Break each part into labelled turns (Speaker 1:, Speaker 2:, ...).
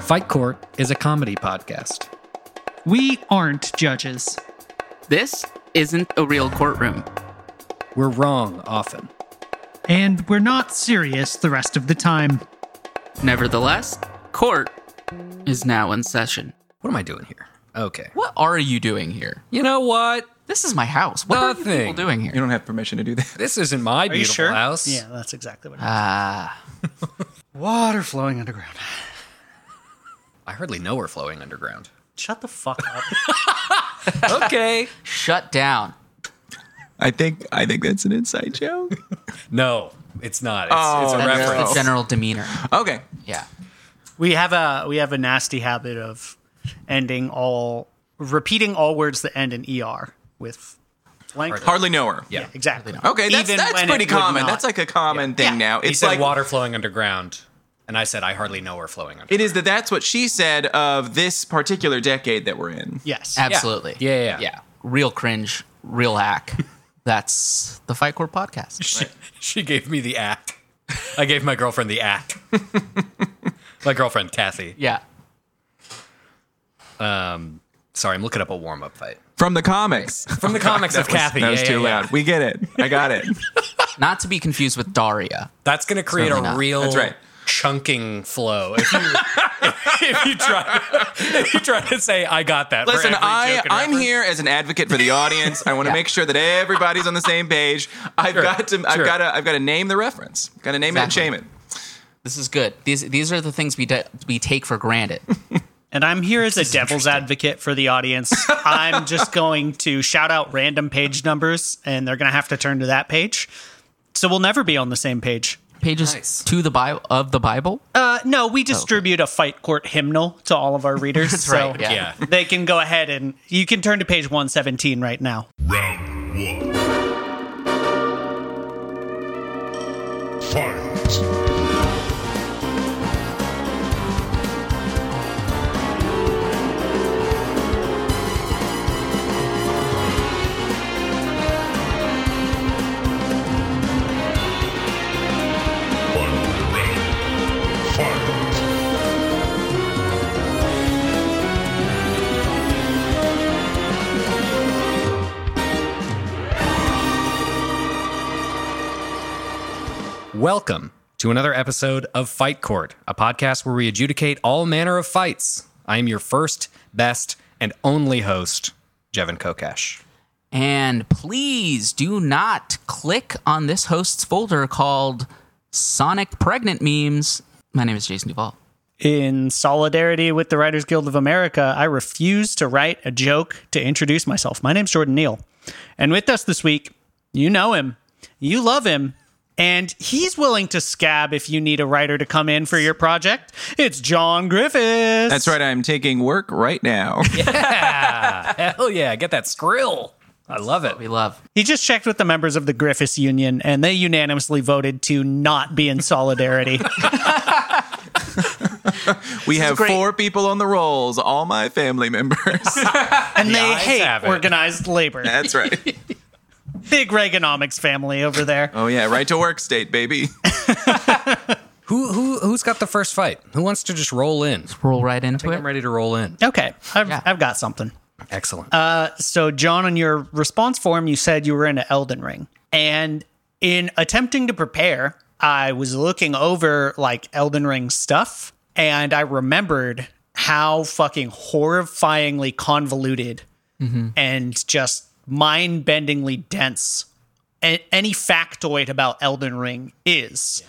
Speaker 1: Fight Court is a comedy podcast.
Speaker 2: We aren't judges.
Speaker 3: This isn't a real courtroom.
Speaker 1: We're wrong often.
Speaker 2: And we're not serious the rest of the time.
Speaker 3: Nevertheless, court is now in session.
Speaker 1: What am I doing here? Okay.
Speaker 3: What are you doing here?
Speaker 1: You know what?
Speaker 3: This is my house. What are you
Speaker 1: Nothing.
Speaker 3: people doing
Speaker 4: You
Speaker 3: here?
Speaker 4: don't have permission to do that.
Speaker 1: This isn't my
Speaker 2: you
Speaker 1: beautiful
Speaker 2: sure?
Speaker 1: house.
Speaker 2: Yeah, that's exactly what it is.
Speaker 3: Ah,
Speaker 2: Water flowing underground.
Speaker 1: I hardly know we're flowing underground.
Speaker 2: Shut the fuck up.
Speaker 1: Okay.
Speaker 3: shut down.
Speaker 4: I think I think that's an inside joke.
Speaker 1: no, it's not. It's, it's
Speaker 4: Oh,
Speaker 1: a
Speaker 4: no.
Speaker 3: That's
Speaker 1: reference.
Speaker 3: the general demeanor.
Speaker 4: okay.
Speaker 3: Yeah.
Speaker 2: we have a we have a nasty habit of ending all repeating all words that end in er with blank.
Speaker 4: Hardly know her.
Speaker 1: Yeah.
Speaker 2: Exactly.
Speaker 4: Okay, that's,
Speaker 2: Even
Speaker 4: that's
Speaker 2: when
Speaker 4: pretty
Speaker 2: it would
Speaker 4: common.
Speaker 2: not.
Speaker 4: That's like a common thing now.
Speaker 1: He
Speaker 4: It's
Speaker 1: said
Speaker 4: like
Speaker 1: water flowing underground, and I said I hardly know we're flowing underground.
Speaker 4: it is that that's what she said of this particular decade that we're in.
Speaker 2: yes.
Speaker 3: Absolutely.
Speaker 1: Yeah, yeah, yeah.
Speaker 3: Real cringe, real hack. That's the Fight Court podcast.
Speaker 1: She, she gave me the act. I gave my girlfriend the act. my girlfriend Kathy.
Speaker 3: Yeah.
Speaker 1: Sorry, I'm looking up a warm up fight
Speaker 4: From the comics.
Speaker 1: from the comics of Kathy.
Speaker 4: Oh, that was
Speaker 1: Yeah,
Speaker 4: too
Speaker 1: yeah, yeah.
Speaker 4: loud. We get it. I got it.
Speaker 3: Not to be confused with Daria.
Speaker 1: That's going to create a
Speaker 3: Certainly not.
Speaker 1: real
Speaker 4: That's right.
Speaker 1: chunking flow. If you, if you try, if you try to say I got that. for
Speaker 4: Listen,
Speaker 1: every
Speaker 4: I
Speaker 1: joke and
Speaker 4: I'm
Speaker 1: reference.
Speaker 4: here as an advocate for the audience. I want to make sure that everybody's on the same page. I've
Speaker 1: Sure,
Speaker 4: got to I've
Speaker 1: sure.
Speaker 4: got to I've got to name the reference. Got to name
Speaker 3: Exactly.
Speaker 4: it and shame it.
Speaker 3: This is good. These these are the things we de- we take for granted.
Speaker 2: And I'm here as a devil's advocate for the audience. I'm just going to shout out random page numbers, and they're going to have to turn to that page. So we'll never be on the same page.
Speaker 3: Pages
Speaker 1: Nice.
Speaker 3: to the Bible of the Bible.
Speaker 2: Uh, no, we distribute a fight court hymnal to all of our readers.
Speaker 3: That's
Speaker 2: so
Speaker 3: right, yeah.
Speaker 1: Yeah.
Speaker 2: They can go ahead and you can turn to page 117 right now.
Speaker 5: Round one. Fight. Final round. Fight.
Speaker 1: Welcome to another episode of Fight Court, a podcast where we adjudicate all manner of fights. I am your first, best, and only host, Jevin Kokesh.
Speaker 3: And please do not click on this host's folder called Sonic Pregnant Memes. My name is Jason Duvall.
Speaker 2: In solidarity with the Writers Guild of America, I refuse to write a joke to introduce myself. My name's Jordan Neal. And with us this week, you know him, you love him, and he's willing to scab if you need a writer to come in for your project. It's John Griffiths.
Speaker 4: That's right. I'm taking work right now.
Speaker 1: Hell yeah, get that skrill. I love it.
Speaker 3: We love.
Speaker 2: He just checked with the members of the Griffiths Union, and they unanimously voted to not be in solidarity.
Speaker 4: We have
Speaker 3: great.
Speaker 4: four people on the rolls, all my family members.
Speaker 2: and they
Speaker 1: eyes
Speaker 2: hate
Speaker 1: have it.
Speaker 2: organized labor.
Speaker 4: That's right.
Speaker 2: Big Reaganomics family over there.
Speaker 4: Oh yeah, right to work state, baby.
Speaker 1: Who who who's got the first fight? Who wants to just roll in?
Speaker 3: Roll right into
Speaker 1: I'm
Speaker 3: it.
Speaker 1: ready to roll in.
Speaker 2: Okay, I've,
Speaker 3: Yeah.
Speaker 2: I've got something.
Speaker 1: Excellent.
Speaker 2: So, John, on your response form, you said you were in Elden Ring. And in attempting to prepare, I was looking over like Elden Ring stuff and I remembered how fucking horrifyingly convoluted and just mind bendingly dense a- any factoid about Elden Ring is.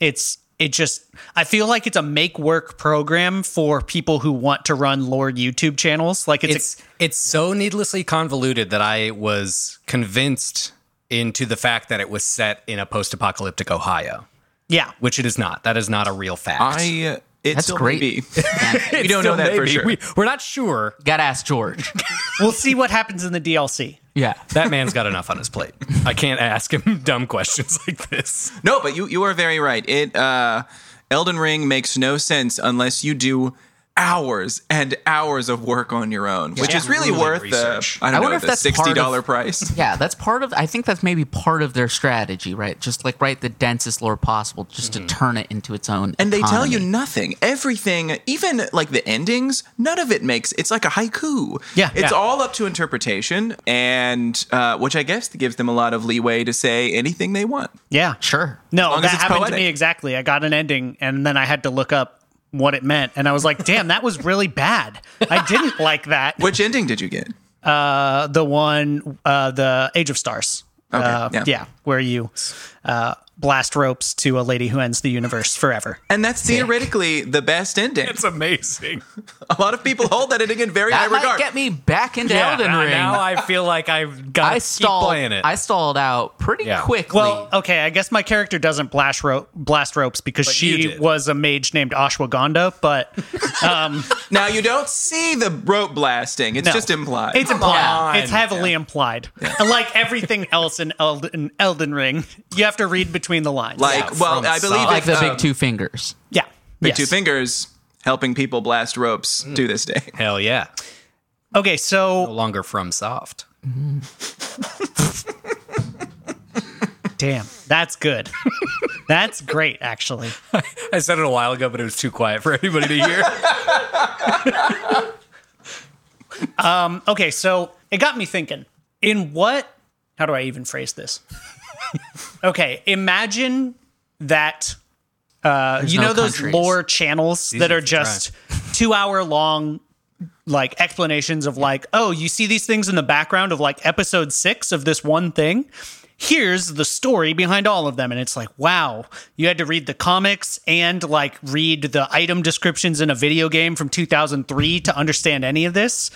Speaker 2: It's it just I feel like it's a make work program for people who want to run lore YouTube channels. Like it's,
Speaker 1: it's it's so needlessly convoluted that I was convinced into the fact that it was set in a post-apocalyptic Ohio,
Speaker 2: yeah.
Speaker 1: which it is not. That is not a real fact.
Speaker 4: I. Uh, it's
Speaker 3: That's
Speaker 4: still
Speaker 3: great.
Speaker 4: Maybe.
Speaker 3: Man,
Speaker 4: We don't know that for sure.
Speaker 1: We, we're not sure.
Speaker 3: Gotta ask George.
Speaker 2: We'll see what happens in the DLC.
Speaker 3: Yeah.
Speaker 1: That man's got enough on his plate. I can't ask him dumb questions like this.
Speaker 4: no, but you you are very right. It uh, Elden Ring makes no sense unless you do hours and hours of work on your own, which is really
Speaker 1: grueling
Speaker 4: worth
Speaker 1: research.
Speaker 4: the I don't
Speaker 3: I wonder
Speaker 4: know
Speaker 3: if
Speaker 4: the
Speaker 3: that's
Speaker 4: sixty dollar
Speaker 3: part of-
Speaker 4: price.
Speaker 3: Yeah, that's part of. I think that's maybe part of their strategy, right? Just like write the densest lore possible, just
Speaker 1: Mm-hmm.
Speaker 3: to turn it into its own.
Speaker 4: And they tell you
Speaker 3: economy.
Speaker 4: nothing. Everything, even like the endings, none of it makes. It's like a haiku.
Speaker 2: Yeah,
Speaker 4: it's
Speaker 2: yeah.
Speaker 4: all up to interpretation, and uh, which I guess gives them a lot of leeway to say anything they want.
Speaker 2: Yeah.
Speaker 3: Sure.
Speaker 2: No,
Speaker 4: long as
Speaker 2: that
Speaker 4: it's
Speaker 2: happened to
Speaker 4: poetic.
Speaker 2: me exactly. I got an ending and then I had to look up what it meant. And I was like, damn, that was really bad. I didn't like that.
Speaker 4: Which ending did you get?
Speaker 2: Uh, the one, uh, the Age of Stars.
Speaker 4: Okay,
Speaker 3: Um,
Speaker 2: uh,
Speaker 4: yeah.
Speaker 2: where you uh, blast ropes to a lady who ends the universe forever.
Speaker 4: And that's theoretically the best ending.
Speaker 1: It's amazing.
Speaker 4: a lot of people hold that ending in very high
Speaker 3: That might
Speaker 4: regard.
Speaker 3: get me back into Elden
Speaker 1: now,
Speaker 3: Ring.
Speaker 1: now I feel like I've got
Speaker 3: I
Speaker 1: to keep
Speaker 3: stalled.
Speaker 1: playing it.
Speaker 3: I stalled out pretty
Speaker 1: Yeah.
Speaker 3: quickly.
Speaker 2: Well, okay, I guess my character doesn't blast, ro- blast ropes because
Speaker 1: you
Speaker 2: she
Speaker 1: did.
Speaker 2: was a mage named Ashwagandha, but
Speaker 4: now you don't see the rope blasting; it's
Speaker 2: No.
Speaker 4: just implied.
Speaker 2: It's implied.
Speaker 1: on.
Speaker 2: It's heavily implied. Like everything else in Elden, Elden Ring, you have to read between the lines.
Speaker 4: like,
Speaker 1: Yeah,
Speaker 4: well,
Speaker 1: from
Speaker 4: I believe
Speaker 1: some-
Speaker 3: like
Speaker 4: it's,
Speaker 3: the
Speaker 4: um,
Speaker 3: big two fingers.
Speaker 2: yeah.
Speaker 4: big
Speaker 2: Yes.
Speaker 4: two fingers helping people blast ropes
Speaker 3: Mm.
Speaker 4: to this day.
Speaker 1: Hell yeah.
Speaker 2: Okay,
Speaker 1: No
Speaker 2: so
Speaker 1: longer from soft.
Speaker 2: damn, that's good. That's great, actually.
Speaker 1: I said it a while ago, but it was too quiet for anybody to hear.
Speaker 2: Okay, so it got me thinking. In what? How do I even phrase this? okay, imagine that. Uh, you
Speaker 3: no
Speaker 2: know those
Speaker 3: countries.
Speaker 2: lore channels that are
Speaker 1: if you try.
Speaker 2: just two hour long like explanations of like, oh, you see these things in the background of like episode six of this one thing. Here's the story behind all of them. And it's like, wow, you had to read the comics and like read the item descriptions in a video game from 2003 to understand any of this.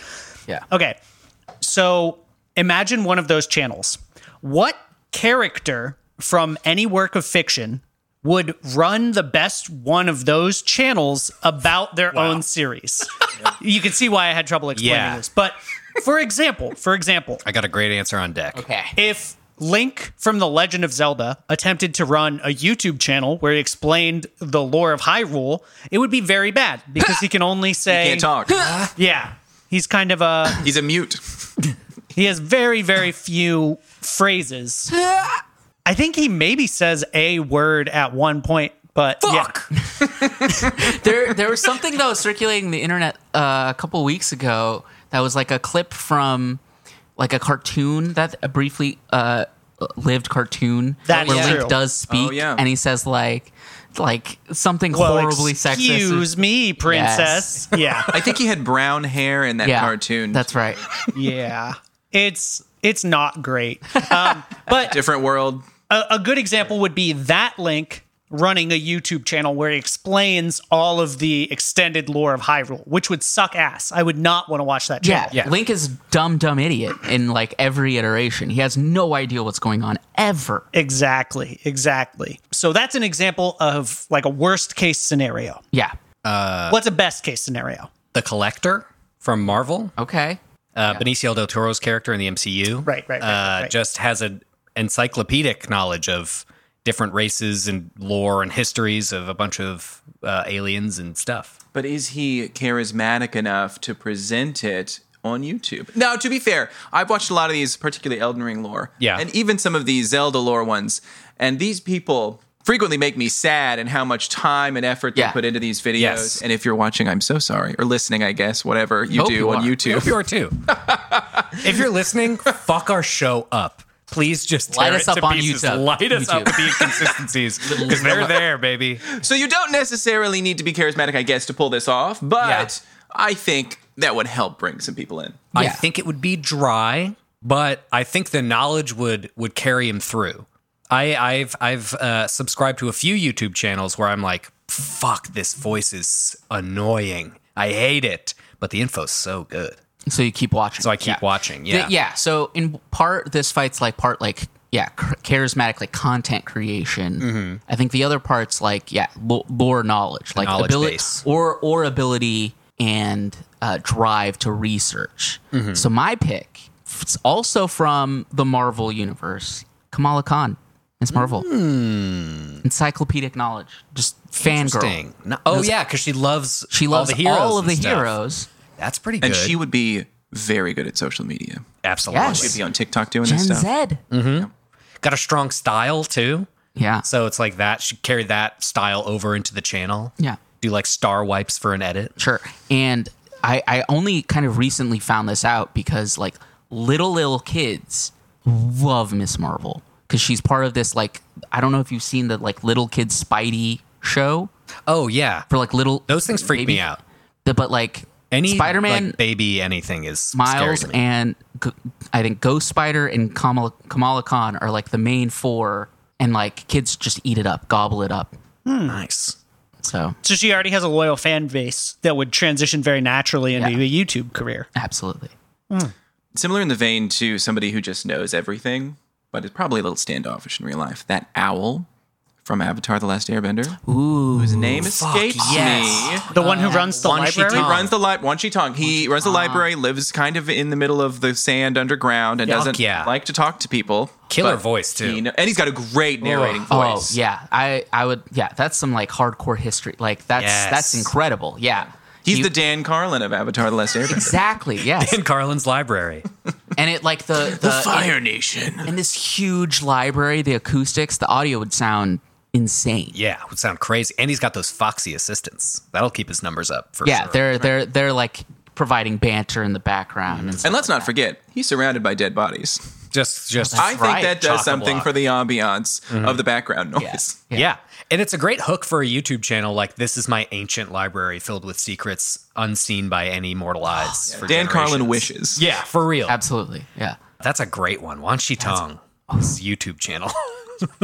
Speaker 3: Yeah.
Speaker 2: Okay. So imagine one of those channels. What character from any work of fiction would run the best one of those channels about their own series? you can see why I had trouble explaining
Speaker 1: Yeah.
Speaker 2: this. But for example, for example,
Speaker 1: I got a great answer on deck.
Speaker 3: Okay.
Speaker 2: if Link from The Legend of Zelda attempted to run a YouTube channel where he explained the lore of Hyrule, it would be very bad because he can only say
Speaker 4: Can't talk.
Speaker 2: Yeah. He's kind of a
Speaker 4: He's a mute.
Speaker 2: He has very, very few phrases. I think he maybe says a word at one point, but yeah.
Speaker 3: there there was something that was circulating the internet uh, a couple weeks ago that was like a clip from like a cartoon that a briefly uh, lived cartoon
Speaker 2: That
Speaker 3: where
Speaker 2: is
Speaker 3: Link
Speaker 2: true.
Speaker 3: does speak
Speaker 4: Oh, yeah.
Speaker 3: and he says like like something
Speaker 2: Well,
Speaker 3: horribly
Speaker 2: excuse
Speaker 3: sexist.
Speaker 2: me, princess. Yeah,
Speaker 4: I think he had brown hair in that
Speaker 3: Yeah,
Speaker 4: cartoon.
Speaker 3: That's right.
Speaker 2: yeah. It's it's not great. Um, but
Speaker 4: different world.
Speaker 2: a, a good example would be that Link running a YouTube channel where he explains all of the extended lore of Hyrule, which would suck ass. I would not want to watch that
Speaker 3: Yeah.
Speaker 2: channel.
Speaker 3: Link is dumb dumb idiot in like every iteration. He has no idea what's going on ever.
Speaker 2: Exactly, exactly. So that's an example of like a worst case scenario.
Speaker 3: Yeah.
Speaker 2: What's a best case scenario?
Speaker 1: The Collector from Marvel,
Speaker 3: Okay.
Speaker 1: uh, Benicio del Toro's character in the MCU,
Speaker 2: Right, right, right, right,
Speaker 1: uh,
Speaker 2: right.
Speaker 1: just has an encyclopedic knowledge of different races and lore and histories of a bunch of uh, aliens and stuff.
Speaker 4: But is he charismatic enough to present it on YouTube? Now, to be fair, I've watched a lot of these, particularly Elden Ring lore.
Speaker 1: Yeah.
Speaker 4: And even some of these Zelda lore ones. And these people frequently make me sad in how much time and effort
Speaker 3: Yeah.
Speaker 4: they put into these videos.
Speaker 1: Yes.
Speaker 4: And if you're watching, I'm so sorry. Or listening, I guess, whatever you
Speaker 3: Hope
Speaker 4: do
Speaker 3: you
Speaker 4: on
Speaker 3: are.
Speaker 1: Hope
Speaker 4: YouTube.
Speaker 1: you are too. if you're listening, fuck our show up. Please just tear
Speaker 3: Light us
Speaker 1: it to
Speaker 3: up on
Speaker 1: pieces.
Speaker 3: YouTube.
Speaker 1: Light us up
Speaker 3: YouTube.
Speaker 1: with the inconsistencies because they're there, baby.
Speaker 4: So you don't necessarily need to be charismatic, I guess, to pull this off. But I think that would help bring some people in.
Speaker 1: I
Speaker 3: Yeah.
Speaker 1: think it would be dry, but I think the knowledge would would carry him through. I, I've I've uh, subscribed to a few YouTube channels where I'm like, fuck, this voice is annoying. I hate it, but the info's so good,
Speaker 3: So you keep watching.
Speaker 1: so I keep watching.
Speaker 3: Th-
Speaker 1: Yeah,
Speaker 3: So in part, this fight's like part like yeah, ch- charismatic like content creation.
Speaker 1: Mm-hmm.
Speaker 3: I think the other part's like yeah, lo- lore knowledge, like
Speaker 1: knowledge
Speaker 3: abili-
Speaker 1: base.
Speaker 3: or or ability and uh, drive to research.
Speaker 1: Mm-hmm.
Speaker 3: So my pick, it's also from the Marvel universe, Kamala Khan. It's Marvel. Encyclopedic knowledge. Just fangirl.
Speaker 1: Mm. Interesting. No- oh yeah, because she loves
Speaker 3: She loves
Speaker 1: all the heroes.
Speaker 3: of
Speaker 1: and
Speaker 3: the
Speaker 1: stuff.
Speaker 3: heroes.
Speaker 1: That's pretty good.
Speaker 4: And she would be very good at social media.
Speaker 1: absolutely
Speaker 3: Yes.
Speaker 4: She'd be on TikTok doing
Speaker 3: Gen
Speaker 4: this stuff.
Speaker 3: Z.
Speaker 1: Mm. got a strong style too.
Speaker 3: Yeah.
Speaker 1: So it's like that. She carried that style over into the channel.
Speaker 3: Yeah.
Speaker 1: Do like star wipes for an edit.
Speaker 3: Sure. And I, I only kind of recently found this out because like little little kids love Miss Marvel because she's part of this like I don't know if you've seen the like little kids Spidey show
Speaker 1: Oh yeah.
Speaker 3: for like little
Speaker 1: Those things freak
Speaker 3: baby-
Speaker 1: me out.
Speaker 3: the- but like
Speaker 1: Any
Speaker 3: Spider Man,
Speaker 1: like, baby anything is scary
Speaker 3: Miles,
Speaker 1: to me.
Speaker 3: and G- I think Ghost Spider and Kamala, Kamala Khan are like the main four, and like kids just eat it up, gobble it up.
Speaker 1: Hmm. nice.
Speaker 3: So
Speaker 2: So she already has a loyal fan base that would transition very naturally into
Speaker 3: Yeah.
Speaker 2: a YouTube career.
Speaker 3: absolutely,
Speaker 4: Similar in the vein to somebody who just knows everything, but is probably a little standoffish in real life. That owl from Avatar: The Last Airbender.
Speaker 3: ooh,
Speaker 4: His name escapes
Speaker 1: yes.
Speaker 4: me.
Speaker 2: The one who
Speaker 3: Uh,
Speaker 2: runs the
Speaker 1: Wanshi
Speaker 2: library.
Speaker 1: Tong.
Speaker 4: He runs the li- Wanchi Tong. He runs the library, lives kind of in the middle of the sand underground, and
Speaker 1: Yuck,
Speaker 4: doesn't
Speaker 1: yeah.
Speaker 4: like to talk to people.
Speaker 1: Killer
Speaker 4: but
Speaker 1: voice, too.
Speaker 4: he kno- and he's got a great narrating
Speaker 3: Oh
Speaker 4: voice.
Speaker 3: yeah, I I would yeah. That's some like hardcore history. Like that's
Speaker 1: Yes.
Speaker 3: that's incredible. Yeah,
Speaker 4: He's
Speaker 3: You-
Speaker 4: the Dan Carlin of Avatar: The Last Airbender.
Speaker 3: exactly yes.
Speaker 1: In Carlin's library.
Speaker 3: and it like the the,
Speaker 4: Uh, Nation.
Speaker 3: in this huge library, the acoustics, the audio would sound insane.
Speaker 1: Yeah, would sound crazy. And he's got those foxy assistants. That'll keep his numbers up for
Speaker 3: Yeah,
Speaker 1: sure.
Speaker 3: they're they're they're like providing banter in the background and stuff
Speaker 4: And let's
Speaker 3: like
Speaker 4: not forget, he's surrounded by dead bodies.
Speaker 1: just just
Speaker 4: I think
Speaker 3: right.
Speaker 4: that does
Speaker 1: Chock-a-block.
Speaker 4: something for the ambiance of the background noise.
Speaker 1: Yeah. And it's a great hook for a YouTube channel like this is my ancient library filled with secrets unseen by any mortal eyes. for
Speaker 4: Dan Carlin
Speaker 1: generations.
Speaker 4: wishes.
Speaker 1: Yeah, for real.
Speaker 3: that. absolutely. Yeah,
Speaker 1: That's a great one. Wanshi Tong. His YouTube channel.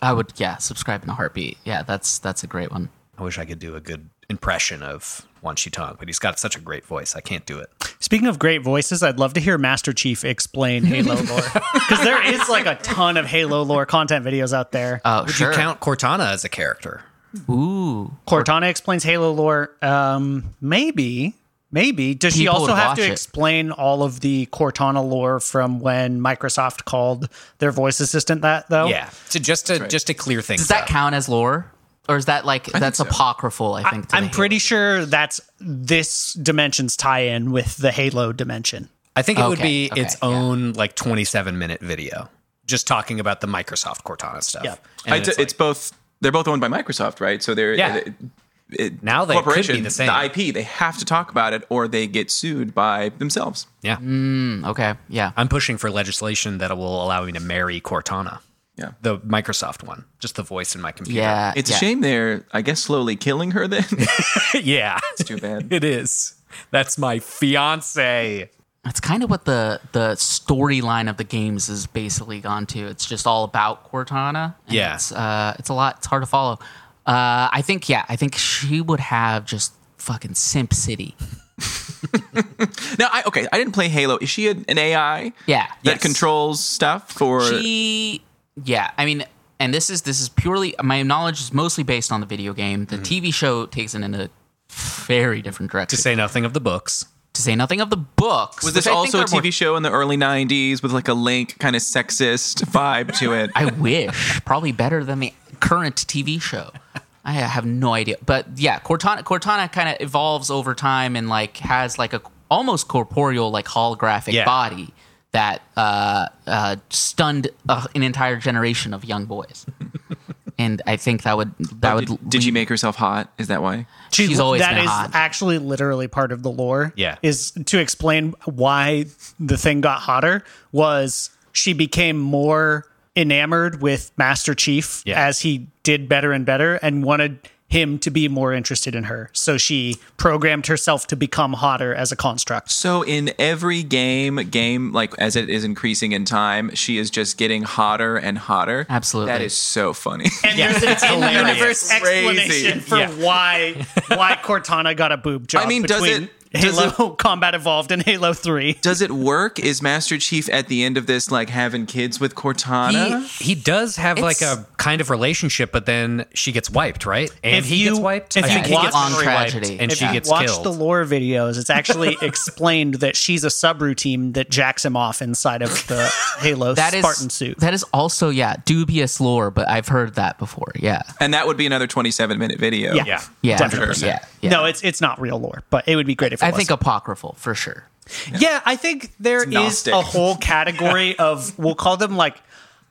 Speaker 3: I would yeah subscribe in a heartbeat. Yeah, that's that's a great one.
Speaker 1: I wish I could do a good impression of Wanshi Tong, but he's got such a great voice. I can't do it.
Speaker 2: Speaking of great voices, I'd love to hear Master Chief explain Halo lore because there is like a ton of Halo lore content videos out there.
Speaker 3: Oh
Speaker 1: Would
Speaker 3: sure.
Speaker 1: you count Cortana as a character?
Speaker 3: Ooh,
Speaker 2: Cortana explains Halo lore. Um, maybe, maybe does she
Speaker 3: People
Speaker 2: also
Speaker 3: would
Speaker 2: have
Speaker 3: watch
Speaker 2: to
Speaker 3: it.
Speaker 2: explain all of the Cortana lore from when Microsoft called their voice assistant that though?
Speaker 1: Yeah. So just to just to clear things
Speaker 3: does that
Speaker 1: up.
Speaker 3: count as lore? Or is that like that's
Speaker 4: so.
Speaker 3: apocryphal? I think to
Speaker 2: I'm
Speaker 3: the
Speaker 2: pretty sure that's this dimension's tie-in with the Halo dimension.
Speaker 1: I think it would
Speaker 3: Okay,
Speaker 1: be
Speaker 3: okay,
Speaker 1: its
Speaker 3: yeah.
Speaker 1: own like 27 minute video just talking about the Microsoft Cortana stuff.
Speaker 2: Yep.
Speaker 1: And
Speaker 4: I-
Speaker 1: it's
Speaker 4: it's,
Speaker 1: like-
Speaker 4: both. They're both owned by Microsoft, right? So they're
Speaker 1: Yeah.
Speaker 4: it- it-
Speaker 1: Now they could be
Speaker 4: corporation,
Speaker 1: the same.
Speaker 4: IP, they have to talk about it, or they get sued by themselves.
Speaker 1: yeah.
Speaker 3: Halo. Okay, yeah.
Speaker 1: I'm pushing for legislation that will allow me to marry Cortana,
Speaker 4: Yeah,
Speaker 1: the Microsoft one, just the voice in my computer.
Speaker 3: Yeah,
Speaker 4: it's
Speaker 3: yeah.
Speaker 4: a shame they're, I guess, slowly killing her. Then
Speaker 1: yeah.
Speaker 4: too bad.
Speaker 1: It is. That's my fiance.
Speaker 3: That's kind of what the the storyline of the games is basically gone to. It's just all about Cortana. and
Speaker 1: Yeah.
Speaker 3: it's, uh, it's a lot. It's hard to follow. Uh, I think yeah. I think she would have just fucking Simp City.
Speaker 4: Now, I okay, I didn't play Halo. Is she an, an AI?
Speaker 3: Yeah.
Speaker 4: that
Speaker 3: Yes.
Speaker 4: controls stuff for.
Speaker 3: She yeah. I mean, and this is this is purely my knowledge is mostly based on the video game. The
Speaker 4: Mm-hmm.
Speaker 3: TV show takes it in a very different direction.
Speaker 1: To say nothing of the books.
Speaker 3: to say nothing of the books.
Speaker 4: was
Speaker 3: which
Speaker 4: this
Speaker 3: I
Speaker 4: also a
Speaker 3: think are more-
Speaker 4: TV show in the early '90s with like a Link kind of sexist vibe to it?
Speaker 3: I wish. Probably better than the current TV show. I have no idea. But yeah, Cortana Cortana kind of evolves over time and like has like a almost corporeal like holographic
Speaker 1: Yeah.
Speaker 3: body that uh, uh, stunned uh, an entire generation of young boys. and I think that would that would
Speaker 4: did, did she make herself hot? Is that why?
Speaker 2: She-
Speaker 3: She's always
Speaker 2: that
Speaker 3: been
Speaker 2: is
Speaker 3: hot.
Speaker 2: actually literally part of the lore.
Speaker 1: Yeah.
Speaker 2: is to explain why the thing got hotter was she became more enamored with Master Chief
Speaker 1: Yeah.
Speaker 2: as he did better and better, and wanted him to be more interested in her. So she programmed herself to become hotter as a construct.
Speaker 4: So in every game, game like as it is increasing in time, she is just getting hotter and hotter.
Speaker 3: Absolutely.
Speaker 4: that is so funny.
Speaker 2: And there's an in-universe
Speaker 4: Crazy.
Speaker 2: explanation for
Speaker 1: Yeah.
Speaker 2: why why Cortana got a boob job.
Speaker 4: I mean, does
Speaker 2: between
Speaker 4: it
Speaker 2: Halo Combat Evolved and Halo 3.
Speaker 4: Does it work? Is Master Chief at the end of this like having kids with Cortana?
Speaker 1: He, he does have like
Speaker 3: It's-
Speaker 1: a kind of relationship, but then she gets wiped, right? And
Speaker 2: If
Speaker 1: he gets
Speaker 2: you-
Speaker 1: wiped.
Speaker 2: if
Speaker 1: I
Speaker 2: you
Speaker 1: think he
Speaker 2: watch-
Speaker 1: gets
Speaker 2: Long
Speaker 1: wiped
Speaker 3: tragedy.
Speaker 1: and
Speaker 3: If
Speaker 1: she
Speaker 3: you
Speaker 1: gets
Speaker 2: Watch
Speaker 1: killed.
Speaker 2: the lore videos. It's actually explained that she's a subroutine that jacks him off inside of the Halo
Speaker 3: That is
Speaker 2: Spartan suit.
Speaker 3: That is also yeah dubious lore, but I've heard that before. Yeah,
Speaker 4: and that would be another 27 minute video.
Speaker 2: yeah.
Speaker 1: yeah.
Speaker 3: yeah,
Speaker 2: Definitely.
Speaker 3: yeah, yeah.
Speaker 2: No, it's it's not real lore, but it would be great if it
Speaker 3: I
Speaker 2: was.
Speaker 3: think apocryphal for sure.
Speaker 2: Yeah, I think there
Speaker 4: It's
Speaker 2: is
Speaker 4: Gnostic.
Speaker 2: a whole category of we'll call them like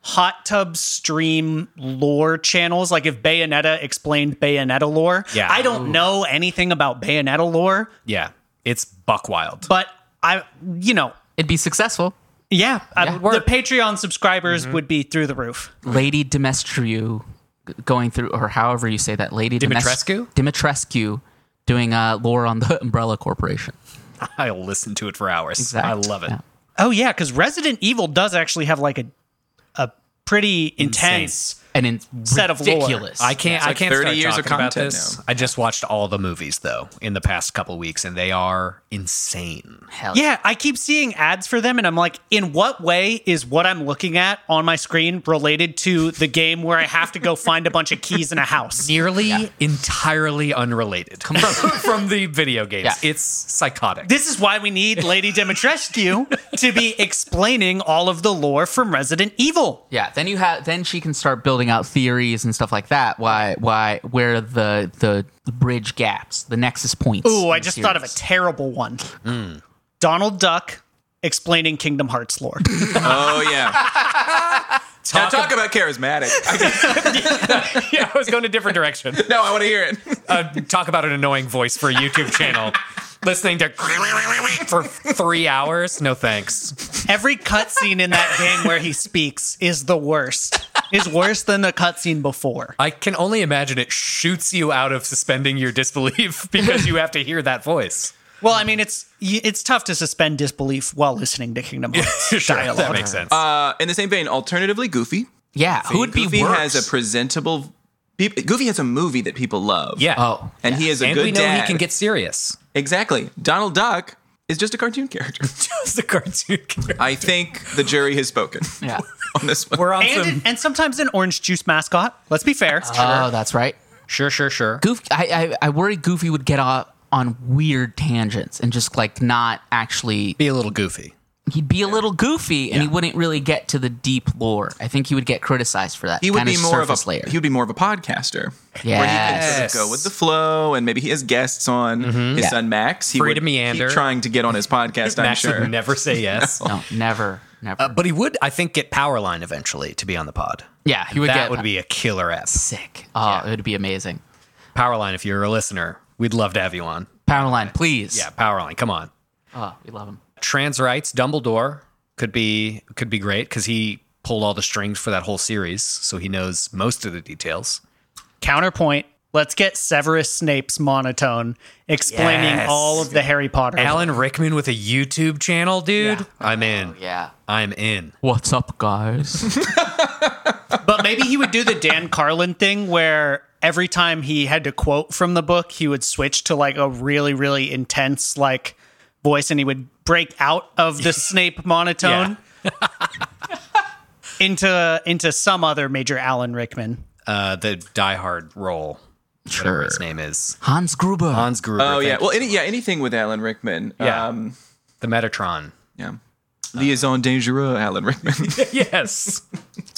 Speaker 2: hot tub stream lore channels. Like if Bayonetta explained Bayonetta lore.
Speaker 1: Yeah.
Speaker 2: I don't know anything about Bayonetta lore,
Speaker 1: Yeah. It's buck wild.
Speaker 2: but I you know,
Speaker 3: It'd be successful.
Speaker 2: yeah, I-
Speaker 3: Yeah.
Speaker 2: the Patreon subscribers would be through the roof.
Speaker 3: Lady Demetriou g- going through, or however you say that, Lady Demes-
Speaker 1: Dimitrescu?
Speaker 3: Dimitrescu doing uh, lore on the Umbrella Corporation.
Speaker 1: I'll listen to it for hours. I
Speaker 3: Exact.
Speaker 1: love it.
Speaker 3: Yeah.
Speaker 2: Oh yeah, cuz Resident Evil does actually have like a a pretty intense
Speaker 3: And in
Speaker 2: Set of lore.
Speaker 3: ridiculous.
Speaker 1: I can't.
Speaker 4: It's like
Speaker 1: I can't
Speaker 4: 30
Speaker 1: start
Speaker 4: years of
Speaker 1: talking about
Speaker 4: content
Speaker 1: this.
Speaker 4: now.
Speaker 1: I just watched all the movies though in the past couple weeks, and they are insane.
Speaker 3: Hell
Speaker 2: Yeah, I keep seeing ads for them, and I'm like, in what way is what I'm looking at on my screen related to the game where I have to go find a bunch of keys in a house?
Speaker 1: Nearly entirely unrelated from, from the video games.
Speaker 3: Yeah.
Speaker 1: It's psychotic.
Speaker 2: This is why we need Lady Dimitrescu to be explaining all of the lore from Resident Evil.
Speaker 3: Yeah, then you have then she can start building out theories and stuff like that. Why why where the the, the bridge gaps, the nexus points.
Speaker 2: Ooh, I
Speaker 3: in the
Speaker 2: just thought of a
Speaker 3: series.
Speaker 2: terrible one. Donald Duck explaining Kingdom Hearts lore.
Speaker 4: Oh yeah. now
Speaker 1: Talk
Speaker 4: talk about charismatic. I,
Speaker 1: yeah, I was going a different direction.
Speaker 4: no, I want to hear it.
Speaker 1: Uh, talk about an annoying voice for a YouTube channel. Listening to for three hours. No thanks.
Speaker 2: Every cutscene in that game where he speaks is the worst. Is worse than the cutscene before.
Speaker 1: I can only imagine it shoots you out of suspending your disbelief because you have to hear that voice.
Speaker 2: Well, I mean, it's y- it's tough to suspend disbelief while listening to Kingdom Hearts dialogue.
Speaker 1: That makes sense.
Speaker 4: Uh, in the same vein, alternatively, Goofy.
Speaker 3: Yeah, who would be
Speaker 4: Goofy
Speaker 3: worse?
Speaker 4: has a presentable. peop- Goofy has a movie that people love.
Speaker 1: yeah.
Speaker 3: oh,
Speaker 4: And he is a
Speaker 1: and
Speaker 4: good
Speaker 1: we know
Speaker 4: dad.
Speaker 1: he can get serious.
Speaker 4: exactly. Donald Duck is just a cartoon character.
Speaker 1: Just a cartoon character.
Speaker 4: I think the jury has spoken
Speaker 3: yeah.
Speaker 4: on this one.
Speaker 1: We're on
Speaker 2: And,
Speaker 1: some.
Speaker 2: and sometimes an orange juice mascot. Let's be fair.
Speaker 1: Uh-huh.
Speaker 3: Oh, that's right.
Speaker 1: Sure, sure, sure.
Speaker 3: Goofy, I, I I worry Goofy would get off on weird tangents and just like not actually
Speaker 1: Be a little goofy.
Speaker 3: he'd be a little goofy and he wouldn't really get to the deep lore. I think he would get criticized for that.
Speaker 4: he would
Speaker 3: Kinda
Speaker 4: be more of a
Speaker 3: surface layer.
Speaker 4: he would be more of a podcaster. Where he can sort of
Speaker 1: Yes.
Speaker 4: go with the flow, and maybe he has guests on
Speaker 3: Mm-hmm.
Speaker 4: his son Max. He
Speaker 1: Free
Speaker 4: would
Speaker 1: to meander.
Speaker 4: keep trying to get on his podcast. I'm
Speaker 1: Max
Speaker 4: sure.
Speaker 1: would never say yes.
Speaker 3: no, never, never.
Speaker 1: Uh, but he would, I think, get Powerline eventually to be on the pod.
Speaker 3: yeah, he would
Speaker 1: that
Speaker 3: get
Speaker 1: would be a killer app.
Speaker 3: sick. Oh, it would be amazing.
Speaker 1: Powerline, if you're a listener, we'd love to have you on.
Speaker 3: Powerline, please.
Speaker 1: Yeah, Powerline, come on.
Speaker 3: Oh, we love him.
Speaker 1: Trans rights, Dumbledore could be could be great because he pulled all the strings for that whole series, so he knows most of the details.
Speaker 2: Counterpoint. Let's get Severus Snape's monotone explaining
Speaker 1: Yes.
Speaker 2: all of the Harry Potter.
Speaker 1: Alan Rickman with a YouTube channel, dude.
Speaker 3: Yeah.
Speaker 1: I'm in.
Speaker 3: Oh, Yeah.
Speaker 1: I'm in.
Speaker 3: What's up, guys?
Speaker 2: But maybe he would do the Dan Carlin thing where every time he had to quote from the book, he would switch to like a really, really intense like voice and he would break out of the Snape monotone into into some other major Alan Rickman.
Speaker 1: Uh, the Die Hard role, whatever
Speaker 3: sure.
Speaker 1: his name is.
Speaker 3: Hans Gruber.
Speaker 1: Hans Gruber.
Speaker 4: Oh yeah.
Speaker 1: thank
Speaker 4: Well,
Speaker 1: you.
Speaker 4: any, yeah. Anything with Alan Rickman.
Speaker 1: Yeah.
Speaker 4: Um,
Speaker 1: the Metatron.
Speaker 4: yeah. Liaison dangereux, Alan Rickman.
Speaker 1: Yes.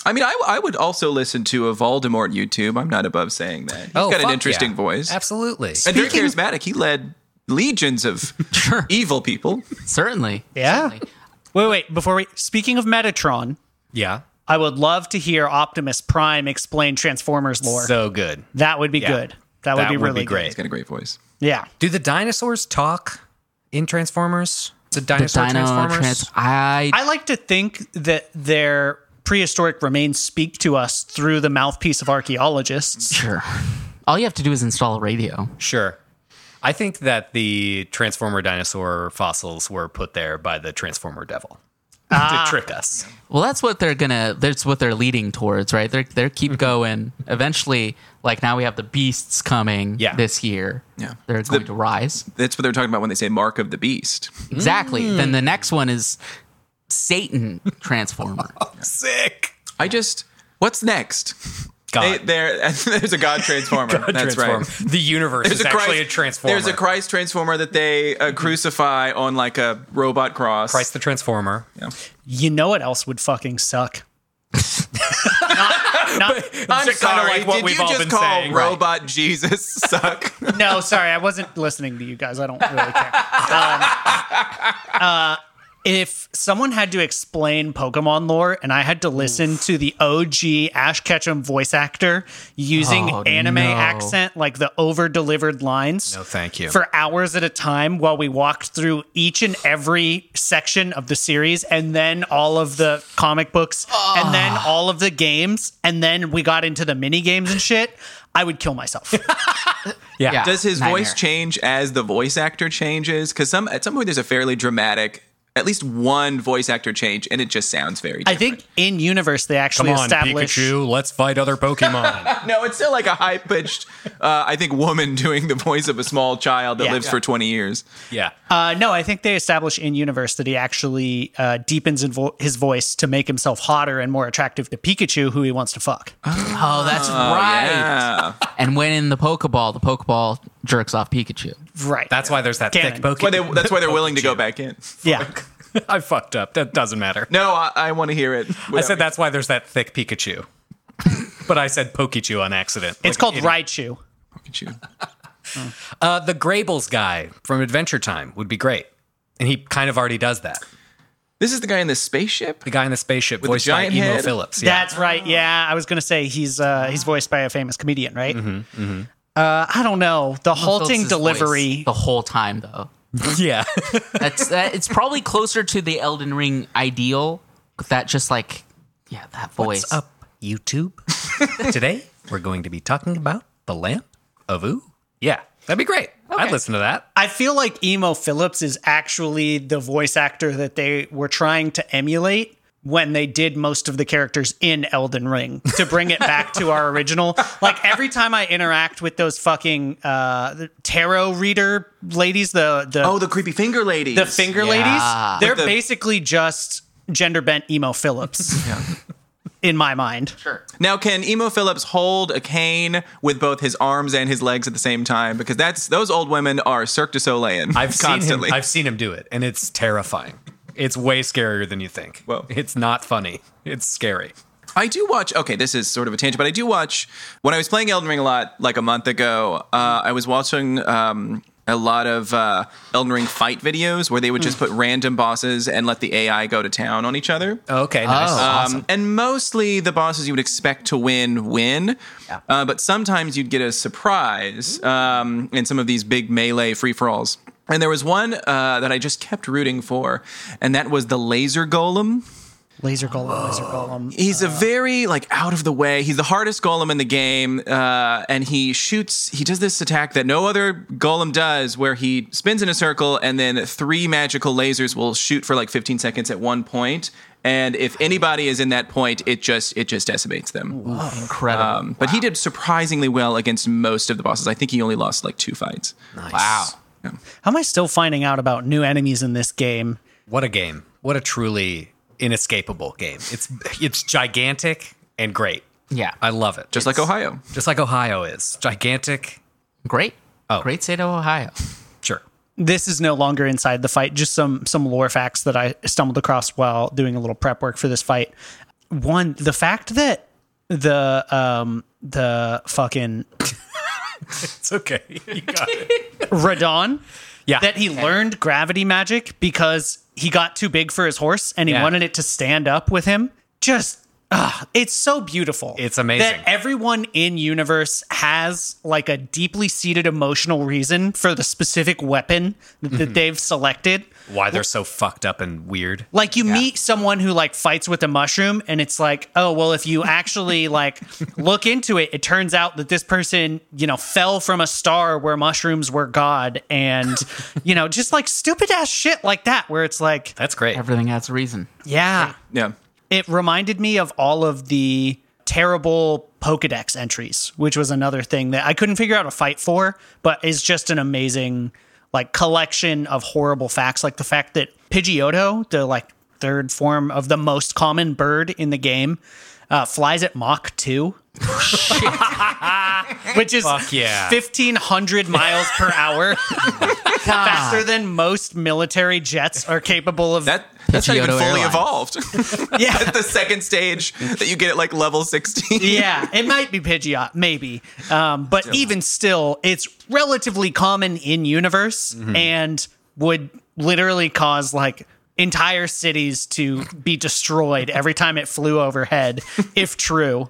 Speaker 4: I mean, I, I would also listen to a Voldemort YouTube. I'm not above saying that. He's got an
Speaker 1: Oh, fuck
Speaker 4: interesting
Speaker 1: yeah.
Speaker 4: voice.
Speaker 1: Absolutely.
Speaker 4: And very charismatic. He led legions of
Speaker 3: Sure.
Speaker 4: evil people.
Speaker 3: Certainly.
Speaker 2: Yeah.
Speaker 3: Certainly.
Speaker 2: Wait, wait, before we speaking of Metatron,
Speaker 1: Yeah.
Speaker 2: I would love to hear Optimus Prime explain Transformers lore.
Speaker 1: So good.
Speaker 2: that would be good. That, would
Speaker 1: That
Speaker 2: be
Speaker 1: would
Speaker 2: really
Speaker 1: be great.
Speaker 4: He's got a great voice.
Speaker 2: Good. Yeah.
Speaker 1: Do the dinosaurs talk in Transformers? The
Speaker 3: The
Speaker 1: dinosaur
Speaker 3: Dino
Speaker 1: Transformers?
Speaker 3: Trans. I.
Speaker 2: I like to think that their prehistoric remains speak to us through the mouthpiece of archaeologists.
Speaker 3: Sure. All you have to do is install a radio.
Speaker 1: sure. I think that the Transformer dinosaur fossils were put there by the Transformer devil. to trick us.
Speaker 3: Well, that's what they're gonna. That's what they're leading towards, right? They're they're keep going. Eventually, like now we have the beasts coming
Speaker 1: Yeah.
Speaker 3: this year.
Speaker 4: Yeah.
Speaker 3: they're
Speaker 4: It's the-
Speaker 3: going to rise.
Speaker 4: That's what they're talking about when they say Mark of the Beast.
Speaker 3: Exactly. Then the next one is Satan Transformer.
Speaker 1: Sick.
Speaker 4: I just, what's next?
Speaker 1: God.
Speaker 4: They, there, there's a God Transformer. That's
Speaker 1: Uh, Transform.
Speaker 4: right.
Speaker 1: The universe is actually a transformer. Mm-hmm.
Speaker 4: There's a Christ Transformer that they uh, crucify on like a robot cross.
Speaker 1: Christ the Transformer.
Speaker 4: Yeah.
Speaker 2: You know what else would fucking suck? not,
Speaker 4: I'm
Speaker 1: It's kinda
Speaker 4: sorry.
Speaker 1: like what
Speaker 4: Did
Speaker 1: we've
Speaker 4: you
Speaker 1: all
Speaker 4: just
Speaker 1: been
Speaker 4: call
Speaker 1: saying. Right.
Speaker 4: robot Jesus suck?
Speaker 2: not, no, sorry, I wasn't listening to you guys. I don't really care. Um, uh, if someone had to explain Pokemon lore and I had to listen to the OG Ash Ketchum voice actor using
Speaker 3: Oh,
Speaker 2: anime
Speaker 3: no.
Speaker 2: accent, like the over delivered lines.
Speaker 1: No, Oh, thank you.
Speaker 2: for hours at a time while we walked through each and every section of the series and then all of the comic books and then
Speaker 1: Ah.
Speaker 2: all of the games and then we got into the mini games and shit i would kill myself
Speaker 1: yeah.
Speaker 3: Yeah.
Speaker 4: Does his
Speaker 3: Nightmare.
Speaker 4: voice change as the voice actor changes? Because some at some point there's a fairly dramatic, at least one voice actor change, and it just sounds very.
Speaker 2: i
Speaker 4: Different.
Speaker 2: think in universe they actually
Speaker 1: Come on,
Speaker 2: establish
Speaker 1: Pikachu. Let's fight other Pokemon.
Speaker 4: no, it's still like a high pitched, uh, I think, woman doing the voice of a small child that
Speaker 2: Yeah.
Speaker 4: lives for 20 years.
Speaker 1: yeah.
Speaker 2: uh, no i think they establish in universe that he actually uh, deepens in vo- his voice to make himself hotter and more attractive to pikachu who he wants to fuck
Speaker 3: Oh, that's right.
Speaker 4: Yeah.
Speaker 3: And when in the Pokeball, the Pokeball jerks off Pikachu.
Speaker 2: right
Speaker 1: That's why there's that
Speaker 2: Canon.
Speaker 1: thick
Speaker 2: That's
Speaker 4: Why
Speaker 1: Pokemon.
Speaker 4: they, that's why they're willing to go back in.
Speaker 2: yeah
Speaker 1: I fucked up. That doesn't matter.
Speaker 4: No, I, I want to hear it.
Speaker 1: I said that's why there's that thick Pikachu. but I said Pokichu on accident.
Speaker 2: it's called raichu
Speaker 1: Uh, the Grables guy from Adventure Time would be great. And he kind of already does that.
Speaker 4: This is the guy in the spaceship.
Speaker 1: The guy in the spaceship
Speaker 4: the
Speaker 1: voiced by
Speaker 4: giant
Speaker 1: Emo
Speaker 4: head?
Speaker 1: Phillips. Yeah.
Speaker 2: That's right. Yeah, I was gonna say he's uh, he's voiced by a famous comedian, right? Uh, I don't know the halting
Speaker 3: Phillips's
Speaker 2: delivery.
Speaker 3: voice the whole time though.
Speaker 1: yeah.
Speaker 3: That's that, it's probably closer to the Elden Ring ideal. That just like yeah, that voice.
Speaker 1: What's up, YouTube? Today, we're going to be talking about the lamp of Ooh. Yeah. That'd be great. I'd listen to that.
Speaker 2: I feel like Emo Phillips is actually the voice actor that they were trying to emulate when they did most of the characters in Elden Ring to bring it back to our original. Like every time I interact with those fucking uh, the tarot reader ladies, the the
Speaker 4: Oh, the creepy finger lady.
Speaker 2: the finger
Speaker 3: Yeah.
Speaker 2: ladies, they're
Speaker 4: the-
Speaker 2: basically just gender bent Emo Phillips. In my mind,
Speaker 4: Now, can Emo Phillips hold a cane with both his arms and his legs at the same time? Because that's those old women are Cirque du Soleil.
Speaker 1: I've
Speaker 4: constantly.
Speaker 1: seen him. I've seen him do it, and it's terrifying. It's way scarier than you think.
Speaker 4: Whoa.
Speaker 1: It's not funny. It's scary.
Speaker 4: I do watch. Okay, this is sort of a tangent, but I do watch. When I was playing Elden Ring a lot, like a month ago, uh, I was watching um, a lot of uh, Elden Ring fight videos where they would just put random bosses and let the AI go to town on each other.
Speaker 1: Okay, nice.
Speaker 3: Oh.
Speaker 4: Um, And mostly the bosses you would expect to win win, uh, but sometimes you'd get a surprise um, in some of these big melee free for alls. And there was one uh, that I just kept rooting for, and that was the laser golem.
Speaker 2: Laser Golem, Laser Golem.
Speaker 4: He's a very like out of the way. He's the hardest golem in the game, uh, and he shoots. He does this attack that no other golem does, where he spins in a circle, and then three magical lasers will shoot for like 15 seconds at one point. And if anybody is in that point, it just it just decimates them.
Speaker 3: Incredible.
Speaker 4: Um, but he did surprisingly well against most of the bosses. I think he only lost like two fights.
Speaker 3: wow.
Speaker 2: How am I still finding out about new enemies in this game?
Speaker 1: What a game. What a truly inescapable game. It's it's gigantic and great.
Speaker 3: Yeah.
Speaker 1: I love it.
Speaker 4: Just like
Speaker 1: It's-
Speaker 4: Ohio.
Speaker 1: Just like Ohio is. Gigantic.
Speaker 3: Great.
Speaker 1: Oh.
Speaker 3: Great state of Ohio.
Speaker 1: Sure.
Speaker 2: This is no longer inside the fight. Just some some lore facts that I stumbled across while doing a little prep work for this fight. One, the fact that the um the fucking
Speaker 1: It's okay. You got it.
Speaker 2: Radon
Speaker 1: Yeah.
Speaker 2: that he learned gravity magic because he got too big for his horse and he
Speaker 1: Yeah.
Speaker 2: wanted it to stand up with him. Just It's so beautiful.
Speaker 1: It's amazing.
Speaker 2: That everyone in universe has like a deeply seated emotional reason for the specific weapon that,
Speaker 1: Mm-hmm.
Speaker 2: that they've selected.
Speaker 1: Why they're so fucked up and weird.
Speaker 2: Like you meet someone who like fights with a mushroom and it's like, "Oh, well if you actually like look into it, it turns out that this person, you know, fell from a star where mushrooms were god and you know, just like stupid ass shit like that where it's like,
Speaker 1: That's great.
Speaker 3: Everything has a reason.
Speaker 2: yeah,
Speaker 4: Yeah.
Speaker 2: it reminded me of all of the terrible Pokedex entries, which was another thing that I couldn't figure out a fight for, but is just an amazing like collection of horrible facts, like the fact that Pidgeotto, the like third form of the most common bird in the game, uh, flies at Mach two. Which is
Speaker 1: Fuck yeah.
Speaker 2: 1500 miles per hour
Speaker 3: God.
Speaker 2: faster than most military jets are capable of
Speaker 4: That that's not even
Speaker 3: Pidgeotto
Speaker 4: fully
Speaker 3: Airlines.
Speaker 4: evolved.
Speaker 2: yeah
Speaker 4: the second stage that you get at like level 16.
Speaker 2: yeah, it might be Pidgeot, maybe. Um, but even still, it's relatively common in universe and would literally cause like entire cities to be destroyed every time it flew overhead, if true.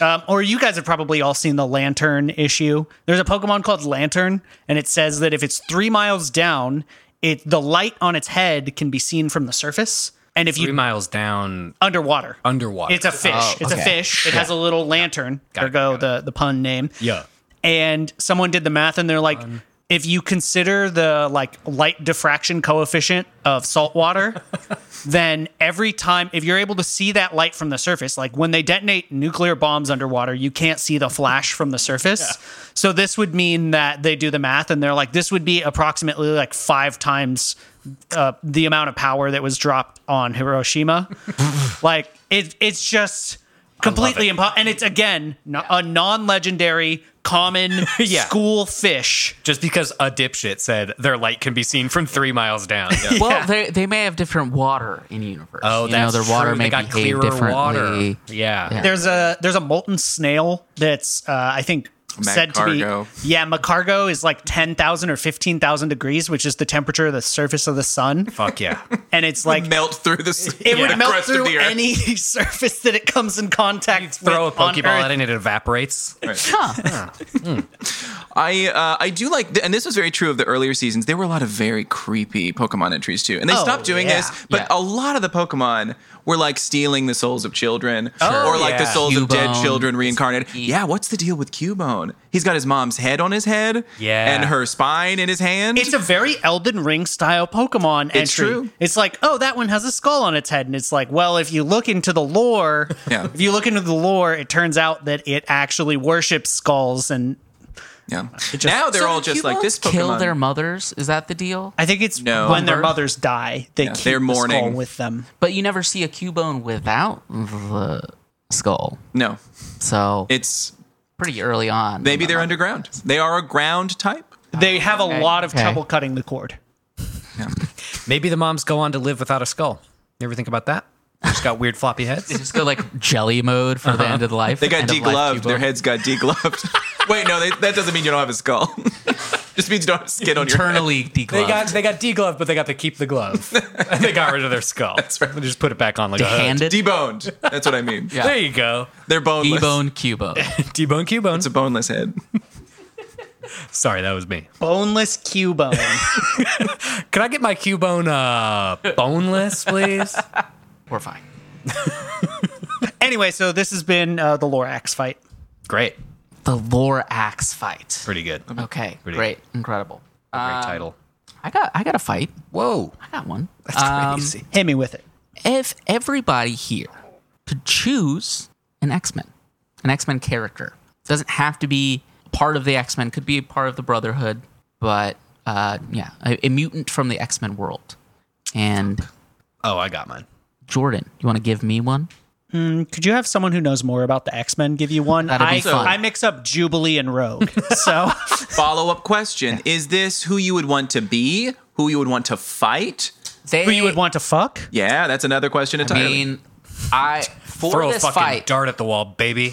Speaker 2: Um, or you guys have probably all seen the lantern issue. There's a Pokemon called Lantern, and it says that if it's three miles down, it the light on its head can be seen from the surface, and if
Speaker 1: Three
Speaker 2: you
Speaker 1: miles down
Speaker 2: underwater,
Speaker 1: underwater. Oh,
Speaker 2: it's a fish. it's a fish. It has a little lantern.
Speaker 1: it,
Speaker 2: ergo,
Speaker 1: got
Speaker 2: the the pun name.
Speaker 1: yeah.
Speaker 2: And someone did the math, and they're like, if you consider the like light diffraction coefficient of salt water, then every time if you're able to see that light from the surface, like when they detonate nuclear bombs underwater, you can't see the flash from the surface. So this would mean that they do the math, and they're like, this would be approximately like five times uh, the amount of power that was dropped on Hiroshima. like it, it's just completely impossible. And it's again no- a non-legendary common
Speaker 1: Yeah.
Speaker 2: school fish.
Speaker 1: Just because a dipshit said their light can be seen from three miles down.
Speaker 3: Well, they they may have different water in universe.
Speaker 1: Oh,
Speaker 3: you
Speaker 1: that's
Speaker 3: know, their water
Speaker 1: true.
Speaker 3: may
Speaker 1: They got
Speaker 3: behave
Speaker 1: clearer
Speaker 3: differently.
Speaker 1: water. Yeah.
Speaker 3: Yeah.
Speaker 2: There's a there's a molten snail that's uh, I think said to be
Speaker 4: Macargo.
Speaker 2: yeah Macargo is like ten thousand or fifteen thousand degrees, which is the temperature of the surface of the sun,
Speaker 1: Fuck yeah.
Speaker 2: and it's like.
Speaker 4: Melt through the,
Speaker 2: It
Speaker 4: the
Speaker 2: would melt
Speaker 4: crust of
Speaker 2: through
Speaker 4: the earth.
Speaker 2: any surface that it comes in contact.
Speaker 1: Throw a
Speaker 2: with on Earth.
Speaker 1: Pokeball at it and it evaporates.
Speaker 4: I uh, I do like, and this was very true of the earlier seasons. There were a lot of very creepy Pokemon entries too, and they
Speaker 2: Oh,
Speaker 4: stopped doing
Speaker 2: yeah.
Speaker 4: this. But
Speaker 3: Yeah.
Speaker 4: a lot of the Pokemon were like stealing the souls of children,
Speaker 1: Sure.
Speaker 2: Oh,
Speaker 4: or like the
Speaker 1: yeah.
Speaker 4: souls of dead
Speaker 3: Cubone.
Speaker 4: children reincarnated. Yeah, what's the deal with Cubone? He's got his mom's head on his head,
Speaker 1: Yeah.
Speaker 4: and her spine in his hand.
Speaker 2: It's a very Elden Ring style Pokemon
Speaker 4: It's
Speaker 2: entry.
Speaker 4: true.
Speaker 2: It's like, oh, that one has a skull on its head, and it's like, well, if you look into the lore,
Speaker 4: Yeah.
Speaker 2: if you look into the lore, it turns out that it actually worships skulls, and
Speaker 4: yeah. now they're
Speaker 3: So
Speaker 4: all
Speaker 3: do
Speaker 4: just like
Speaker 3: Cubans
Speaker 4: this Pokemon.
Speaker 3: Kill their mothers. Is that the deal?
Speaker 2: I think it's
Speaker 4: No.
Speaker 2: when their
Speaker 3: Remember?
Speaker 2: mothers die, they keep
Speaker 4: they're
Speaker 2: the skull
Speaker 4: mourning.
Speaker 2: with them.
Speaker 3: But you never see a Cubone without the skull.
Speaker 4: no,
Speaker 3: So
Speaker 4: it's
Speaker 3: pretty early on.
Speaker 4: maybe they're underground. They are a ground type.
Speaker 2: They have a lot of
Speaker 3: Oh, okay.
Speaker 2: trouble cutting the cord.
Speaker 1: Maybe the moms go on to live without a skull. You ever think about that? They just got weird floppy heads.
Speaker 3: just go like jelly mode for the end of the life.
Speaker 4: Uh-huh. They
Speaker 3: end
Speaker 4: got
Speaker 3: of life
Speaker 4: degloved. Their
Speaker 3: Cubone.
Speaker 4: heads got degloved. Wait, no, they, that doesn't mean you don't have a skull. Just means you don't have skin on your head.
Speaker 3: eternally degloved.
Speaker 1: They got they got degloved, but they got to keep the glove. and they got rid of their skull. That's
Speaker 4: right.
Speaker 1: They just put it back on like a hood.
Speaker 3: handed
Speaker 4: Deboned. That's what I mean.
Speaker 3: Yeah.
Speaker 1: There you go.
Speaker 4: They're boneless.
Speaker 3: debone Cubone.
Speaker 1: T-bone Cubone.
Speaker 4: It's a boneless head.
Speaker 1: Sorry, that was me.
Speaker 2: Boneless Cubone.
Speaker 1: Could I get my Cubone uh, boneless, please?
Speaker 3: We're fine.
Speaker 2: anyway, so this has been uh, the Lorax fight.
Speaker 1: Great.
Speaker 3: The lore axe fight.
Speaker 1: Pretty good. Great
Speaker 3: Okay,
Speaker 1: Pretty-
Speaker 3: great, incredible.
Speaker 1: title.
Speaker 3: I got I got a fight.
Speaker 1: Whoa.
Speaker 3: I got one.
Speaker 1: That's
Speaker 3: Um,
Speaker 1: crazy.
Speaker 2: Hit me with it.
Speaker 3: if everybody here could choose an X Men, an X Men character, doesn't have to be part of the X Men, could be a part of the Brotherhood, but uh, yeah, a, a mutant from the X Men world. And
Speaker 1: Oh, I got mine.
Speaker 3: Jordan, you want to give me one?
Speaker 2: Could you have someone who knows more about the X Men give you one?
Speaker 3: That'd be
Speaker 2: I,
Speaker 3: fun.
Speaker 2: I mix up Jubilee and Rogue. So.
Speaker 4: Follow up question Is this who you would want to be? Who you would want to fight?
Speaker 3: They,
Speaker 2: who you would want to fuck?
Speaker 4: Yeah, that's another question
Speaker 3: I
Speaker 4: entirely.
Speaker 3: mean, I for
Speaker 1: Throw a
Speaker 3: this
Speaker 1: fucking
Speaker 3: fight.
Speaker 1: dart at the wall, baby.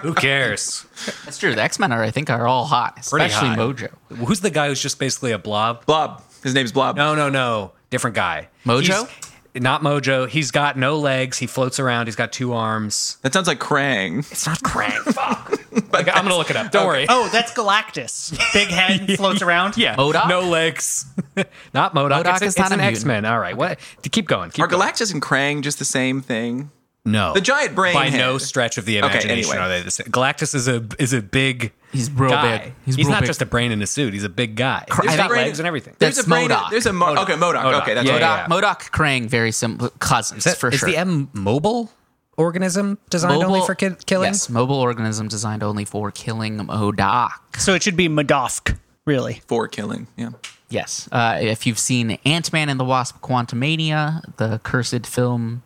Speaker 1: Who cares?
Speaker 3: that's true. The X Men are, I think, are all hot,
Speaker 1: Pretty
Speaker 3: especially
Speaker 1: high.
Speaker 3: Mojo.
Speaker 1: Who's the guy who's just basically a blob?
Speaker 4: Blob. His name's Blob.
Speaker 1: No, no, no. Different guy.
Speaker 3: Mojo?
Speaker 1: He's- not Mojo. He's got no legs. He floats around. He's got two arms.
Speaker 4: That sounds like Krang.
Speaker 1: It's not Krang. Fuck. Like, I'm gonna look it up. Don't worry.
Speaker 2: Oh, that's Galactus. Big head floats around.
Speaker 1: Yeah,
Speaker 3: MODOK?
Speaker 1: no legs. not Modoc.
Speaker 3: MODOK
Speaker 1: it's,
Speaker 3: is
Speaker 1: it's
Speaker 3: not a
Speaker 1: an
Speaker 3: mutant.
Speaker 1: X Men. All right, what? Keep going. Keep
Speaker 4: Are
Speaker 1: going.
Speaker 4: Galactus and Krang just the same thing?
Speaker 1: No,
Speaker 4: The giant brain
Speaker 1: By
Speaker 4: head.
Speaker 1: no stretch of the imagination
Speaker 4: anyway.
Speaker 1: are they the same. Galactus is a is a big.
Speaker 3: He's real
Speaker 1: guy.
Speaker 3: big.
Speaker 1: He's,
Speaker 3: He's real
Speaker 1: not
Speaker 3: big.
Speaker 1: just a brain in a suit. He's a big guy.
Speaker 3: I
Speaker 1: He's got
Speaker 3: think-
Speaker 1: legs and everything.
Speaker 4: There's
Speaker 3: That's
Speaker 4: a brain.
Speaker 3: MODOK.
Speaker 4: There's a Mo- okay Modoc.
Speaker 1: MODOK.
Speaker 4: Okay, that's
Speaker 1: Yeah,
Speaker 4: right.
Speaker 1: yeah,
Speaker 3: Modoc, Uh, Modoc, Krang, very similar cousins
Speaker 1: Is that-
Speaker 3: for
Speaker 1: is
Speaker 3: sure.
Speaker 1: the M mobile organism designed only for ki- killing?
Speaker 3: Yes, mobile organism designed only for killing Modoc.
Speaker 2: So it should be Madoff, really.
Speaker 4: for killing. Yeah.
Speaker 3: Yes. Uh, if you've seen Ant Man and the Wasp Quantumania, the cursed film,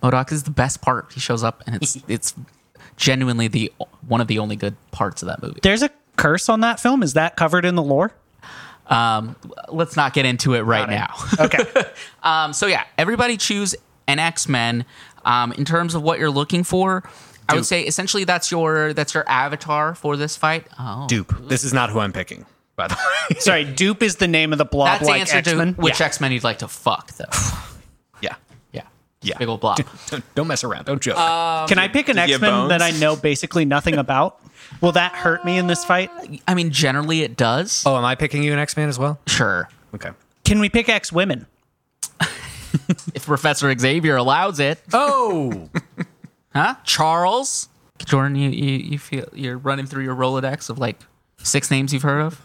Speaker 3: Modoc is the best part. He shows up and it's it's genuinely the one of the only good parts of that movie.
Speaker 2: There's a curse on that film. Is that covered in the lore?
Speaker 3: Um, let's not get into it right now.
Speaker 2: Okay.
Speaker 3: Um, so yeah, everybody choose an X Men. Um, in terms of what you're looking for, I would say essentially that's your that's your avatar for this fight. Oh,
Speaker 1: Dupe. This is not who I'm picking. By the way.
Speaker 2: Sorry, dupe is the name of the blob
Speaker 3: that's the
Speaker 2: like
Speaker 3: answer
Speaker 2: X-Men.
Speaker 3: to which X Men you'd like to fuck though.
Speaker 1: yeah.
Speaker 3: yeah,
Speaker 1: Yeah.
Speaker 3: big old blob.
Speaker 1: Don't mess around. Don't joke.
Speaker 2: Can I pick an
Speaker 4: you
Speaker 2: X
Speaker 4: have
Speaker 2: Men that I
Speaker 4: bones?
Speaker 2: know basically nothing about? Will that hurt me in this fight?
Speaker 3: I mean, generally it does.
Speaker 1: oh, am I picking you an X Man as well?
Speaker 3: Sure,
Speaker 1: Okay.
Speaker 2: Can we pick X women?
Speaker 3: if Professor Xavier allows it,
Speaker 1: Oh,
Speaker 3: huh? Charles Jordan, you, you you feel you're running through your Rolodex of like six names you've heard of.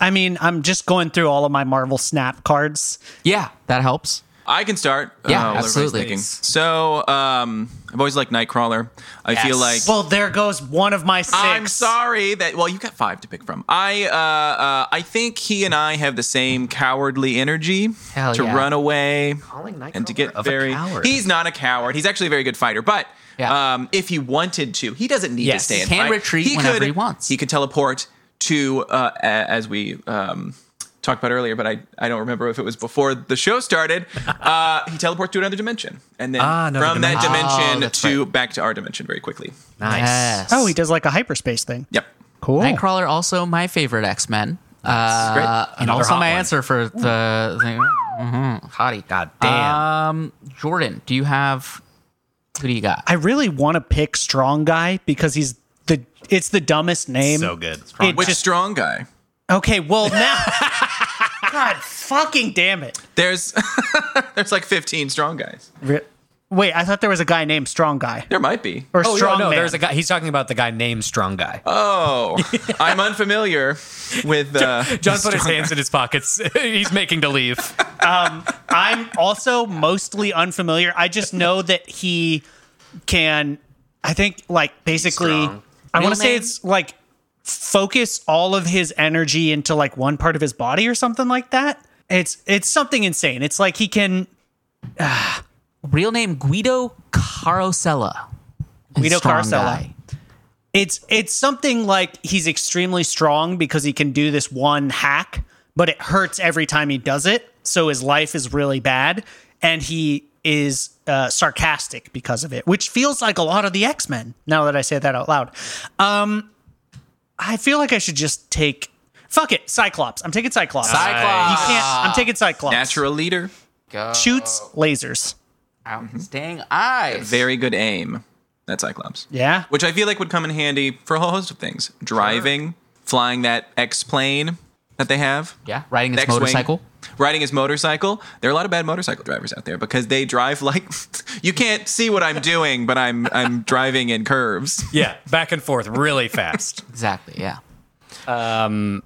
Speaker 2: I mean, I'm just going through all of my Marvel Snap cards.
Speaker 3: yeah, that helps.
Speaker 4: I can start.
Speaker 3: Yeah,
Speaker 4: while everybody's
Speaker 3: absolutely.
Speaker 4: thinking. So, um, I've always liked Nightcrawler. I feel like.
Speaker 2: Well, there goes one of my 6
Speaker 4: I'm sorry that. Well, you got five to pick from. I, uh, uh, I think he and I have the same cowardly energy
Speaker 3: Hell
Speaker 4: to
Speaker 3: yeah.
Speaker 4: run away
Speaker 1: Nightcrawler
Speaker 4: and to get
Speaker 1: of a
Speaker 4: very.
Speaker 1: coward.
Speaker 4: He's not a coward. He's actually a very good fighter, but.
Speaker 3: Yeah.
Speaker 4: Um, if he wanted to, he doesn't need
Speaker 1: Yes.
Speaker 4: to stay.
Speaker 1: He
Speaker 4: and
Speaker 3: can
Speaker 4: fight.
Speaker 3: retreat whenever
Speaker 4: could,
Speaker 3: he wants.
Speaker 4: He could teleport to, uh, a- as we um, talked about earlier, but I, I don't remember if it was before the show started. Uh, he teleports to another dimension, and then
Speaker 1: Ah, another
Speaker 4: from that
Speaker 1: dimension.
Speaker 4: dimension
Speaker 3: Oh, that's
Speaker 4: to back to our dimension very quickly.
Speaker 1: nice.
Speaker 3: Yes.
Speaker 2: Oh, he does like a hyperspace thing.
Speaker 4: Yep.
Speaker 2: Cool.
Speaker 3: Nightcrawler, also my favorite X Men. Uh,
Speaker 4: Great.
Speaker 3: and
Speaker 1: Another
Speaker 3: also
Speaker 1: hot
Speaker 3: my
Speaker 1: one.
Speaker 3: answer for the thing. Mhm, Hottie.
Speaker 1: God damn.
Speaker 3: Um, Jordan, do you have. Who do you got?
Speaker 2: I really want to pick Strong Guy because he's the it's the dumbest name.
Speaker 1: so good.
Speaker 2: It
Speaker 4: Which
Speaker 2: just-
Speaker 4: strong guy?
Speaker 2: okay, well now God fucking damn it.
Speaker 4: There's there's like 15 strong guys.
Speaker 2: Re- Wait, I thought there was a guy named Strong Guy
Speaker 4: There might be.
Speaker 2: or
Speaker 1: Oh
Speaker 2: Strong
Speaker 1: no, no,
Speaker 2: Man.
Speaker 1: there's a guy. He's talking about the guy named Strong Guy.
Speaker 4: Oh, I'm unfamiliar with. Uh,
Speaker 1: John put his hands in his pockets. he's making to leave.
Speaker 2: I'm also mostly unfamiliar. I just know that he can. I think like basically,
Speaker 1: Strong.
Speaker 2: I want
Speaker 3: Real
Speaker 2: to say
Speaker 3: name?
Speaker 2: it's like focus all of his energy into like one part of his body or something like that. It's it's something insane. It's like he can
Speaker 3: Real name Guido Carosella. And
Speaker 2: Guido
Speaker 3: strong
Speaker 2: Carosella.
Speaker 3: guy.
Speaker 2: It's it's something like he's extremely strong because he can do this one hack, but it hurts every time he does it. So his life is really bad, and he is uh, sarcastic because of it, which feels like a lot of the X Men. Now that I say that out loud, um, I feel like I should just take fuck it, Cyclops. I'm taking Cyclops.
Speaker 3: Cyclops.
Speaker 2: You can't. I'm taking Cyclops.
Speaker 4: natural leader,
Speaker 3: Go.
Speaker 2: Shoots lasers.
Speaker 3: Outstanding eyes.
Speaker 4: very good aim. That's Cyclops.
Speaker 2: Yeah.
Speaker 4: Which I feel like would come in handy for a whole host of things: driving, flying that X plane that they have.
Speaker 3: Yeah, riding his
Speaker 4: X-wing.
Speaker 3: motorcycle.
Speaker 4: Riding his motorcycle. There are a lot of bad motorcycle drivers out there because they drive like you can't see what I'm doing, but I'm I'm driving in curves.
Speaker 1: Yeah, back and forth really fast.
Speaker 3: Exactly, yeah.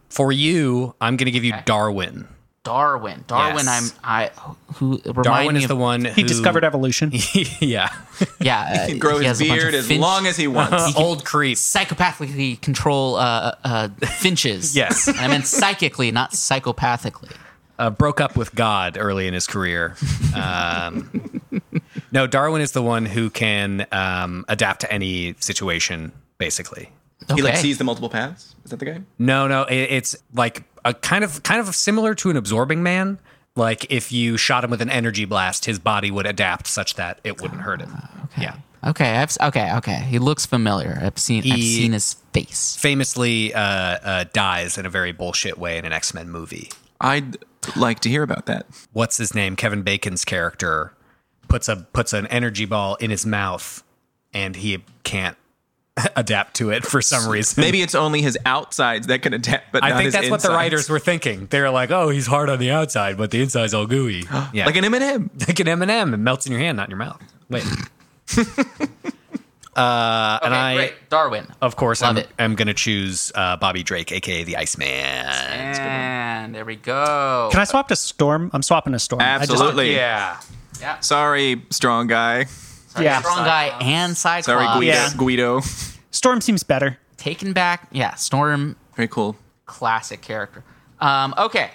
Speaker 1: For you, I'm going to give you Darwin.
Speaker 3: Darwin. Darwin,
Speaker 1: Yes.
Speaker 3: I'm. I. Who. Remind
Speaker 1: Darwin
Speaker 3: me
Speaker 1: is
Speaker 3: of,
Speaker 1: the one
Speaker 2: He discovered evolution.
Speaker 1: yeah,
Speaker 3: Yeah. uh,
Speaker 4: He can grow
Speaker 3: he
Speaker 4: his
Speaker 3: has a bunch of
Speaker 4: beard as
Speaker 3: Finch-
Speaker 4: long as he wants.
Speaker 1: old creep.
Speaker 3: Psychopathically control uh, uh, finches.
Speaker 1: Yes.
Speaker 3: And I meant psychically, not psychopathically.
Speaker 1: Uh, broke up with God early in his career. Um, no, Darwin is the one who can um, adapt to any situation, basically.
Speaker 3: Okay.
Speaker 4: He like sees the multiple paths. Is that the guy?
Speaker 1: No, no, it, it's like a kind of kind of similar to an absorbing man. Like if you shot him with an energy blast, his body would adapt such that it wouldn't hurt him. Yeah.
Speaker 3: Okay, I've, okay, okay. He looks familiar. I've seen I've
Speaker 1: He-
Speaker 3: seen his face.
Speaker 1: Famously uh, uh, dies in a very bullshit way in an X Men movie.
Speaker 4: I'd like to hear about that.
Speaker 1: What's his name? Kevin Bacon's character puts a puts an energy ball in his mouth, and he can't adapt to it for some reason.
Speaker 4: Maybe it's only his outsides that can adapt, but
Speaker 1: I
Speaker 4: not
Speaker 1: think
Speaker 4: his
Speaker 1: that's what the
Speaker 4: insides.
Speaker 1: writers were thinking. They were like, "Oh, he's hard on the outside, but the inside's all gooey." yeah,
Speaker 4: Like an M&M.
Speaker 1: like an M and M, it melts in your hand, not in your mouth. Wait. uh, and I, Oh,
Speaker 3: great. Darwin.
Speaker 1: of course,
Speaker 3: Love
Speaker 1: I'm,
Speaker 3: it.
Speaker 1: I'm going to choose uh, Bobby Drake, aka the Iceman.
Speaker 3: And there we go.
Speaker 2: Can I swap to Storm? I'm swapping to Storm. I just-
Speaker 4: Absolutely.
Speaker 1: Yeah,
Speaker 4: Sorry, strong guy.
Speaker 2: yeah.
Speaker 3: Strong guy and Cyclops.
Speaker 4: Sorry, Guido.
Speaker 2: Yeah.
Speaker 4: Guido.
Speaker 2: Storm seems better.
Speaker 3: Taken back. Yeah, Storm,
Speaker 4: Very cool.
Speaker 3: classic character. Um, okay,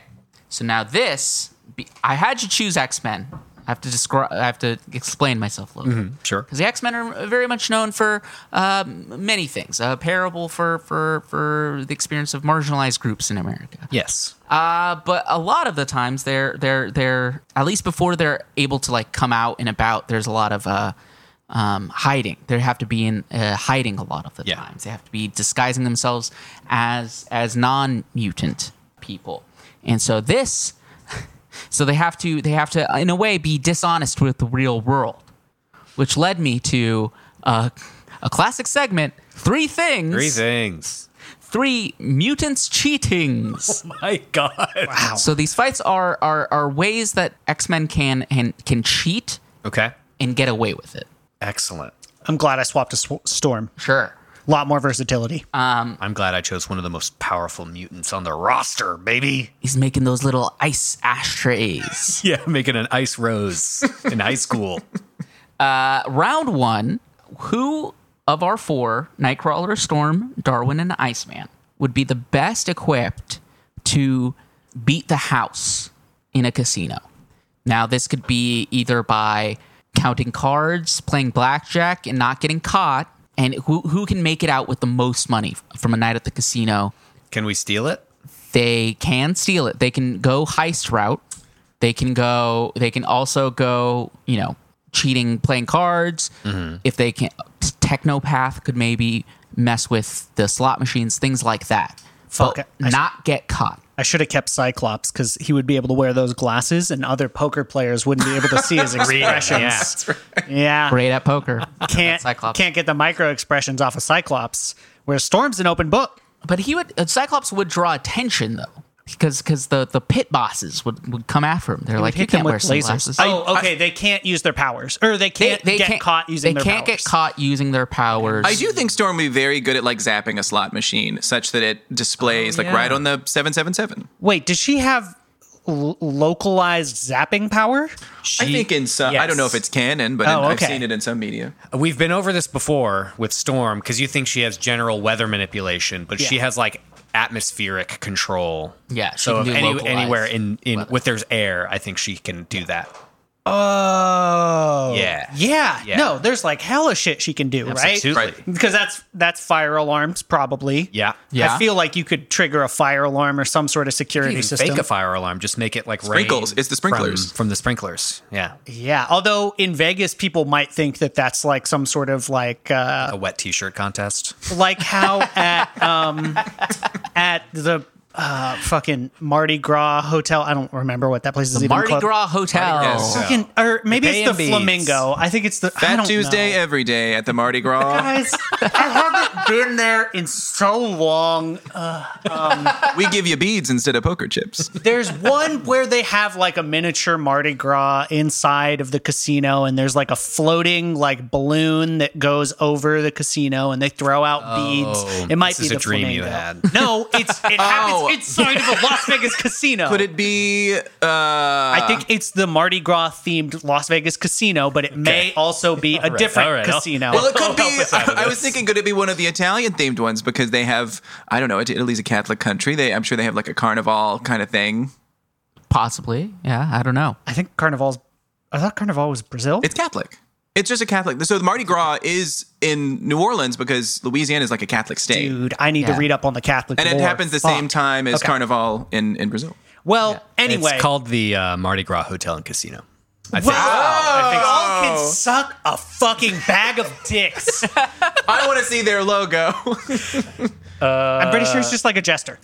Speaker 3: so now this, be- I had you choose X Men. I have to describe. I have to explain myself a little. bit.
Speaker 1: sure.
Speaker 3: because the X Men are very much known for um, many things. A parable for for for the experience of marginalized groups in America.
Speaker 1: Yes.
Speaker 3: Uh, but a lot of the times they're they're they're at least before they're able to like come out and about. There's a lot of uh, um, hiding. They have to be in uh, hiding a lot of the
Speaker 1: Yeah.
Speaker 3: times. They have to be disguising themselves as as non mutant people. And so this, so they have to they have to in a way be dishonest with the real world, which led me to uh, a classic segment: three things,
Speaker 1: Three things.
Speaker 3: three mutants cheatings.
Speaker 1: My God. Wow.
Speaker 3: So these fights are are, are ways that X Men can and can cheat
Speaker 1: Okay.
Speaker 3: and get away with it.
Speaker 1: Excellent.
Speaker 2: I'm glad I swapped to sw- Storm.
Speaker 3: Sure.
Speaker 2: A lot more versatility.
Speaker 3: Uh,
Speaker 1: I'm glad I chose one of the most powerful mutants on the roster, baby.
Speaker 3: He's making those little ice ashtrays.
Speaker 1: Yeah, making an ice rose in high school.
Speaker 3: Uh, round one. Who of our four, Nightcrawler, Storm, Darwin, and Iceman, would be the best equipped to beat the house in a casino? Now, this could be either by counting cards, playing blackjack, and not getting caught, and who, who can make it out with the most money from a night at the casino
Speaker 1: Can we steal it?
Speaker 3: they can steal it. They can go heist route. They can go. They can also go. You know, cheating, playing cards.
Speaker 4: Mm-hmm.
Speaker 3: If they can, Technopath could maybe mess with the slot machines, things like that.
Speaker 2: Fuck
Speaker 3: but
Speaker 2: it. I-
Speaker 3: not get caught.
Speaker 2: I should have kept Cyclops because he would be able to wear those glasses and other poker players wouldn't be able to see his expressions.
Speaker 1: Yeah.
Speaker 2: yeah.
Speaker 3: Great at poker.
Speaker 2: Can't,
Speaker 3: Cyclops.
Speaker 2: can't get the micro expressions off of Cyclops, where Storm's an open book.
Speaker 3: But he would. uh, Cyclops would draw attention though. Because, because the, the pit bosses would, would come after him. They're like,
Speaker 2: hit
Speaker 3: you
Speaker 2: them
Speaker 3: can't wear
Speaker 2: with lasers.
Speaker 3: sunglasses.
Speaker 2: oh, okay. they can't use their powers, or they can't get caught using
Speaker 3: They
Speaker 2: their
Speaker 3: can't
Speaker 2: powers.
Speaker 3: get caught using their powers.
Speaker 4: I do think Storm would be very good at like zapping a slot machine such that it displays like
Speaker 3: yeah.
Speaker 4: right on the 777.
Speaker 2: Wait, does she have l- localized zapping power?
Speaker 4: I think in some, I don't know if
Speaker 1: yes.
Speaker 4: it's canon, but
Speaker 2: Oh,
Speaker 4: in-
Speaker 2: okay.
Speaker 4: I've seen it in some media.
Speaker 1: We've been over this before with Storm because you think she has general weather manipulation, but she
Speaker 2: Yeah.
Speaker 1: has like atmospheric control.
Speaker 3: Yeah, she
Speaker 1: So if
Speaker 3: can do
Speaker 1: any,
Speaker 3: localized
Speaker 1: anywhere in in
Speaker 3: weather.
Speaker 1: with there's air, I think she can do that.
Speaker 2: Oh,
Speaker 1: Yeah.
Speaker 2: yeah,
Speaker 1: Yeah.
Speaker 2: No, there's like hella shit she can do,
Speaker 1: Absolutely.
Speaker 4: Right.
Speaker 2: right? Because that's that's fire alarms, probably.
Speaker 1: Yeah.
Speaker 3: Yeah.
Speaker 2: I feel like you could trigger a fire alarm or some sort of
Speaker 1: You
Speaker 2: security
Speaker 1: can
Speaker 2: system.
Speaker 1: fake a fire alarm. Just make it like
Speaker 4: Sprinkles.
Speaker 1: rain
Speaker 4: It's the sprinklers.
Speaker 1: from, from the sprinklers. Yeah,
Speaker 2: yeah, although in Vegas people might think that that's like some sort of like uh,
Speaker 1: a wet T-shirt contest.
Speaker 2: like how at um at the uh fucking Mardi Gras hotel. I don't remember what that place is even
Speaker 3: Mardi
Speaker 2: called.
Speaker 3: Gras Hotel.
Speaker 4: Gras.
Speaker 2: Fucking- or maybe it's the
Speaker 1: Bambies.
Speaker 2: flamingo. I think it's the I
Speaker 4: Fat
Speaker 2: don't
Speaker 4: Tuesday
Speaker 2: know.
Speaker 4: every day at the Mardi Gras.
Speaker 2: Guys, I haven't been there in so long.
Speaker 4: we give you beads instead of poker chips.
Speaker 2: There's one where they have like a miniature Mardi Gras inside of the casino, and there's like a floating like balloon that goes over the casino, and they throw out beads. It might
Speaker 1: this
Speaker 2: be
Speaker 1: is
Speaker 2: the
Speaker 1: a dream you
Speaker 2: flamingo.
Speaker 1: had.
Speaker 2: No, it's it happens
Speaker 4: Oh.
Speaker 2: inside of a Las Vegas casino.
Speaker 4: Could it be, uh,
Speaker 2: I think it's the Mardi Gras themed Las Vegas casino, but it may also be a different
Speaker 1: all right, I'll-
Speaker 2: casino.
Speaker 4: Well, it could be.
Speaker 1: help us out with
Speaker 4: I was
Speaker 1: this.
Speaker 4: thinking, could it be one of the Italian themed ones because they have, I don't know, It- Italy's a Catholic country. They, I'm sure they have like a carnival kind of thing.
Speaker 3: Possibly. Yeah, I don't know.
Speaker 2: I think Carnival's. I thought Carnival was Brazil.
Speaker 4: It's Catholic. It's just a Catholic. So the Mardi Gras is in New Orleans because Louisiana is like a Catholic state,
Speaker 2: Dude, I need
Speaker 3: Yeah.
Speaker 2: to read up on the Catholic.
Speaker 4: and it
Speaker 2: lore.
Speaker 4: happens the
Speaker 2: Fuck.
Speaker 4: same time as
Speaker 2: Okay.
Speaker 4: Carnival in in Brazil.
Speaker 2: Well, anyway,
Speaker 1: it's called the uh, Mardi Gras Hotel and Casino. I think.
Speaker 2: Wow. Y'all can suck a fucking bag of dicks.
Speaker 4: I want to see their logo.
Speaker 2: I'm pretty sure it's just like a jester.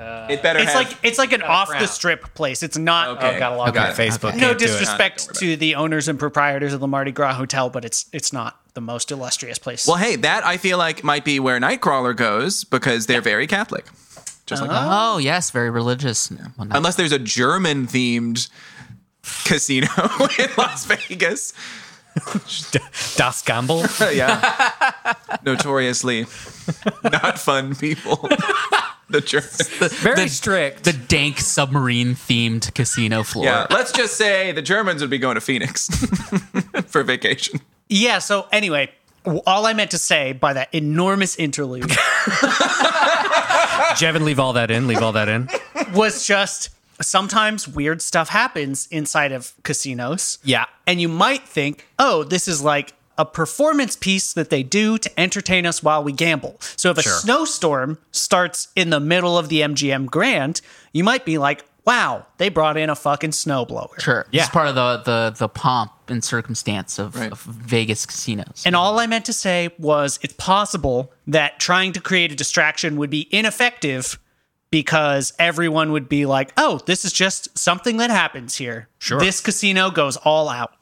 Speaker 4: it better
Speaker 2: It's
Speaker 4: have.
Speaker 2: like it's like an off the
Speaker 1: crown.
Speaker 2: strip place. It's not.
Speaker 4: Okay.
Speaker 2: Oh, gotta log
Speaker 4: Okay.
Speaker 2: out.
Speaker 1: Okay, Facebook.
Speaker 2: No
Speaker 1: can't do it.
Speaker 2: disrespect to the owners and proprietors of the Mardi Gras Hotel, but it's it's not the most illustrious place.
Speaker 4: well, hey, that I feel like might be where Nightcrawler goes because they're very Catholic, just
Speaker 1: Uh-huh.
Speaker 4: like that.
Speaker 3: Oh yes, very religious. Well, not-
Speaker 4: Unless there's a German themed casino in Las Vegas,
Speaker 1: Das Gamble.
Speaker 4: yeah, notoriously not fun people. the Germans.
Speaker 1: Very strict.
Speaker 3: the dank submarine themed casino floor.
Speaker 4: Yeah, let's just say the Germans would be going to Phoenix for vacation.
Speaker 2: yeah. So anyway, w- all I meant to say by that enormous interlude
Speaker 1: Jevin, leave all that in. Leave all that in.
Speaker 2: was just sometimes weird stuff happens inside of casinos.
Speaker 1: Yeah.
Speaker 2: And you might think, oh, this is like a performance piece that they do to entertain us while we gamble. So if a
Speaker 1: Sure.
Speaker 2: snowstorm starts in the middle of the MGM Grand, you might be like, wow, they brought in a fucking snowblower.
Speaker 3: Sure.
Speaker 1: Yeah.
Speaker 3: It's part of the, the, the pomp and circumstance of,
Speaker 4: Right.
Speaker 3: of Vegas casinos.
Speaker 2: And all I meant to say was it's possible that trying to create a distraction would be ineffective because everyone would be like, oh, this is just something that happens here. Sure. This casino goes all out.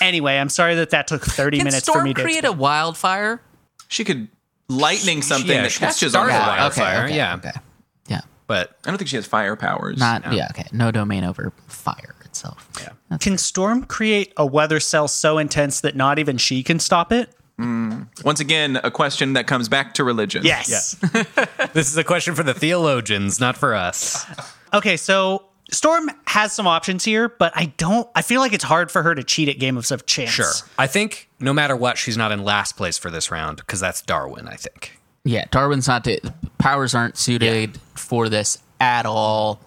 Speaker 2: Anyway, I'm sorry that that took 30
Speaker 3: Can
Speaker 2: minutes for
Speaker 3: Storm
Speaker 2: me to.
Speaker 3: create a wildfire?
Speaker 4: She could lightning something
Speaker 1: yeah,
Speaker 4: that
Speaker 1: she
Speaker 4: catches on
Speaker 1: started
Speaker 4: fire.
Speaker 1: that. Wildfire, yeah.
Speaker 3: Okay. Yeah.
Speaker 1: But
Speaker 4: I don't think she has fire powers.
Speaker 3: Not yeah. okay. No domain over fire itself. Yeah.
Speaker 2: can Storm create a weather cell so intense that not even she can stop it?
Speaker 4: Once again, a question that comes back to religion.
Speaker 2: Yes.
Speaker 1: this is a question for the theologians, not for us.
Speaker 2: okay, so Storm has some options here, but I don't. I feel like it's hard for her to cheat at Game of Chance.
Speaker 1: Sure. I think no matter what, she's not in last place for this round because that's Darwin, I think.
Speaker 3: Yeah, Darwin's not do- powers aren't suited for this at all.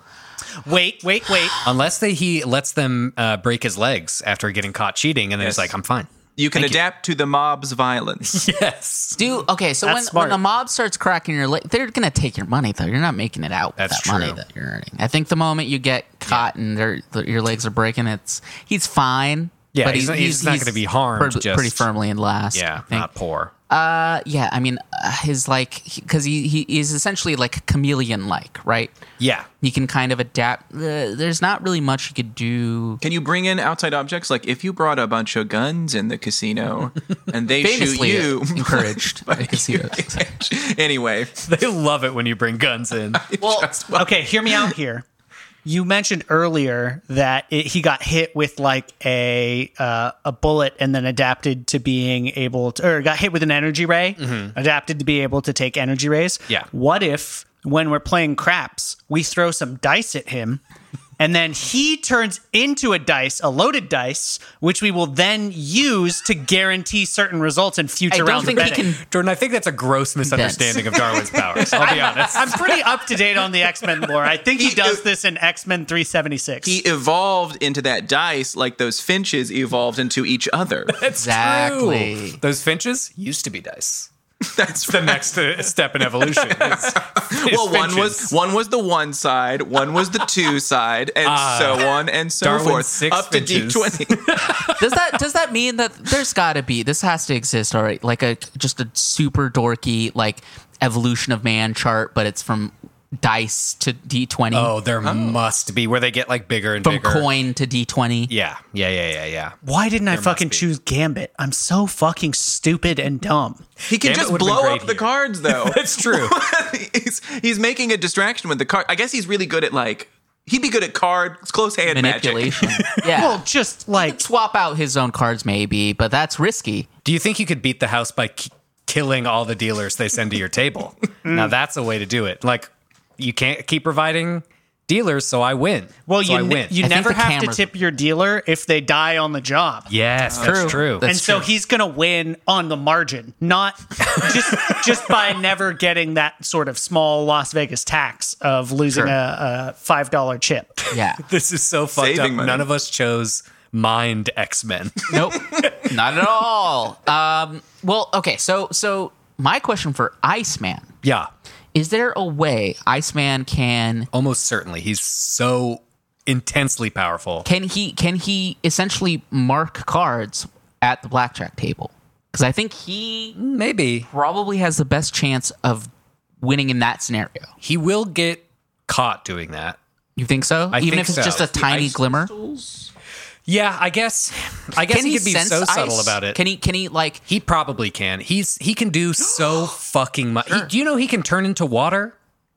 Speaker 2: Wait, wait, wait.
Speaker 1: Unless they, he lets them uh, break his legs after getting caught cheating and then he's
Speaker 4: Yes.
Speaker 1: like, I'm fine.
Speaker 4: You can adapt to the mob's violence.
Speaker 1: Yes.
Speaker 3: Do okay, so when,
Speaker 2: That's
Speaker 3: when
Speaker 2: smart.
Speaker 3: a mob starts cracking your leg, they're gonna take your money though. You're not making it out with
Speaker 1: That's
Speaker 3: that money
Speaker 1: true.
Speaker 3: that you're earning. I think the moment you get caught and they're, th- your legs are breaking, it's he's fine.
Speaker 1: Yeah, he's not- he's not gonna be harmed,
Speaker 3: Pretty,
Speaker 1: just-
Speaker 3: pretty firmly in last. I
Speaker 1: Yeah,
Speaker 3: think.
Speaker 1: not poor.
Speaker 3: yeah. I mean, uh, his like because he, he is essentially like chameleon like, right?
Speaker 1: Yeah.
Speaker 3: He can kind of adapt. Uh, there's not really much he could do.
Speaker 4: Can you bring in outside objects? Like if you brought a bunch of guns in the casino and they shoot
Speaker 3: Famously
Speaker 4: you.
Speaker 3: encouraged by
Speaker 4: you
Speaker 3: casinos.
Speaker 4: can't- anyway,
Speaker 1: They love it when you bring guns in.
Speaker 2: Well, okay, hear me out here. You mentioned earlier that it, he got hit with like a uh, a bullet and then adapted to being able to, or got hit with an energy ray, adapted to be able to take energy rays.
Speaker 1: Yeah.
Speaker 2: What if when we're playing craps, we throw some dice at him, and then he turns into a dice, a loaded dice, which we will then use to guarantee certain results in
Speaker 3: I
Speaker 2: future
Speaker 3: don't
Speaker 2: rounds. of
Speaker 3: think he
Speaker 2: betting.
Speaker 3: can.
Speaker 1: Jordan, I think that's a gross misunderstanding of Darwin's powers. I'll be honest.
Speaker 2: I'm pretty up to date on the X Men lore. I think he does this in X Men 376.
Speaker 4: he evolved into that dice like those finches evolved into each other.
Speaker 3: Exactly.
Speaker 1: True. Those finches used to be dice. That's the next uh, step in evolution. is- is
Speaker 4: well, one
Speaker 1: finches.
Speaker 4: was one was the one side, one was the two side, and so on and so
Speaker 1: Ah, Darwin's
Speaker 4: forth.
Speaker 1: six
Speaker 4: up to D
Speaker 1: finches.
Speaker 4: twenty.
Speaker 3: does that does that mean that there's got to be this has to exist all right like a just a super dorky like evolution of man chart but it's from dice to d20
Speaker 1: Oh, there must be where they get like bigger and
Speaker 3: from
Speaker 1: bigger.
Speaker 3: coin to d20
Speaker 1: Yeah, yeah, yeah, yeah, yeah.
Speaker 2: Why didn't I fucking choose Gambit? I'm so fucking stupid and dumb.
Speaker 4: He can
Speaker 1: Damn,
Speaker 4: just
Speaker 1: it would've been
Speaker 4: blow
Speaker 1: great
Speaker 4: up the
Speaker 1: here.
Speaker 4: cards, though.
Speaker 1: That's true.
Speaker 4: he's, he's making a distraction with the card. I guess he's really good at like he'd be good at card close hand magic.
Speaker 3: manipulation yeah
Speaker 2: Well, just like
Speaker 3: swap out his own cards maybe but that's risky
Speaker 1: Do you think you could beat the house by ki- killing all the dealers they send to your table?
Speaker 4: Mm.
Speaker 1: now that's a way to do it. Like you can't keep providing dealers, so I win.
Speaker 2: well,
Speaker 1: so
Speaker 2: you
Speaker 1: I
Speaker 2: ne-
Speaker 1: win.
Speaker 2: you
Speaker 3: I think
Speaker 2: never
Speaker 3: the
Speaker 2: have to
Speaker 3: cameras-
Speaker 2: tip your dealer if they die on the job.
Speaker 1: yes, that's true.
Speaker 3: That's
Speaker 2: and so
Speaker 3: true.
Speaker 2: he's gonna win on the margin, not just just by never getting that sort of small Las Vegas tax of losing
Speaker 3: Sure.
Speaker 2: a, a five dollar chip.
Speaker 3: yeah
Speaker 1: this is so fucked
Speaker 4: Saving
Speaker 1: up.
Speaker 4: money.
Speaker 1: None of us chose mind X Men.
Speaker 3: nope not at all um well okay so so my question for iceman
Speaker 1: yeah,
Speaker 3: is there a way iceman can
Speaker 1: almost certainly. He's so intensely powerful.
Speaker 3: can he can he essentially mark cards at the blackjack table because i think he
Speaker 1: Maybe
Speaker 3: probably has the best chance of winning in that scenario
Speaker 1: he will get caught doing that.
Speaker 3: You think so? Even
Speaker 1: think
Speaker 3: if it's
Speaker 1: so.
Speaker 3: just a tiny glimmer,
Speaker 1: Yeah, I guess. I guess he, could be
Speaker 3: sense
Speaker 1: so subtle
Speaker 3: ice?
Speaker 1: about it.
Speaker 3: Can he? Can he like?
Speaker 1: He probably can. He's he can do so fucking much. He, do you know he can turn into water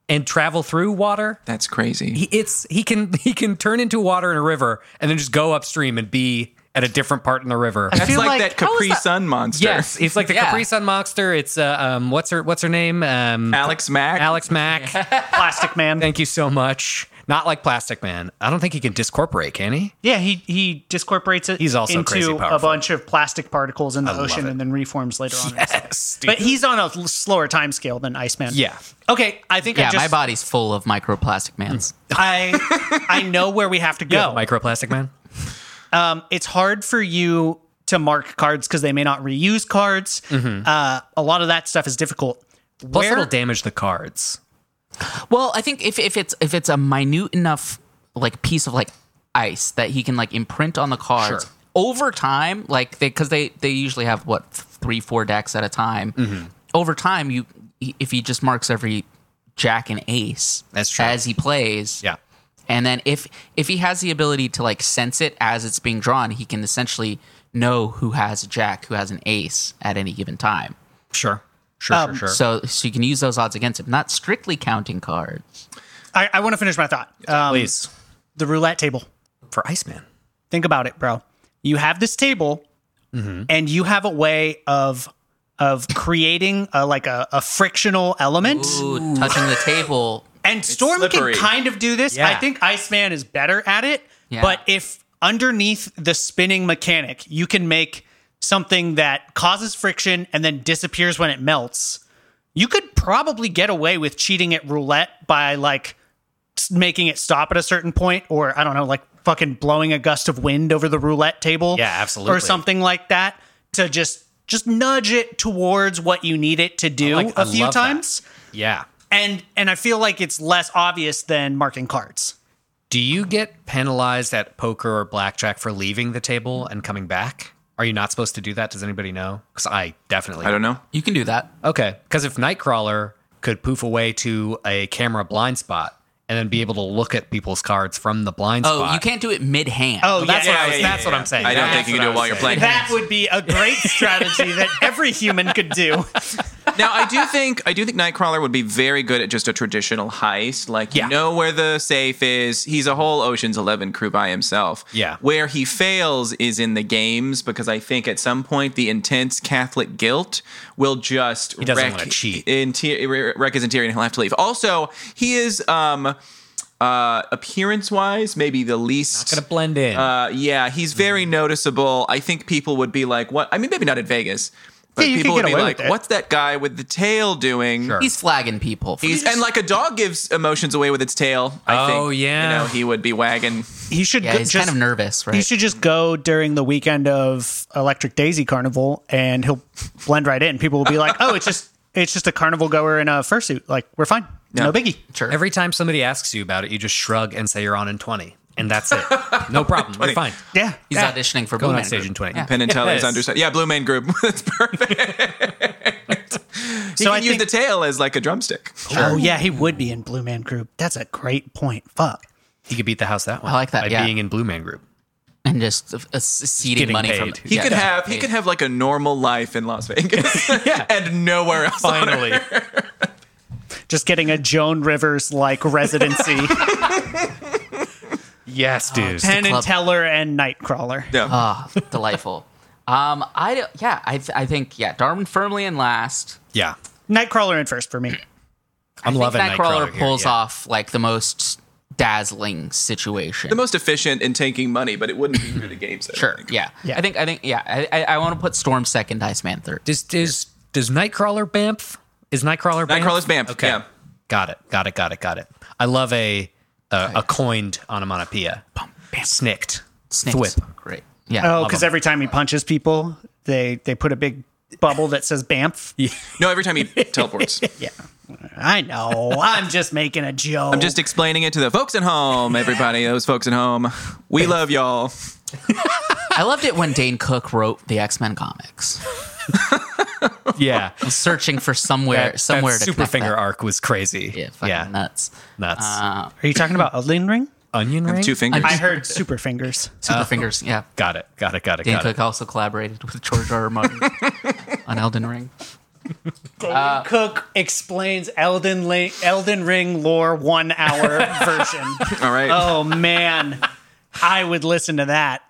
Speaker 1: and travel through water?
Speaker 4: That's crazy.
Speaker 1: He, it's he can he can turn into water in a river and then just go upstream and be at a different part in the river.
Speaker 4: That's
Speaker 3: feel
Speaker 4: like,
Speaker 3: like-
Speaker 4: that
Speaker 3: how is
Speaker 4: Capri
Speaker 3: that-
Speaker 4: Sun monster.
Speaker 1: Yes, it's like the
Speaker 3: Yeah.
Speaker 1: Capri Sun monster. It's uh, um, what's her what's her name? Um,
Speaker 4: Alex Mack.
Speaker 1: Alex Mack.
Speaker 2: Plastic Man.
Speaker 1: Thank you so much. Not like Plastic Man. I don't think he can discorporate, can he?
Speaker 2: Yeah, he he discorporates it.
Speaker 1: He's also
Speaker 2: into
Speaker 1: crazy
Speaker 2: a
Speaker 1: powerful.
Speaker 2: bunch of plastic particles in the
Speaker 1: love
Speaker 2: ocean
Speaker 1: it.
Speaker 2: and then reforms later on.
Speaker 1: Yes, dude.
Speaker 2: But he's on a l- slower time scale than Iceman.
Speaker 1: Yeah.
Speaker 2: Okay, I think
Speaker 3: Yeah,
Speaker 2: I
Speaker 3: my
Speaker 2: just
Speaker 3: body's full of microplastic mans.
Speaker 2: I I know where we have to
Speaker 1: You have
Speaker 2: go.
Speaker 1: a microplastic man.
Speaker 2: it's hard for you to mark cards because they may not reuse cards. Uh, a lot of that stuff is difficult.
Speaker 1: Mm-hmm. Plus,
Speaker 2: Where-
Speaker 1: it'll damage the cards.
Speaker 3: Well, I think if, if it's if it's a minute enough like piece of like ice that he can like imprint on the cards
Speaker 1: Sure.
Speaker 3: over time, like they because they they usually have what th- three four decks at a time.
Speaker 1: Mm-hmm.
Speaker 3: Over time, you if he just marks every jack and ace
Speaker 1: That's true.
Speaker 3: as he plays,
Speaker 1: Yeah.
Speaker 3: And then if if he has the ability to like sense it as it's being drawn, he can essentially know who has a jack, who has an ace at any given time.
Speaker 1: Sure. Sure. sure. Sure.
Speaker 3: So so you can use those odds against him, not strictly counting cards.
Speaker 2: I, I want to finish my thought. Um,
Speaker 1: Please
Speaker 2: The roulette table.
Speaker 1: for Iceman.
Speaker 2: Think about it, bro. You have this table, and you have a way of of creating a, like a, a frictional element.
Speaker 3: Ooh, touching the table.
Speaker 2: And Storm
Speaker 4: slippery.
Speaker 2: can kind of do this.
Speaker 1: Yeah.
Speaker 2: I think Iceman is better at it.
Speaker 3: Yeah.
Speaker 2: But if underneath the spinning mechanic, you can make something that causes friction and then disappears when it melts, you could probably get away with cheating at roulette by like s- making it stop at a certain point or I don't know, like fucking blowing a gust of wind over the roulette table.
Speaker 1: Yeah, absolutely.
Speaker 2: Or something like that to just just nudge it towards what you need it to do
Speaker 1: like-
Speaker 2: a
Speaker 1: I
Speaker 2: few
Speaker 1: love that.
Speaker 2: times
Speaker 1: Yeah.
Speaker 2: and and I feel like it's less obvious than marking cards.
Speaker 1: Do you get penalized at poker or blackjack for leaving the table and coming back? Are you not supposed to do that? Does anybody know? Because I definitely.
Speaker 4: I don't know.
Speaker 3: You can do that.
Speaker 1: Okay. Because if Nightcrawler could poof away to a camera blind spot and then be able to look at people's cards from the blind
Speaker 3: Oh,
Speaker 1: spot.
Speaker 3: you can't do it mid hand.
Speaker 2: Oh,
Speaker 1: That's,
Speaker 2: yeah,
Speaker 1: what,
Speaker 2: yeah,
Speaker 1: I was,
Speaker 4: yeah,
Speaker 1: that's
Speaker 4: yeah,
Speaker 1: what
Speaker 4: yeah.
Speaker 1: I'm saying.
Speaker 4: I don't
Speaker 1: That's
Speaker 4: think you
Speaker 1: what
Speaker 4: can
Speaker 1: I
Speaker 4: do it
Speaker 1: was
Speaker 4: while you're
Speaker 1: saying.
Speaker 4: playing.
Speaker 2: that would be a great strategy that every human could do.
Speaker 4: now I do think I do think Nightcrawler would be very good at just a traditional heist. Like
Speaker 1: Yeah.
Speaker 4: you know where the safe is. He's a whole Ocean's Eleven crew by himself.
Speaker 1: Yeah.
Speaker 4: Where he fails is in the games because I think at some point the intense Catholic guilt will just
Speaker 1: doesn't
Speaker 4: wreck,
Speaker 1: wanna cheat.
Speaker 4: interior, wreck his interior and he'll have to leave. Also, he is um uh appearance wise maybe the least
Speaker 1: Gonna blend in.
Speaker 4: uh, yeah, he's
Speaker 2: Mm-hmm.
Speaker 4: very noticeable. I think people would be like, "What?" I mean, maybe not in Vegas, but
Speaker 2: Yeah, you
Speaker 4: people
Speaker 2: could
Speaker 4: would
Speaker 2: get
Speaker 4: be
Speaker 2: away
Speaker 4: like,
Speaker 2: with it.
Speaker 4: "What's that guy with the tail doing?"
Speaker 1: Sure.
Speaker 3: he's flagging people.
Speaker 4: He's, and like a dog gives emotions away with its tail. I
Speaker 1: Oh,
Speaker 4: think,
Speaker 1: yeah.
Speaker 4: you know he would be wagging.
Speaker 2: He should
Speaker 3: yeah,
Speaker 2: go,
Speaker 3: he's
Speaker 2: just
Speaker 3: kind of nervous, right?
Speaker 2: He should just go during the weekend of Electric Daisy Carnival, and he'll blend right in. People will be like, "Oh, it's just it's just a carnival goer in a fursuit. Like we're fine, no biggie."
Speaker 3: sure.
Speaker 1: Every time somebody asks you about it, you just shrug and say you're on in 20. And that's it. No problem. You're fine.
Speaker 2: Yeah,
Speaker 3: he's
Speaker 2: yeah.
Speaker 3: auditioning for
Speaker 1: Going
Speaker 3: Blue
Speaker 1: on
Speaker 3: Man
Speaker 1: stage
Speaker 3: Group.
Speaker 1: in 20.
Speaker 4: Penn and Teller's
Speaker 1: Yes.
Speaker 4: underside. Yeah, Blue Man Group. That's perfect. he
Speaker 2: So
Speaker 4: can
Speaker 2: I
Speaker 4: use
Speaker 2: think-
Speaker 4: the tail as like a drumstick.
Speaker 2: Oh yeah, he would be in Blue Man Group. That's a great point. Fuck.
Speaker 1: He could beat the house that way.
Speaker 3: I like that,
Speaker 1: By
Speaker 3: yeah.
Speaker 1: being in Blue Man Group.
Speaker 3: and just uh, uh, seeding
Speaker 1: Getting
Speaker 3: money from
Speaker 1: paid.
Speaker 4: He
Speaker 3: yeah,
Speaker 4: could
Speaker 3: yeah.
Speaker 4: have he could have like a normal life in Las Vegas and nowhere else. on earth.
Speaker 1: Finally.
Speaker 2: Just getting a Joan Rivers like residency,
Speaker 1: yes, dude.
Speaker 2: Penn and
Speaker 3: club.
Speaker 2: Teller and Nightcrawler.
Speaker 4: No.
Speaker 3: Ah, delightful. Um, I don't- yeah, I th- I think yeah, Darwin firmly in last.
Speaker 1: yeah.
Speaker 2: Nightcrawler in first for me.
Speaker 1: I'm loving
Speaker 3: I think Nightcrawler
Speaker 1: here,
Speaker 3: pulls
Speaker 1: yeah.
Speaker 3: off like the most dazzling situation.
Speaker 4: the most efficient in taking money, but it wouldn't be through the game. set, I
Speaker 3: sure,
Speaker 4: think.
Speaker 3: yeah.
Speaker 2: Yeah.
Speaker 3: I think I think yeah. I I, I want to put Storm second, Iceman third.
Speaker 1: Does does does Nightcrawler bamf? Is Nightcrawler bamf?
Speaker 4: Nightcrawler's bamf,
Speaker 1: Okay.
Speaker 4: yeah.
Speaker 1: Got it. Got it. Got it. Got it. I love a a, a coined onomatopoeia. Snicked.
Speaker 3: Snakes.
Speaker 1: Thwip.
Speaker 3: Great. Yeah.
Speaker 2: Oh, because every time he punches people, they they put a big bubble that says "bamf."
Speaker 4: No, every time he teleports.
Speaker 2: I know. I'm just making a joke.
Speaker 4: I'm just explaining it to the folks at home, everybody. Those folks at home, we love y'all.
Speaker 3: I loved it when Dane Cook wrote the X Men comics.
Speaker 1: yeah.
Speaker 3: searching for somewhere
Speaker 1: That,
Speaker 3: somewhere
Speaker 1: that
Speaker 3: to
Speaker 1: super
Speaker 3: connect
Speaker 1: finger
Speaker 3: that.
Speaker 1: arc was crazy.
Speaker 3: Yeah, fucking nuts.
Speaker 1: Nuts.
Speaker 3: Uh,
Speaker 2: Are you talking about Elden Ring?
Speaker 1: Onion ring.
Speaker 4: Two fingers.
Speaker 2: I heard Super Fingers.
Speaker 3: super fingers. Yeah.
Speaker 1: Got it. Got it. Uh, Got it.
Speaker 3: Dan
Speaker 1: Got it.
Speaker 3: Cook also collaborated with George R. R. Martin on Elden Ring.
Speaker 2: Uh, Cook explains Elden, La- Elden Ring lore one hour version.
Speaker 4: All right.
Speaker 2: Oh man, I would listen to that,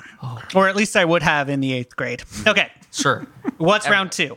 Speaker 2: or at least I would have in the eighth grade. Okay,
Speaker 3: Sure.
Speaker 2: what's round two?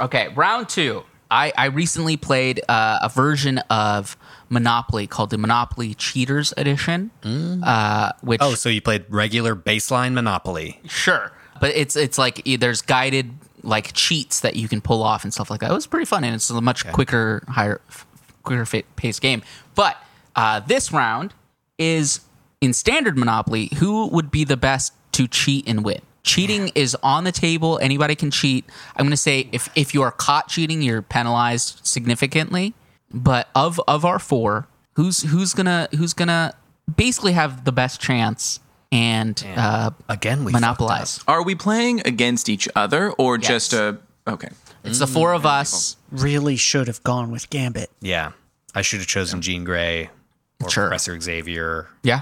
Speaker 3: Okay, round two. I, I recently played uh, a version of Monopoly called the Monopoly Cheaters Edition, uh, which
Speaker 1: Oh, so you played regular baseline Monopoly.
Speaker 3: sure, but it's it's like eh, there's guided like cheats that you can pull off and stuff like that. It was pretty fun, and it's a much quicker, higher, f- quicker fa- paced game. But uh, this round is in standard Monopoly. Who would be the best to cheat and win? Cheating is on the table. Anybody can cheat. I'm going to say if if you are caught cheating, you're penalized significantly. But of of our four, who's who's gonna who's gonna basically have the best chance and uh,
Speaker 1: Again, we fucked up.
Speaker 3: monopolize?
Speaker 4: Are we playing against each other or just a? Okay.
Speaker 3: It's the four
Speaker 1: Mm.
Speaker 3: of us.
Speaker 2: Really should have gone with Gambit.
Speaker 1: Yeah, I should have chosen Jean Grey or
Speaker 3: Sure.
Speaker 1: Professor Xavier.
Speaker 3: Yeah.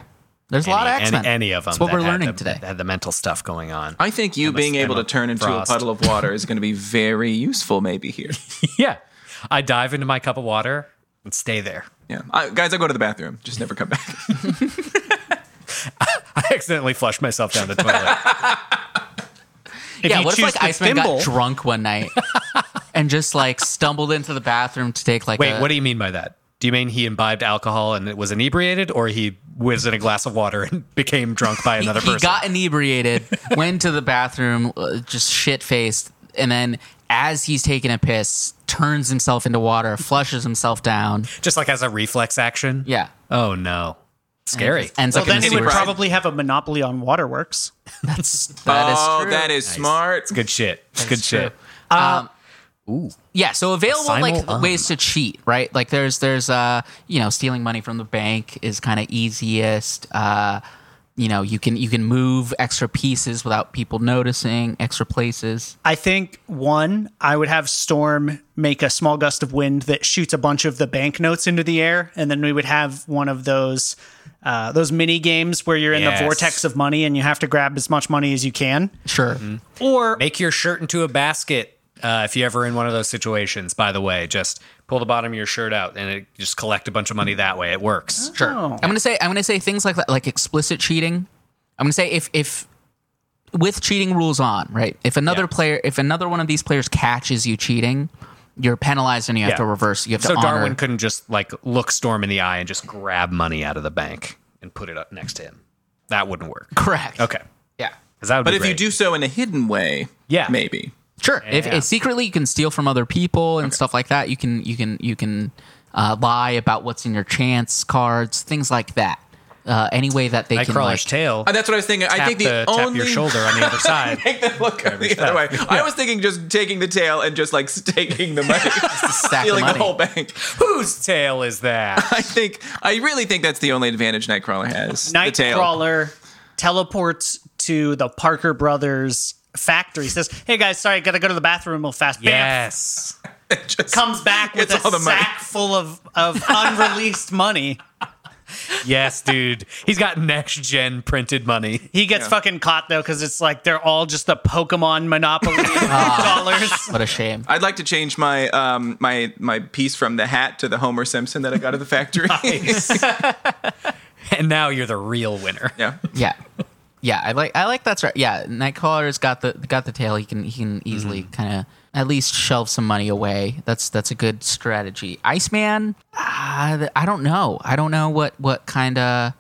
Speaker 3: There's a lot of
Speaker 1: Any,
Speaker 3: X Men.
Speaker 1: any, any of them.
Speaker 3: That's what
Speaker 1: that
Speaker 3: we're
Speaker 1: had
Speaker 3: learning
Speaker 1: the-
Speaker 3: today.
Speaker 1: Had the mental stuff going on.
Speaker 4: I think you being able
Speaker 1: Emma
Speaker 4: to turn into
Speaker 1: Frost.
Speaker 4: a puddle of water is going to be very useful, maybe here.
Speaker 1: yeah, I dive into my cup of water and stay there.
Speaker 4: Yeah, I, guys, I go to the bathroom. Just never come back.
Speaker 1: I accidentally flush myself down the toilet.
Speaker 2: If
Speaker 3: yeah.
Speaker 2: you
Speaker 3: What if
Speaker 2: choose
Speaker 3: like
Speaker 2: the
Speaker 3: Iceman
Speaker 2: thimble-
Speaker 3: got drunk one night and just like stumbled into the bathroom to take like
Speaker 1: Wait,
Speaker 3: a-
Speaker 1: what do you mean by that? Do you mean he imbibed alcohol and it was inebriated, or he whizzed in a glass of water and became drunk by another
Speaker 3: he,
Speaker 1: person?
Speaker 3: He got inebriated, went to the bathroom, uh, just shit faced, and then as he's taking a piss, turns himself into water, flushes himself down.
Speaker 1: Just like as a reflex action.
Speaker 3: Yeah.
Speaker 1: Oh no, scary.
Speaker 3: Ends
Speaker 2: Well,
Speaker 3: up in
Speaker 2: then
Speaker 3: the
Speaker 2: it would
Speaker 3: sewer.
Speaker 2: probably have a monopoly on waterworks.
Speaker 3: That is
Speaker 4: oh,
Speaker 3: true.
Speaker 4: that is smart.
Speaker 1: It's good shit. It's good shit.
Speaker 3: Yeah, so available like
Speaker 1: Simul-um.
Speaker 3: ways to cheat, right? Like there's there's uh you know stealing money from the bank is kind of easiest. Uh, you know you can you can move extra pieces without people noticing, extra places.
Speaker 2: I think one, I would have Storm make a small gust of wind that shoots a bunch of the banknotes into the air, and then we would have one of those uh, those mini games where you're in
Speaker 1: Yes.
Speaker 2: the vortex of money and you have to grab as much money as you can.
Speaker 3: Sure.
Speaker 2: Or
Speaker 1: Make your shirt into a basket. Uh, if you're ever in one of those situations, by the way, just pull the bottom of your shirt out and it, just collect a bunch of money that way. It
Speaker 4: Oh.
Speaker 1: works.
Speaker 3: Sure. I'm gonna say I'm gonna say things like that, like explicit cheating. I'm gonna say if if with cheating rules on, right? If another
Speaker 1: Yeah.
Speaker 3: player, if another one of these players catches you cheating, you're penalized and you have
Speaker 1: Yeah.
Speaker 3: to reverse. You have
Speaker 1: So
Speaker 3: to honor.
Speaker 1: Darwin couldn't just like look Storm in the eye and just grab money out of the bank and put it up next to him. That wouldn't work.
Speaker 3: correct.
Speaker 1: Okay.
Speaker 3: Yeah.
Speaker 1: 'Cause that would
Speaker 4: But
Speaker 1: be
Speaker 4: if you
Speaker 1: great.
Speaker 4: do so in a hidden way,
Speaker 1: Yeah.
Speaker 4: maybe.
Speaker 3: Sure. If,
Speaker 1: Yeah.
Speaker 3: if secretly you can steal from other people and stuff like that, you can you can you can uh, lie about what's in your chance cards, things like that. Uh, any way that they can
Speaker 1: Nightcrawler's
Speaker 3: like,
Speaker 1: tail.
Speaker 4: Uh, that's what I was thinking. I
Speaker 1: tap
Speaker 4: think the,
Speaker 1: the- tap
Speaker 4: only
Speaker 1: your shoulder on the other side.
Speaker 4: Make them look the other way. I was thinking just taking the tail and just like taking the money,
Speaker 3: stack the
Speaker 4: stealing the
Speaker 3: money.
Speaker 4: whole bank.
Speaker 1: Whose tail is that?
Speaker 4: I think I really think that's the only advantage Nightcrawler has. the tail.
Speaker 2: Nightcrawler teleports to the Parker brothers factory. Says, "Hey guys, sorry, gotta go to the bathroom real fast." Bam.
Speaker 1: yes.
Speaker 4: Just-
Speaker 2: Comes back with
Speaker 4: It's
Speaker 2: a
Speaker 4: all the money.
Speaker 2: sack full of of unreleased money.
Speaker 1: Yes, dude. He's got next gen printed money.
Speaker 2: He gets fucking caught though because it's like they're all just the Pokemon Monopoly dollars.
Speaker 3: What a shame.
Speaker 4: I'd like to change my um my my piece from the hat to the Homer Simpson that I got at the factory.
Speaker 1: And now you're the real winner.
Speaker 4: yeah.
Speaker 3: Yeah. Yeah, I like I like that's right. Yeah, Nightcrawler's got the got the tail. He can he can easily kind of at least shelve some money away. That's that's a good strategy. Iceman, uh, I don't know. I don't know what what kind of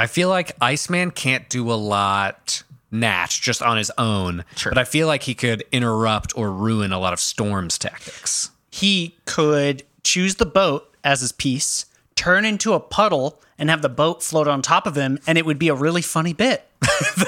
Speaker 1: I feel like Iceman can't do a lot Natch just on his own.
Speaker 3: Sure.
Speaker 1: But I feel like he could interrupt or ruin a lot of Storm's tactics.
Speaker 2: he could choose the boat as his piece, turn into a puddle, and have the boat float on top of him, and it would be a really funny bit.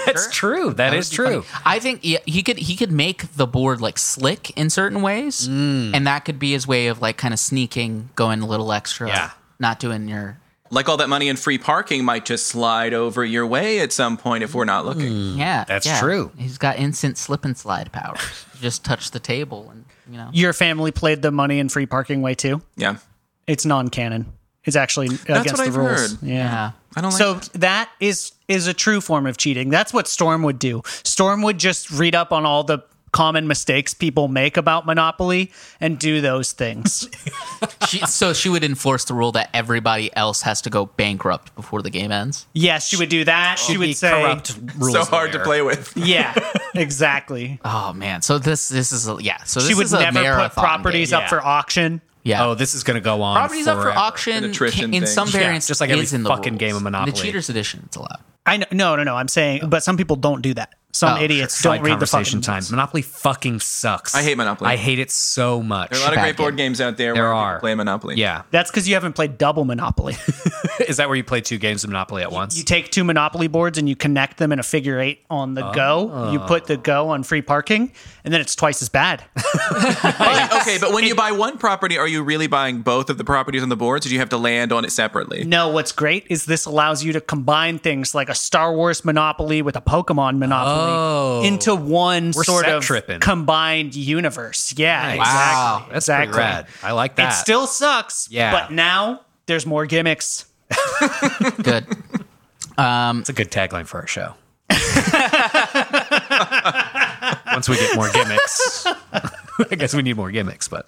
Speaker 1: That's true. that is true.
Speaker 3: I think yeah, he could he could make the board like slick in certain ways, and that could be his way of like kind of sneaking, going a little extra,
Speaker 1: Yeah.
Speaker 3: not doing your
Speaker 4: Like all that money and free parking might just slide over your way at some point if we're not looking.
Speaker 3: yeah.
Speaker 1: That's
Speaker 3: yeah.
Speaker 1: true.
Speaker 3: He's got instant slip and slide powers. You just touch the table and you know.
Speaker 2: Your family played the money and free parking way too.
Speaker 4: Yeah.
Speaker 2: It's non-canon. It's actually against
Speaker 4: what
Speaker 2: the
Speaker 4: I've
Speaker 2: rules.
Speaker 4: heard.
Speaker 3: yeah.
Speaker 4: I don't like
Speaker 2: So that is is a true form of cheating. That's what Storm would do. Storm would just read up on all the common mistakes people make about Monopoly and do those things.
Speaker 3: She, so she would enforce the rule that everybody else has to go bankrupt before the game ends.
Speaker 2: yes, she would do
Speaker 3: Oh.
Speaker 2: that. She
Speaker 1: The
Speaker 2: would say,
Speaker 1: corrupt rules
Speaker 4: so hard
Speaker 1: lawyer.
Speaker 4: to play with.
Speaker 2: "Yeah, exactly."
Speaker 3: Oh man. So this this is a, yeah. So this
Speaker 2: she would
Speaker 3: is a
Speaker 2: never put
Speaker 3: marathon
Speaker 2: properties
Speaker 3: game.
Speaker 2: up for auction.
Speaker 3: Yeah.
Speaker 1: Oh, this is going to go on.
Speaker 3: properties up for
Speaker 1: forever.
Speaker 3: auction
Speaker 4: An attrition
Speaker 3: can- in
Speaker 4: thing.
Speaker 3: some
Speaker 1: Yeah,
Speaker 3: variants
Speaker 1: just like
Speaker 3: is
Speaker 1: every
Speaker 3: in the
Speaker 1: fucking
Speaker 3: rules.
Speaker 1: game of
Speaker 3: In
Speaker 1: Monopoly.
Speaker 3: The cheaters edition, it's allowed.
Speaker 2: I know, no, no, no. I'm saying, but some people don't do that. Some
Speaker 3: Oh,
Speaker 2: idiots
Speaker 1: Side
Speaker 2: don't read the
Speaker 1: conversation
Speaker 2: fucking
Speaker 1: time. Monopoly fucking sucks.
Speaker 4: I hate Monopoly.
Speaker 1: I hate it so much.
Speaker 4: There are a lot of
Speaker 3: Back
Speaker 4: great board
Speaker 3: in.
Speaker 4: games out there,
Speaker 1: There
Speaker 4: where people
Speaker 1: are.
Speaker 4: play Monopoly.
Speaker 1: yeah.
Speaker 2: That's because you haven't played double Monopoly.
Speaker 1: Is that where you play two games of Monopoly at once?
Speaker 2: you take two Monopoly boards and you connect them in a figure eight on the go.
Speaker 3: Oh.
Speaker 2: You put the go on free parking, and then it's twice as bad.
Speaker 4: But- okay, but when you buy one property, are you really buying both of the properties on the boards, or do you have to land on it separately?
Speaker 2: No, what's great is this allows you to combine things like a Star Wars Monopoly with a Pokemon Monopoly into one
Speaker 1: Oh. We're
Speaker 2: sort
Speaker 1: set
Speaker 2: of
Speaker 1: tripping.
Speaker 2: combined universe. Yeah,
Speaker 1: Nice.
Speaker 3: Wow,
Speaker 2: exactly.
Speaker 1: That's
Speaker 2: exactly.
Speaker 1: pretty rad. I like that.
Speaker 2: It still sucks,
Speaker 1: Yeah.
Speaker 2: but now there's more gimmicks.
Speaker 3: Good.
Speaker 1: It's a good tagline for our show. Once we get more gimmicks, I guess we need more gimmicks, but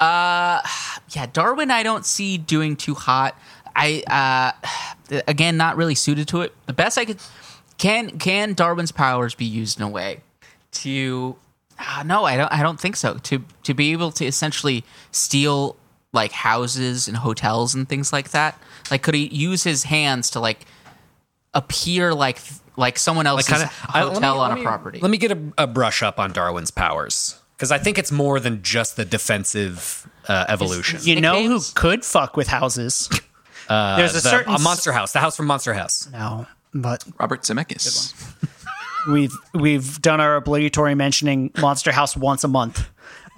Speaker 3: yeah, Darwin, I don't see doing too hot. I uh, again, not really suited to it. The best I could can can Darwin's powers be used in a way to uh, no, I don't. I don't think so. To to be able to essentially steal like houses and hotels and things like that. Like, could he use his hands to like appear like like someone else's
Speaker 1: kind of
Speaker 3: hotel on a property?
Speaker 1: Let me get a, a brush up on Darwin's powers because I think it's more than just the defensive uh, evolution.
Speaker 2: You
Speaker 3: The
Speaker 2: know
Speaker 3: caves?
Speaker 2: who could fuck with houses?
Speaker 1: Uh,
Speaker 2: there's a
Speaker 1: The-
Speaker 2: certain
Speaker 1: a Monster House, the house from Monster House.
Speaker 2: No, but
Speaker 4: Robert Zemeckis.
Speaker 2: we've we've done our obligatory mentioning Monster House once a month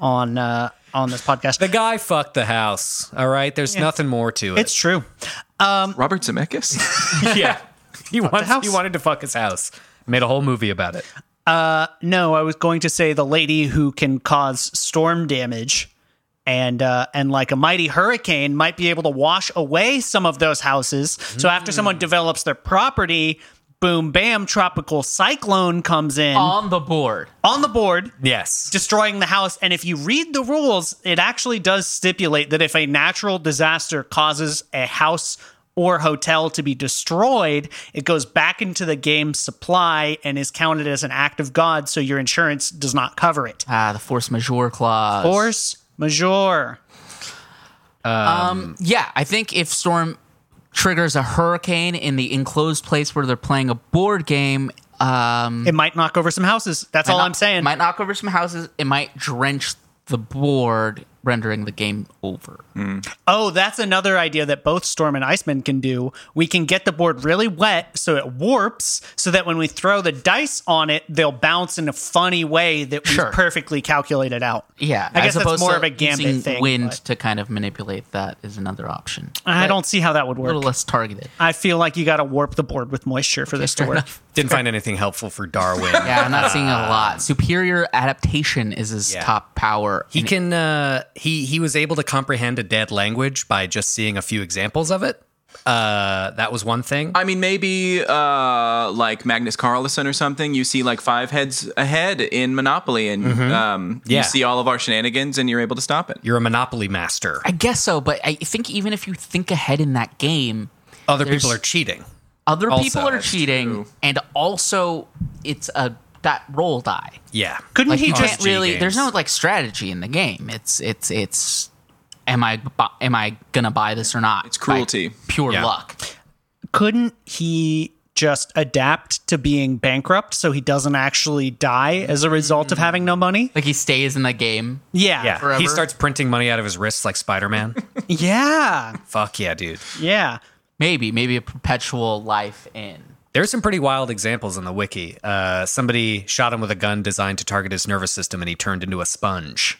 Speaker 2: on uh, on this podcast.
Speaker 1: The guy fucked the house. All right, there's nothing more to it.
Speaker 2: it's true.
Speaker 4: Robert Zemeckis.
Speaker 1: yeah, he wants,
Speaker 2: house.
Speaker 1: He wanted to fuck his house. Made a whole movie about it.
Speaker 2: No, I was going to say the lady who can cause storm damage and uh, and like a mighty hurricane might be able to wash away some of those houses. So after someone develops their property, boom bam, tropical cyclone comes in
Speaker 3: on the board.
Speaker 2: on the board.
Speaker 1: Yes,
Speaker 2: Destroying the house. And if you read the rules, it actually does stipulate that if a natural disaster causes a house or hotel to be destroyed, it goes back into the game's supply and is counted as an act of God, so your insurance does not cover it.
Speaker 3: Ah, the force majeure clause.
Speaker 2: Force majeure.
Speaker 3: Yeah, I think if Storm triggers a hurricane in the enclosed place where they're playing a board game, um,
Speaker 2: It might knock over some houses. That's all
Speaker 3: might-
Speaker 2: I'm saying.
Speaker 3: might knock over some houses. It might drench the board, rendering the game over.
Speaker 2: Oh, that's another idea that both Storm and Iceman can do. We can get the board really wet so it warps, so that when we throw the dice on it, they'll bounce in a funny way that we
Speaker 3: Sure.
Speaker 2: perfectly calculated out.
Speaker 3: Yeah,
Speaker 2: I guess
Speaker 3: as
Speaker 2: that's
Speaker 3: opposed
Speaker 2: more
Speaker 3: to
Speaker 2: of a
Speaker 3: using
Speaker 2: gambit thing.
Speaker 3: Wind
Speaker 2: but
Speaker 3: to kind of manipulate that is another option.
Speaker 2: I don't see how that would
Speaker 3: A little
Speaker 2: work.
Speaker 3: less targeted.
Speaker 2: I feel like you got to warp the board with moisture for this to work.
Speaker 1: didn't find anything helpful for Darwin.
Speaker 3: Yeah, I'm not seeing a lot. Superior adaptation is his
Speaker 1: Yeah.
Speaker 3: top power.
Speaker 1: He can uh he he was able to comprehend a dead language by just seeing a few examples of it. Uh that was one thing.
Speaker 4: I mean, maybe uh, like Magnus Carlsen or something. You see like five heads ahead in Monopoly, and um,
Speaker 1: Mm-hmm. Yeah.
Speaker 4: you see all of our shenanigans, and you're able to stop it.
Speaker 1: You're a monopoly master.
Speaker 3: I guess so, but I think even if you think ahead in that game,
Speaker 1: Other
Speaker 3: there's-
Speaker 1: people are cheating.
Speaker 3: other
Speaker 1: Also,
Speaker 3: people are
Speaker 1: that's
Speaker 3: cheating
Speaker 4: true.
Speaker 3: and also it's a that roll die
Speaker 1: Yeah.
Speaker 2: Couldn't
Speaker 3: like
Speaker 2: he
Speaker 3: you
Speaker 2: just
Speaker 3: can't
Speaker 1: RNG
Speaker 3: really there's no
Speaker 1: games.
Speaker 3: like strategy in the game it's it's it's am i bu- am i gonna buy this or not it's
Speaker 4: cruelty.
Speaker 3: pure
Speaker 1: Yeah.
Speaker 3: luck
Speaker 2: couldn't he just adapt to being bankrupt so he doesn't actually die as a result of having no money?
Speaker 3: like he stays in the game
Speaker 1: Yeah.
Speaker 2: Yeah. Yeah.
Speaker 1: He
Speaker 3: forever.
Speaker 1: starts printing money out of his wrists like Spider-Man.
Speaker 2: Yeah.
Speaker 1: Fuck yeah, dude.
Speaker 3: maybe maybe a perpetual life in
Speaker 1: There's some pretty wild examples in the wiki. Uh somebody shot him with a gun designed to target his nervous system and he turned into a sponge.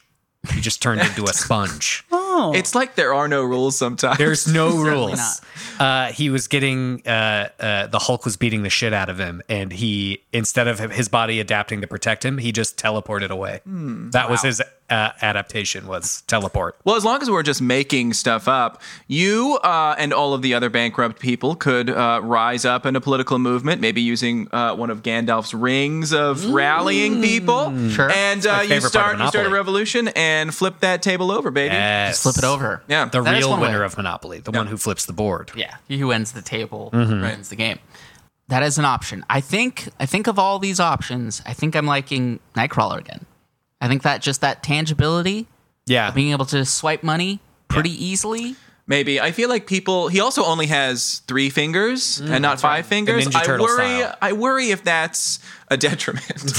Speaker 1: He just turned into a sponge.
Speaker 2: Oh.
Speaker 4: It's like there are no rules sometimes.
Speaker 1: There's no rules. Uh, he was getting uh, uh, the Hulk was beating the shit out of him, and he instead of his body adapting to protect him, he just teleported away.
Speaker 3: Hmm,
Speaker 1: that was his uh, adaptation was teleport.
Speaker 4: Well, as long as we're just making stuff up, you uh, and all of the other bankrupt people could uh, rise up in a political movement, maybe using uh, one of Gandalf's rings of
Speaker 1: Mm.
Speaker 4: rallying people.
Speaker 3: Sure.
Speaker 4: And uh, you
Speaker 1: favorite part
Speaker 4: start
Speaker 1: of
Speaker 4: you start a
Speaker 1: Monopoly.
Speaker 4: revolution and flip that table over, baby.
Speaker 1: Yes.
Speaker 3: Flip it over.
Speaker 4: Yeah.
Speaker 1: The
Speaker 3: That is
Speaker 1: real
Speaker 3: one way.
Speaker 1: winner of Monopoly, the one who flips the board.
Speaker 3: Yeah, who ends the table
Speaker 2: Mm-hmm.
Speaker 3: wins the game. That is an option. I think. I think of all these options, I think I'm liking Nightcrawler again. I think that just that tangibility,
Speaker 1: Yeah.
Speaker 3: being able to swipe money pretty easily.
Speaker 4: Maybe I feel like people. He also only has three fingers and not five fingers.
Speaker 1: Mm, Ninja
Speaker 4: I
Speaker 1: Turtle
Speaker 4: worry.
Speaker 1: style.
Speaker 4: I worry if that's a detriment.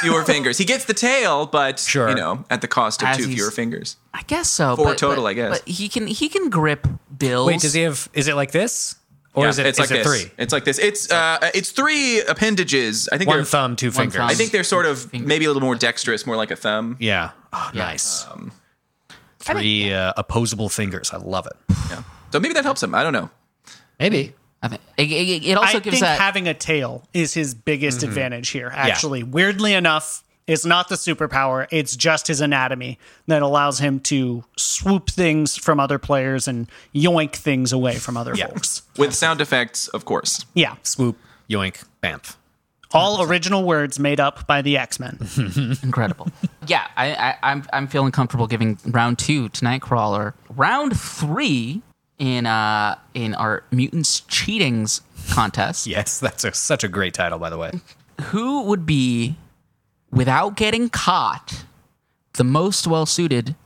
Speaker 4: fewer fingers. He gets the tail, but
Speaker 1: Sure.
Speaker 4: you know, at the cost of
Speaker 3: As
Speaker 4: two
Speaker 3: he's-
Speaker 4: fewer fingers.
Speaker 3: I guess so.
Speaker 4: Four
Speaker 3: but-
Speaker 4: total,
Speaker 3: but-
Speaker 4: I guess.
Speaker 3: But he can he can grip bills.
Speaker 1: Wait, does he have? Is it like this, or
Speaker 4: Yeah,
Speaker 1: is it?
Speaker 4: It's
Speaker 1: is
Speaker 4: like
Speaker 1: it
Speaker 4: this.
Speaker 1: three?
Speaker 4: It's like this. It's uh, it's three appendages. I think
Speaker 1: One
Speaker 4: they're.
Speaker 1: thumb, two
Speaker 3: One
Speaker 1: fingers.
Speaker 3: thumb.
Speaker 4: I think they're sort of
Speaker 3: Finger.
Speaker 4: maybe a little more dexterous, more like a thumb.
Speaker 1: Yeah. Oh,
Speaker 3: Yeah.
Speaker 1: Nice. Three uh, opposable fingers. I love it.
Speaker 4: Yeah. So maybe that helps him. I don't know.
Speaker 1: Maybe.
Speaker 3: I think, it, it- it also
Speaker 2: I
Speaker 3: gives
Speaker 2: think
Speaker 3: that.
Speaker 2: having a tail is his biggest
Speaker 1: Mm-hmm.
Speaker 2: advantage here. Actually, weirdly enough, it's not the superpower; it's just his anatomy that allows him to swoop things from other players and yoink things away from other folks.
Speaker 4: With sound effects, of course.
Speaker 2: Yeah,
Speaker 1: Swoop. Yoink. Bamf.
Speaker 2: all original words made up by the X Men.
Speaker 3: incredible. yeah, I, I, I'm I'm feeling comfortable giving round two to Nightcrawler. Round three in uh in our mutants cheatings contest.
Speaker 1: Yes, that's a, such a great title, by the way.
Speaker 3: Who would be, without getting caught, the most well suited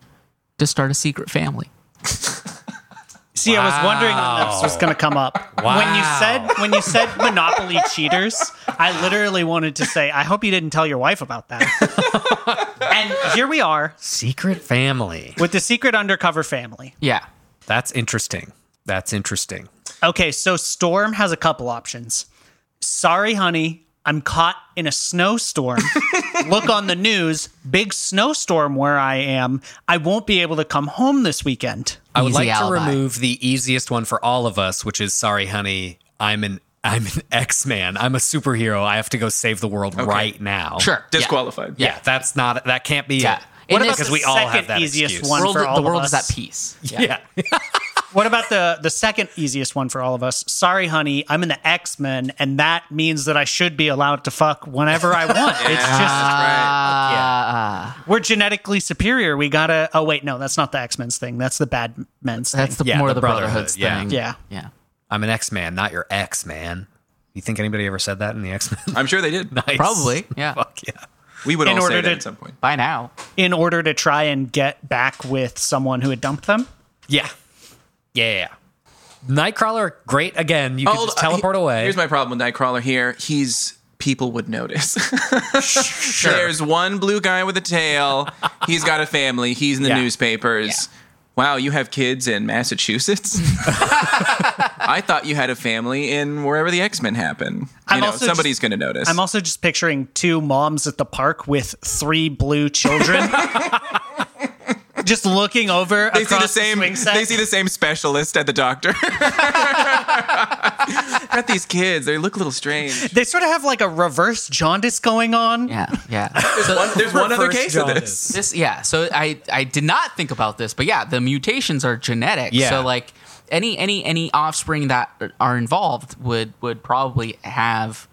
Speaker 3: to start a secret family?
Speaker 2: See, I was wondering when this was going to come up. When you
Speaker 1: Wow.
Speaker 2: said when you said Monopoly cheaters, I literally wanted to say, I hope you didn't tell your wife about that. and here we are
Speaker 1: Secret family.
Speaker 2: with the secret undercover family.
Speaker 3: Yeah.
Speaker 1: That's interesting. That's interesting.
Speaker 2: Okay, so Storm has a couple options. Sorry, honey, I'm caught in a snowstorm. Look on the news, big snowstorm where I am. I won't be able to come home this weekend.
Speaker 1: I would
Speaker 3: Easy
Speaker 1: like
Speaker 3: alibi.
Speaker 1: to remove the easiest one for all of us, which is sorry, honey, I'm an I'm an X Man. I'm a superhero. I have to go save the world right now.
Speaker 3: Sure.
Speaker 4: Disqualified.
Speaker 1: Yeah, that's not that can't be
Speaker 3: Yeah.
Speaker 1: it.
Speaker 3: What about
Speaker 1: because
Speaker 3: the
Speaker 1: we all have
Speaker 2: second
Speaker 1: that
Speaker 2: easiest
Speaker 1: excuse.
Speaker 2: one?
Speaker 3: World,
Speaker 2: for all
Speaker 3: the
Speaker 2: of
Speaker 3: world is
Speaker 2: us.
Speaker 3: at peace. Yeah.
Speaker 1: Yeah.
Speaker 2: What about the the second easiest one for all of us? Sorry, honey, I'm in the X Men, and that means that I should be allowed to fuck whenever I want. It's just
Speaker 4: Right.
Speaker 3: Uh,
Speaker 2: we're genetically superior. We gotta. Oh wait, no, that's not the X Men's thing. That's the bad men's thing.
Speaker 3: That's the,
Speaker 1: Yeah,
Speaker 3: more
Speaker 1: the
Speaker 3: of the
Speaker 1: brotherhood,
Speaker 3: Brotherhood's
Speaker 1: yeah.
Speaker 3: thing.
Speaker 2: Yeah.
Speaker 3: Yeah.
Speaker 1: I'm an X Man, not your X Man. You think anybody ever said that in the X Men?
Speaker 4: I'm sure they did.
Speaker 3: Probably. Yeah.
Speaker 1: Fuck yeah.
Speaker 4: We would
Speaker 2: In
Speaker 4: all
Speaker 2: order
Speaker 4: say that
Speaker 2: to-
Speaker 4: at some point.
Speaker 3: By now.
Speaker 2: in order to try and get back with someone who had dumped them.
Speaker 1: Yeah. Yeah. yeah, yeah. Nightcrawler, great again. You can
Speaker 4: Hold-
Speaker 1: just teleport
Speaker 4: uh, he-
Speaker 1: away.
Speaker 4: Here's my problem with Nightcrawler here. He's people would notice. There's one blue guy with a tail. He's got a family. He's in the
Speaker 1: Yeah.
Speaker 4: newspapers. Wow, you have kids in Massachusetts? I thought you had a family in wherever the X Men happen. You
Speaker 2: I'm
Speaker 4: know,
Speaker 2: also
Speaker 4: somebody's going to notice.
Speaker 2: I'm also just picturing two moms at the park with three blue children. just looking over
Speaker 4: they see
Speaker 2: across
Speaker 4: the same.
Speaker 2: swing set.
Speaker 4: they see the same specialist at the doctor. got these kids. They look a little strange.
Speaker 2: They sort of have like a reverse jaundice going on.
Speaker 3: Yeah. Yeah. So-
Speaker 4: One- there's one other
Speaker 1: Reverse
Speaker 4: case of
Speaker 1: jaundice.
Speaker 4: this.
Speaker 3: This, yeah. So I, I did not think about this, but yeah, the mutations are genetic.
Speaker 1: Yeah.
Speaker 3: So like any any any offspring that are involved would would probably have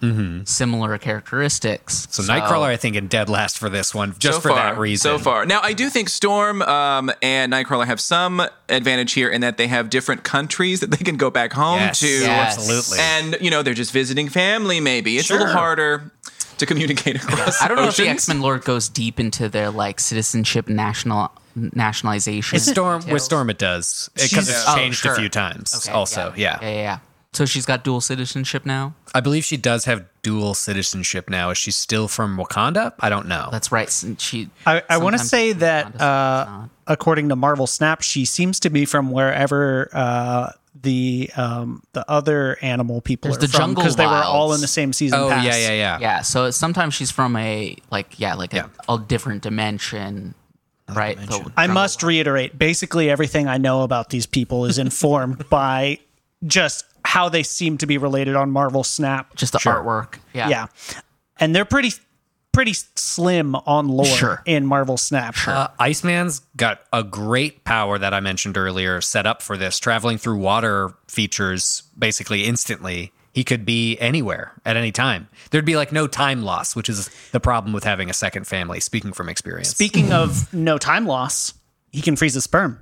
Speaker 3: similar characteristics.
Speaker 1: Mm-hmm. So, Nightcrawler, I think, in dead last for this one, just for that reason.
Speaker 4: So far. Now, I do think Storm um, and Nightcrawler have some advantage here in that they have different countries that they can go back home
Speaker 1: Yes.
Speaker 4: to.
Speaker 3: Yes.
Speaker 1: Absolutely.
Speaker 4: And, you know, they're just visiting family, maybe. It's a little
Speaker 1: Sure.
Speaker 4: harder to communicate across
Speaker 3: I don't know if the
Speaker 4: oceans.
Speaker 3: X Men lore goes deep into their like citizenship national nationalization.
Speaker 1: with Storm, with
Speaker 3: details.
Speaker 1: Storm, it does because
Speaker 2: She's-
Speaker 1: it's
Speaker 3: Oh,
Speaker 1: changed
Speaker 3: sure.
Speaker 1: a few times.
Speaker 3: Okay,
Speaker 1: also, yeah.
Speaker 3: yeah, yeah, yeah. So she's got dual citizenship now.
Speaker 1: I believe she does have dual citizenship now. Is she still from Wakanda? I don't know.
Speaker 3: That's right. Since She.
Speaker 2: I, I want to
Speaker 3: sometimes
Speaker 2: say
Speaker 3: she's
Speaker 2: that
Speaker 3: not,
Speaker 2: uh,
Speaker 3: sometimes
Speaker 2: according to Marvel Snap, she seems to be from wherever uh, the um, the other animal people
Speaker 3: There's
Speaker 2: are
Speaker 3: the
Speaker 2: from
Speaker 3: Jungle
Speaker 2: because they were all in
Speaker 3: Wilds.
Speaker 2: the same season.
Speaker 1: oh
Speaker 2: pass.
Speaker 1: yeah, yeah, yeah,
Speaker 3: not. Yeah. So sometimes she's from a like yeah like
Speaker 1: Yeah.
Speaker 3: A, a different dimension. right? The
Speaker 2: I
Speaker 3: drum
Speaker 2: must reiterate basically everything I know about these people is informed by just how they seem to be related on Marvel Snap.
Speaker 3: just the artwork. Yeah.
Speaker 2: yeah. And they're pretty pretty slim on lore
Speaker 3: Sure.
Speaker 2: in Marvel Snap.
Speaker 1: Uh, Iceman's got a great power that I mentioned earlier set up for this. Traveling through water features basically instantly. He could be anywhere at any time. There'd be like no time loss, which is the problem with having a second family, speaking from experience.
Speaker 2: Speaking of no time loss, he can freeze a sperm.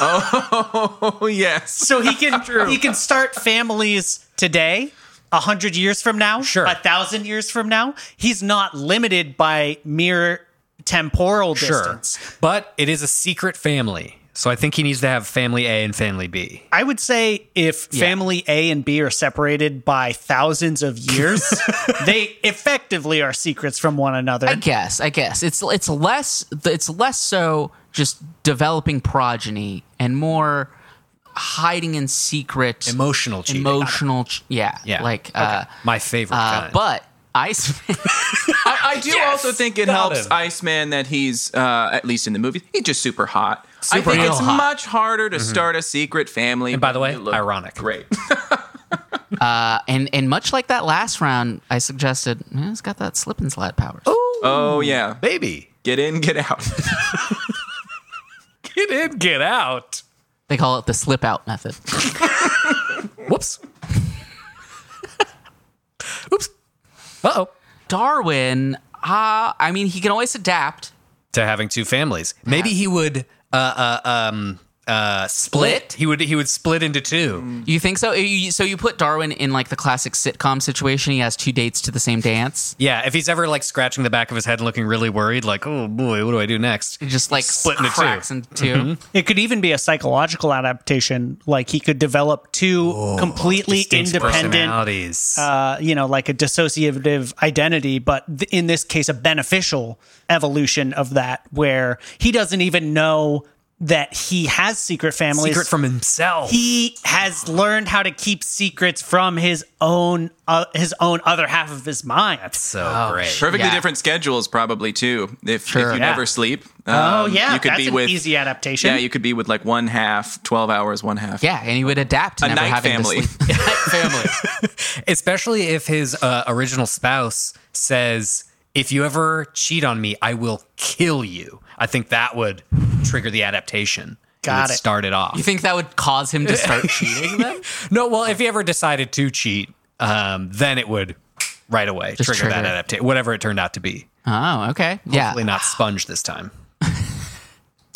Speaker 4: Oh yes.
Speaker 2: So he can he can start families today, a hundred years from now,
Speaker 1: Sure.
Speaker 2: a thousand years from now. He's not limited by mere temporal distance.
Speaker 1: Sure. But it is a secret family. So I think he needs to have family A and family B.
Speaker 2: I would say if family A and B are separated by thousands of years, they effectively are secrets from one another.
Speaker 3: I guess. I guess it's it's less it's less so just developing progeny and more hiding in secret
Speaker 1: Emotional cheating.
Speaker 3: emotional. ch- yeah,
Speaker 1: Yeah.
Speaker 3: Like, uh,
Speaker 1: My favorite
Speaker 3: uh,
Speaker 1: kind.
Speaker 3: but Iceman.
Speaker 4: I, I do also think it
Speaker 1: Got
Speaker 4: helps
Speaker 1: him.
Speaker 4: Iceman that he's uh, at least in the movie. He's just super hot. I
Speaker 1: Super
Speaker 4: think
Speaker 1: real
Speaker 4: it's
Speaker 1: hot. Mm-hmm.
Speaker 4: much harder to start a secret family.
Speaker 1: and by the way,
Speaker 4: It looked
Speaker 1: ironic.
Speaker 4: Great.
Speaker 3: and and much like that last round, I suggested "Eh, it's got that slip and slide powers.
Speaker 4: oh yeah.
Speaker 1: Baby.
Speaker 4: Get in, get out.
Speaker 1: Get in, get out.
Speaker 3: They call it the slip out method.
Speaker 1: Whoops. Oops. Uh oh.
Speaker 3: Darwin, uh, I mean, he can always adapt.
Speaker 1: to having two families. Maybe he would uh, uh, um, uh, split.
Speaker 3: Split? Mm.
Speaker 1: He would he would split into two.
Speaker 3: You think so? You- So you put Darwin in like the classic sitcom situation. He has two dates to the same dance.
Speaker 1: Yeah, if he's ever like scratching the back of his head and looking really worried, like oh boy, what do I do next?
Speaker 3: He just like
Speaker 1: Split
Speaker 3: split
Speaker 1: into two.
Speaker 3: cracks into 2
Speaker 4: Mm-hmm.
Speaker 2: It could even be a psychological adaptation. Like he could develop two completely
Speaker 1: Distinct
Speaker 2: independent,
Speaker 1: personalities.
Speaker 2: uh, you know, like a dissociative identity, but th- in this case, a beneficial evolution of that, where he doesn't even know that he has secret families.
Speaker 1: Secret from himself.
Speaker 2: he has learned how to keep secrets from his own uh, his own other half of his mind.
Speaker 1: so great.
Speaker 4: Perfectly
Speaker 3: Yeah.
Speaker 4: different schedules, probably too. If, if you
Speaker 2: Yeah.
Speaker 4: never sleep,
Speaker 2: oh
Speaker 4: um,
Speaker 2: yeah,
Speaker 4: you could
Speaker 2: that's
Speaker 4: be
Speaker 2: an
Speaker 4: with
Speaker 2: easy adaptation.
Speaker 4: yeah, you could be with like one half, twelve hours, one half.
Speaker 3: Yeah, and he would adapt to
Speaker 4: A
Speaker 3: never
Speaker 4: night
Speaker 3: having
Speaker 4: family.
Speaker 3: to sleep. A night family.
Speaker 1: Especially if his uh, original spouse says, "If you ever cheat on me, I will kill you." I think that would trigger the adaptation.
Speaker 2: Got
Speaker 1: would
Speaker 2: it.
Speaker 1: Start it off.
Speaker 3: You think that would cause him to start cheating? Then
Speaker 1: No, well, if he ever decided to cheat, um, then it would right away
Speaker 3: Just
Speaker 1: trigger, that
Speaker 3: trigger.
Speaker 1: adaptation, whatever it turned out to be.
Speaker 3: oh, okay,
Speaker 1: Hopefully
Speaker 3: yeah.
Speaker 1: not sponge this time.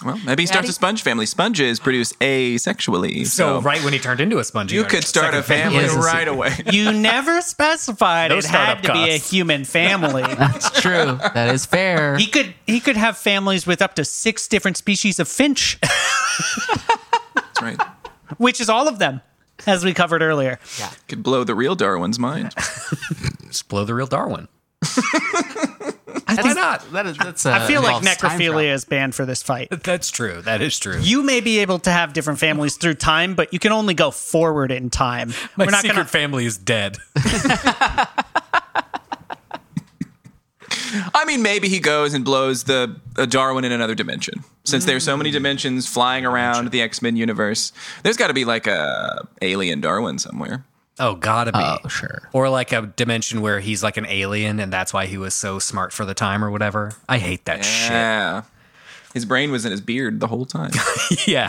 Speaker 4: Well, maybe he starts
Speaker 3: Daddy-
Speaker 4: a sponge family. Sponges produce asexually.
Speaker 1: So
Speaker 4: So,
Speaker 1: right when he turned into a sponge, he
Speaker 4: you
Speaker 1: got
Speaker 4: could start
Speaker 1: second
Speaker 4: a family
Speaker 3: He is a
Speaker 4: right away.
Speaker 2: You never specified
Speaker 1: No
Speaker 2: it had
Speaker 1: startup
Speaker 2: to be a
Speaker 1: costs.
Speaker 2: human family.
Speaker 3: That's true. That is fair.
Speaker 2: he could he could have families with up to six different species of finch,
Speaker 4: That's right.
Speaker 2: which is all of them, as we covered earlier.
Speaker 4: Could blow the real Darwin's mind.
Speaker 1: Just blow the real Darwin.
Speaker 2: I
Speaker 1: Why
Speaker 2: think,
Speaker 1: not?
Speaker 3: That is. That's.
Speaker 2: I feel like necrophilia is banned for this fight.
Speaker 1: That's true. That is true.
Speaker 2: You may be able to have different families through time, but you can only go forward in time.
Speaker 1: My
Speaker 2: We're not
Speaker 1: secret
Speaker 2: going to
Speaker 1: family is dead.
Speaker 4: I mean, maybe he goes and blows the uh, Darwin in another dimension. Since there's so many dimensions flying around the X Men universe, there's got to be like a alien Darwin somewhere.
Speaker 1: Oh, gotta be.
Speaker 3: Oh, sure.
Speaker 1: Or like a dimension where he's like an alien, and that's why he was so smart for the time or whatever. I hate that
Speaker 4: Yeah. His brain was in his beard the whole time.
Speaker 1: shit. Yeah.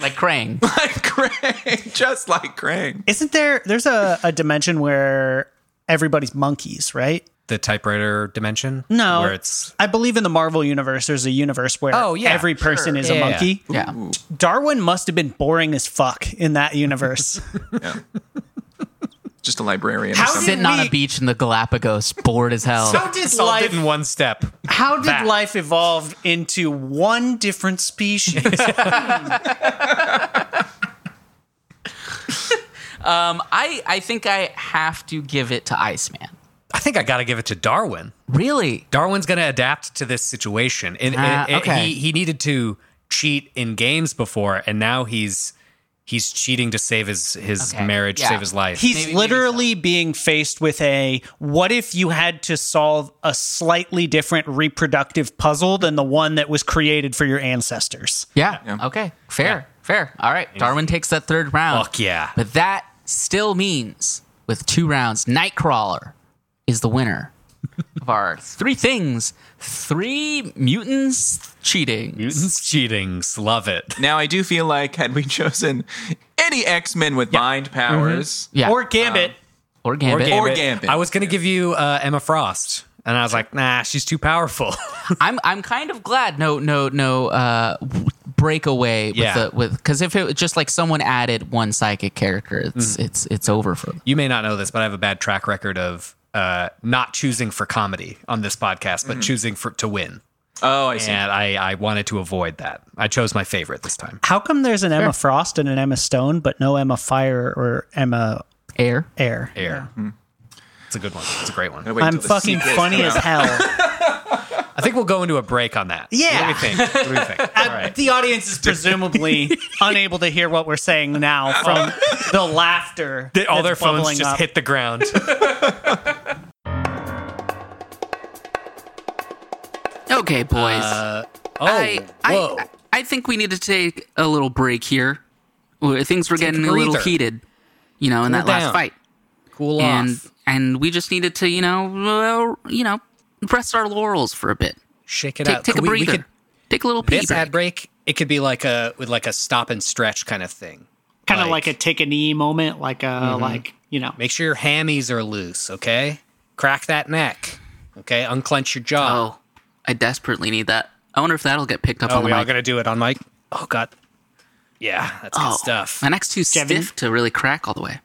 Speaker 3: Like Krang.
Speaker 4: like Krang, just like Krang.
Speaker 2: Isn't there? There's a, a dimension where everybody's monkeys, right?
Speaker 1: the typewriter dimension.
Speaker 2: No,
Speaker 1: Where it's
Speaker 2: I believe in the Marvel universe. There's a universe where
Speaker 1: Oh, yeah,
Speaker 2: every
Speaker 1: sure.
Speaker 2: person is
Speaker 1: Yeah,
Speaker 2: a
Speaker 1: yeah,
Speaker 2: monkey.
Speaker 3: Yeah.
Speaker 2: Darwin must have been boring as fuck in that universe.
Speaker 4: Just a librarian.
Speaker 2: How
Speaker 4: or something.
Speaker 2: did-
Speaker 3: Sitting on
Speaker 2: we-
Speaker 3: a beach in the Galapagos, bored as hell. Um,
Speaker 2: how did
Speaker 1: solved it
Speaker 2: life?
Speaker 1: in one step.
Speaker 2: How did
Speaker 1: That.
Speaker 2: life evolve into one different species?
Speaker 3: I, I think I have to give it to Iceman.
Speaker 1: I think I gotta give it to Darwin.
Speaker 3: Really?
Speaker 1: Darwin's going to adapt to this situation. And, and-
Speaker 3: Ah,
Speaker 1: and
Speaker 3: okay.
Speaker 1: he, he needed to cheat in games before, and now he's he's cheating to save his his
Speaker 3: Okay,
Speaker 1: marriage,
Speaker 3: yeah.
Speaker 1: save his life.
Speaker 2: He's
Speaker 3: Maybe- maybe
Speaker 2: literally being faced with a what if you had to solve a slightly different reproductive puzzle than the one that was created for your ancestors.
Speaker 3: Yeah. Okay. Fair. Fair. All right. Darwin takes that third round.
Speaker 1: Fuck yeah.
Speaker 3: But that still means, with two rounds, Nightcrawler is the winner of our three things, three mutants cheating.
Speaker 1: Newton's cheatings, love it.
Speaker 4: Now I do feel like had we chosen any X Men with mind powers,
Speaker 3: Mm-hmm. Yeah.
Speaker 2: Or Gambit.
Speaker 3: or Gambit.
Speaker 4: Gambit. Or Gambit.
Speaker 1: I was gonna give you uh, Emma Frost, and I was like, nah, she's too powerful.
Speaker 3: I'm I'm kind of glad no no no uh w- breakaway with
Speaker 1: Yeah.
Speaker 3: the with because if it was just like someone added one psychic character, it's
Speaker 1: Mm-hmm.
Speaker 3: it's it's over for them.
Speaker 1: you may not know this, but I have a bad track record of uh, not choosing for comedy on this podcast,
Speaker 3: Mm-hmm.
Speaker 1: but choosing for to win.
Speaker 4: oh, I see.
Speaker 1: And I, I wanted to avoid that. I chose my favorite this time.
Speaker 2: How come there's an Emma Frost and an Emma Stone, but no Emma Fire or Emma
Speaker 3: Air.
Speaker 2: Air?
Speaker 1: Air.
Speaker 3: Mm-hmm.
Speaker 1: It's a good one. It's a great one.
Speaker 4: Gotta wait
Speaker 2: I'm
Speaker 4: till the
Speaker 2: fucking
Speaker 4: sequels
Speaker 2: funny
Speaker 4: come
Speaker 2: as
Speaker 4: out.
Speaker 2: hell.
Speaker 1: I think we'll go into a break on that.
Speaker 2: Yeah.
Speaker 1: What do we think? What do we think? All right.
Speaker 2: The audience is presumably unable to hear what we're saying now from the laughter.
Speaker 1: Did Oh. all
Speaker 2: that's
Speaker 1: their phones
Speaker 2: bubbling
Speaker 1: just
Speaker 2: up.
Speaker 1: hit the ground.
Speaker 3: Okay, boys.
Speaker 1: Oh,
Speaker 3: I,
Speaker 1: whoa.
Speaker 3: I I think we need to take a little break here. Well, Things were getting a little
Speaker 1: breather.
Speaker 3: heated, you know, in that
Speaker 1: down.
Speaker 3: last fight,
Speaker 1: cool
Speaker 3: and
Speaker 1: off.
Speaker 3: and we just needed to, you know, well, you know, rest our laurels for a bit.
Speaker 1: Shake it
Speaker 3: Take
Speaker 1: out.
Speaker 3: take
Speaker 1: Could
Speaker 3: a
Speaker 1: we- we
Speaker 3: breather.
Speaker 1: could-
Speaker 3: take a little pee
Speaker 1: this
Speaker 3: break.
Speaker 1: ad break, it could be like a with like a stop and stretch kind of thing.
Speaker 2: kind of like a take a knee moment, like a
Speaker 1: Mm-hmm.
Speaker 2: like you know.
Speaker 1: Make sure your hammies are loose, okay? Crack that neck. Okay? Unclench your jaw.
Speaker 3: Oh, I desperately need that. I wonder if that'll get picked up
Speaker 1: Oh,
Speaker 3: on the
Speaker 1: we all
Speaker 3: mic.
Speaker 1: gonna do it on mic? Oh god. Yeah, that's
Speaker 3: oh,
Speaker 1: good stuff.
Speaker 3: My neck's too stiff to really crack all the way.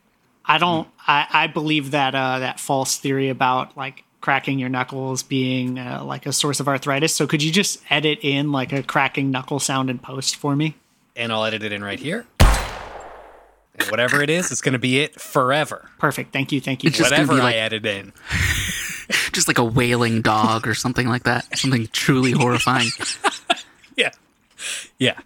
Speaker 2: I don't. I, I believe that uh, that false theory about like cracking your knuckles being uh, like a source of arthritis. So could you just edit in like a cracking knuckle sound in post for me?
Speaker 1: And I'll edit it in right here. And whatever it is, it's gonna be it forever.
Speaker 2: Perfect. Thank you. Thank you.
Speaker 3: It's just- gonna
Speaker 1: whatever
Speaker 3: be
Speaker 1: I
Speaker 3: like-
Speaker 1: edit in.
Speaker 3: Just like a wailing dog or something like that. Something truly horrifying.
Speaker 1: Yeah. Yeah.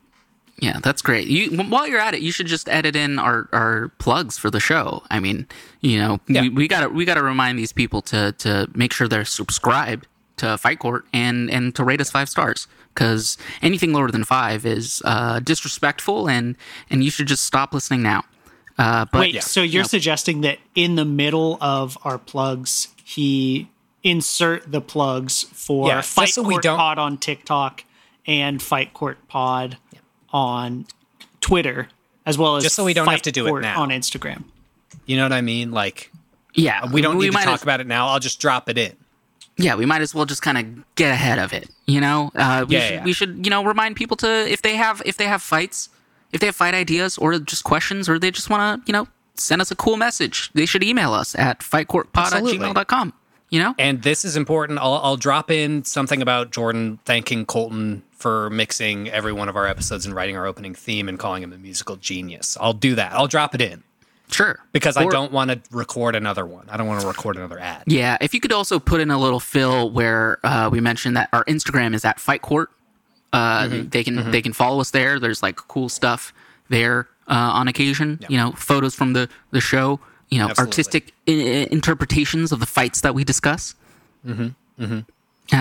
Speaker 3: Yeah, that's great. You while you're at it, you should just edit in our, our plugs for the show. I mean, you know,
Speaker 1: Yeah.
Speaker 3: we, we gotta we gotta remind these people to to make sure they're subscribed to Fight Court and and to rate us five stars because anything lower than five is uh, disrespectful and and you should just stop listening now. Uh, but
Speaker 2: Wait. So you're suggesting that in the middle of our plugs, he insert the plugs for
Speaker 1: Yeah, just
Speaker 2: Fight
Speaker 1: so we
Speaker 2: Court
Speaker 1: don't-
Speaker 2: Pod on TikTok and Fight Court Pod on Twitter, as well as
Speaker 1: Just so we don't
Speaker 2: Fight
Speaker 1: have to do it
Speaker 2: Court
Speaker 1: now.
Speaker 2: on Instagram.
Speaker 1: You know what I mean? Like
Speaker 3: yeah,
Speaker 1: we don't need to
Speaker 3: might
Speaker 1: talk
Speaker 3: as-
Speaker 1: about it now. I'll just drop it in.
Speaker 3: yeah, we might as well just kind of get ahead of it, you know. Uh, we
Speaker 1: Yeah,
Speaker 3: should,
Speaker 1: yeah.
Speaker 3: we should, you know, remind people to if they have if they have fights, if they have fight ideas or just questions, or they just want to, you know, send us a cool message. They should email us at
Speaker 1: Absolutely.
Speaker 3: fightcourtpod@gmail.com. at com. You know,
Speaker 1: And this is important. I'll, I'll drop in something about Jordan thanking Colton for mixing every one of our episodes and writing our opening theme and calling him a musical genius. I'll do that. I'll drop it in
Speaker 3: sure,
Speaker 1: because I
Speaker 3: Or-
Speaker 1: don't want to record another one. I don't want to record another ad.
Speaker 3: Yeah, if you could also put in a little fill where uh, we mentioned that our Instagram is at Fight Court. Uh, They can they can follow us there. There's like cool stuff there uh, on occasion. You know, photos from the the show. You know,
Speaker 1: Absolutely.
Speaker 3: artistic I- i- interpretations of the fights that we discuss. Mm-hmm. Mm-hmm.
Speaker 2: And then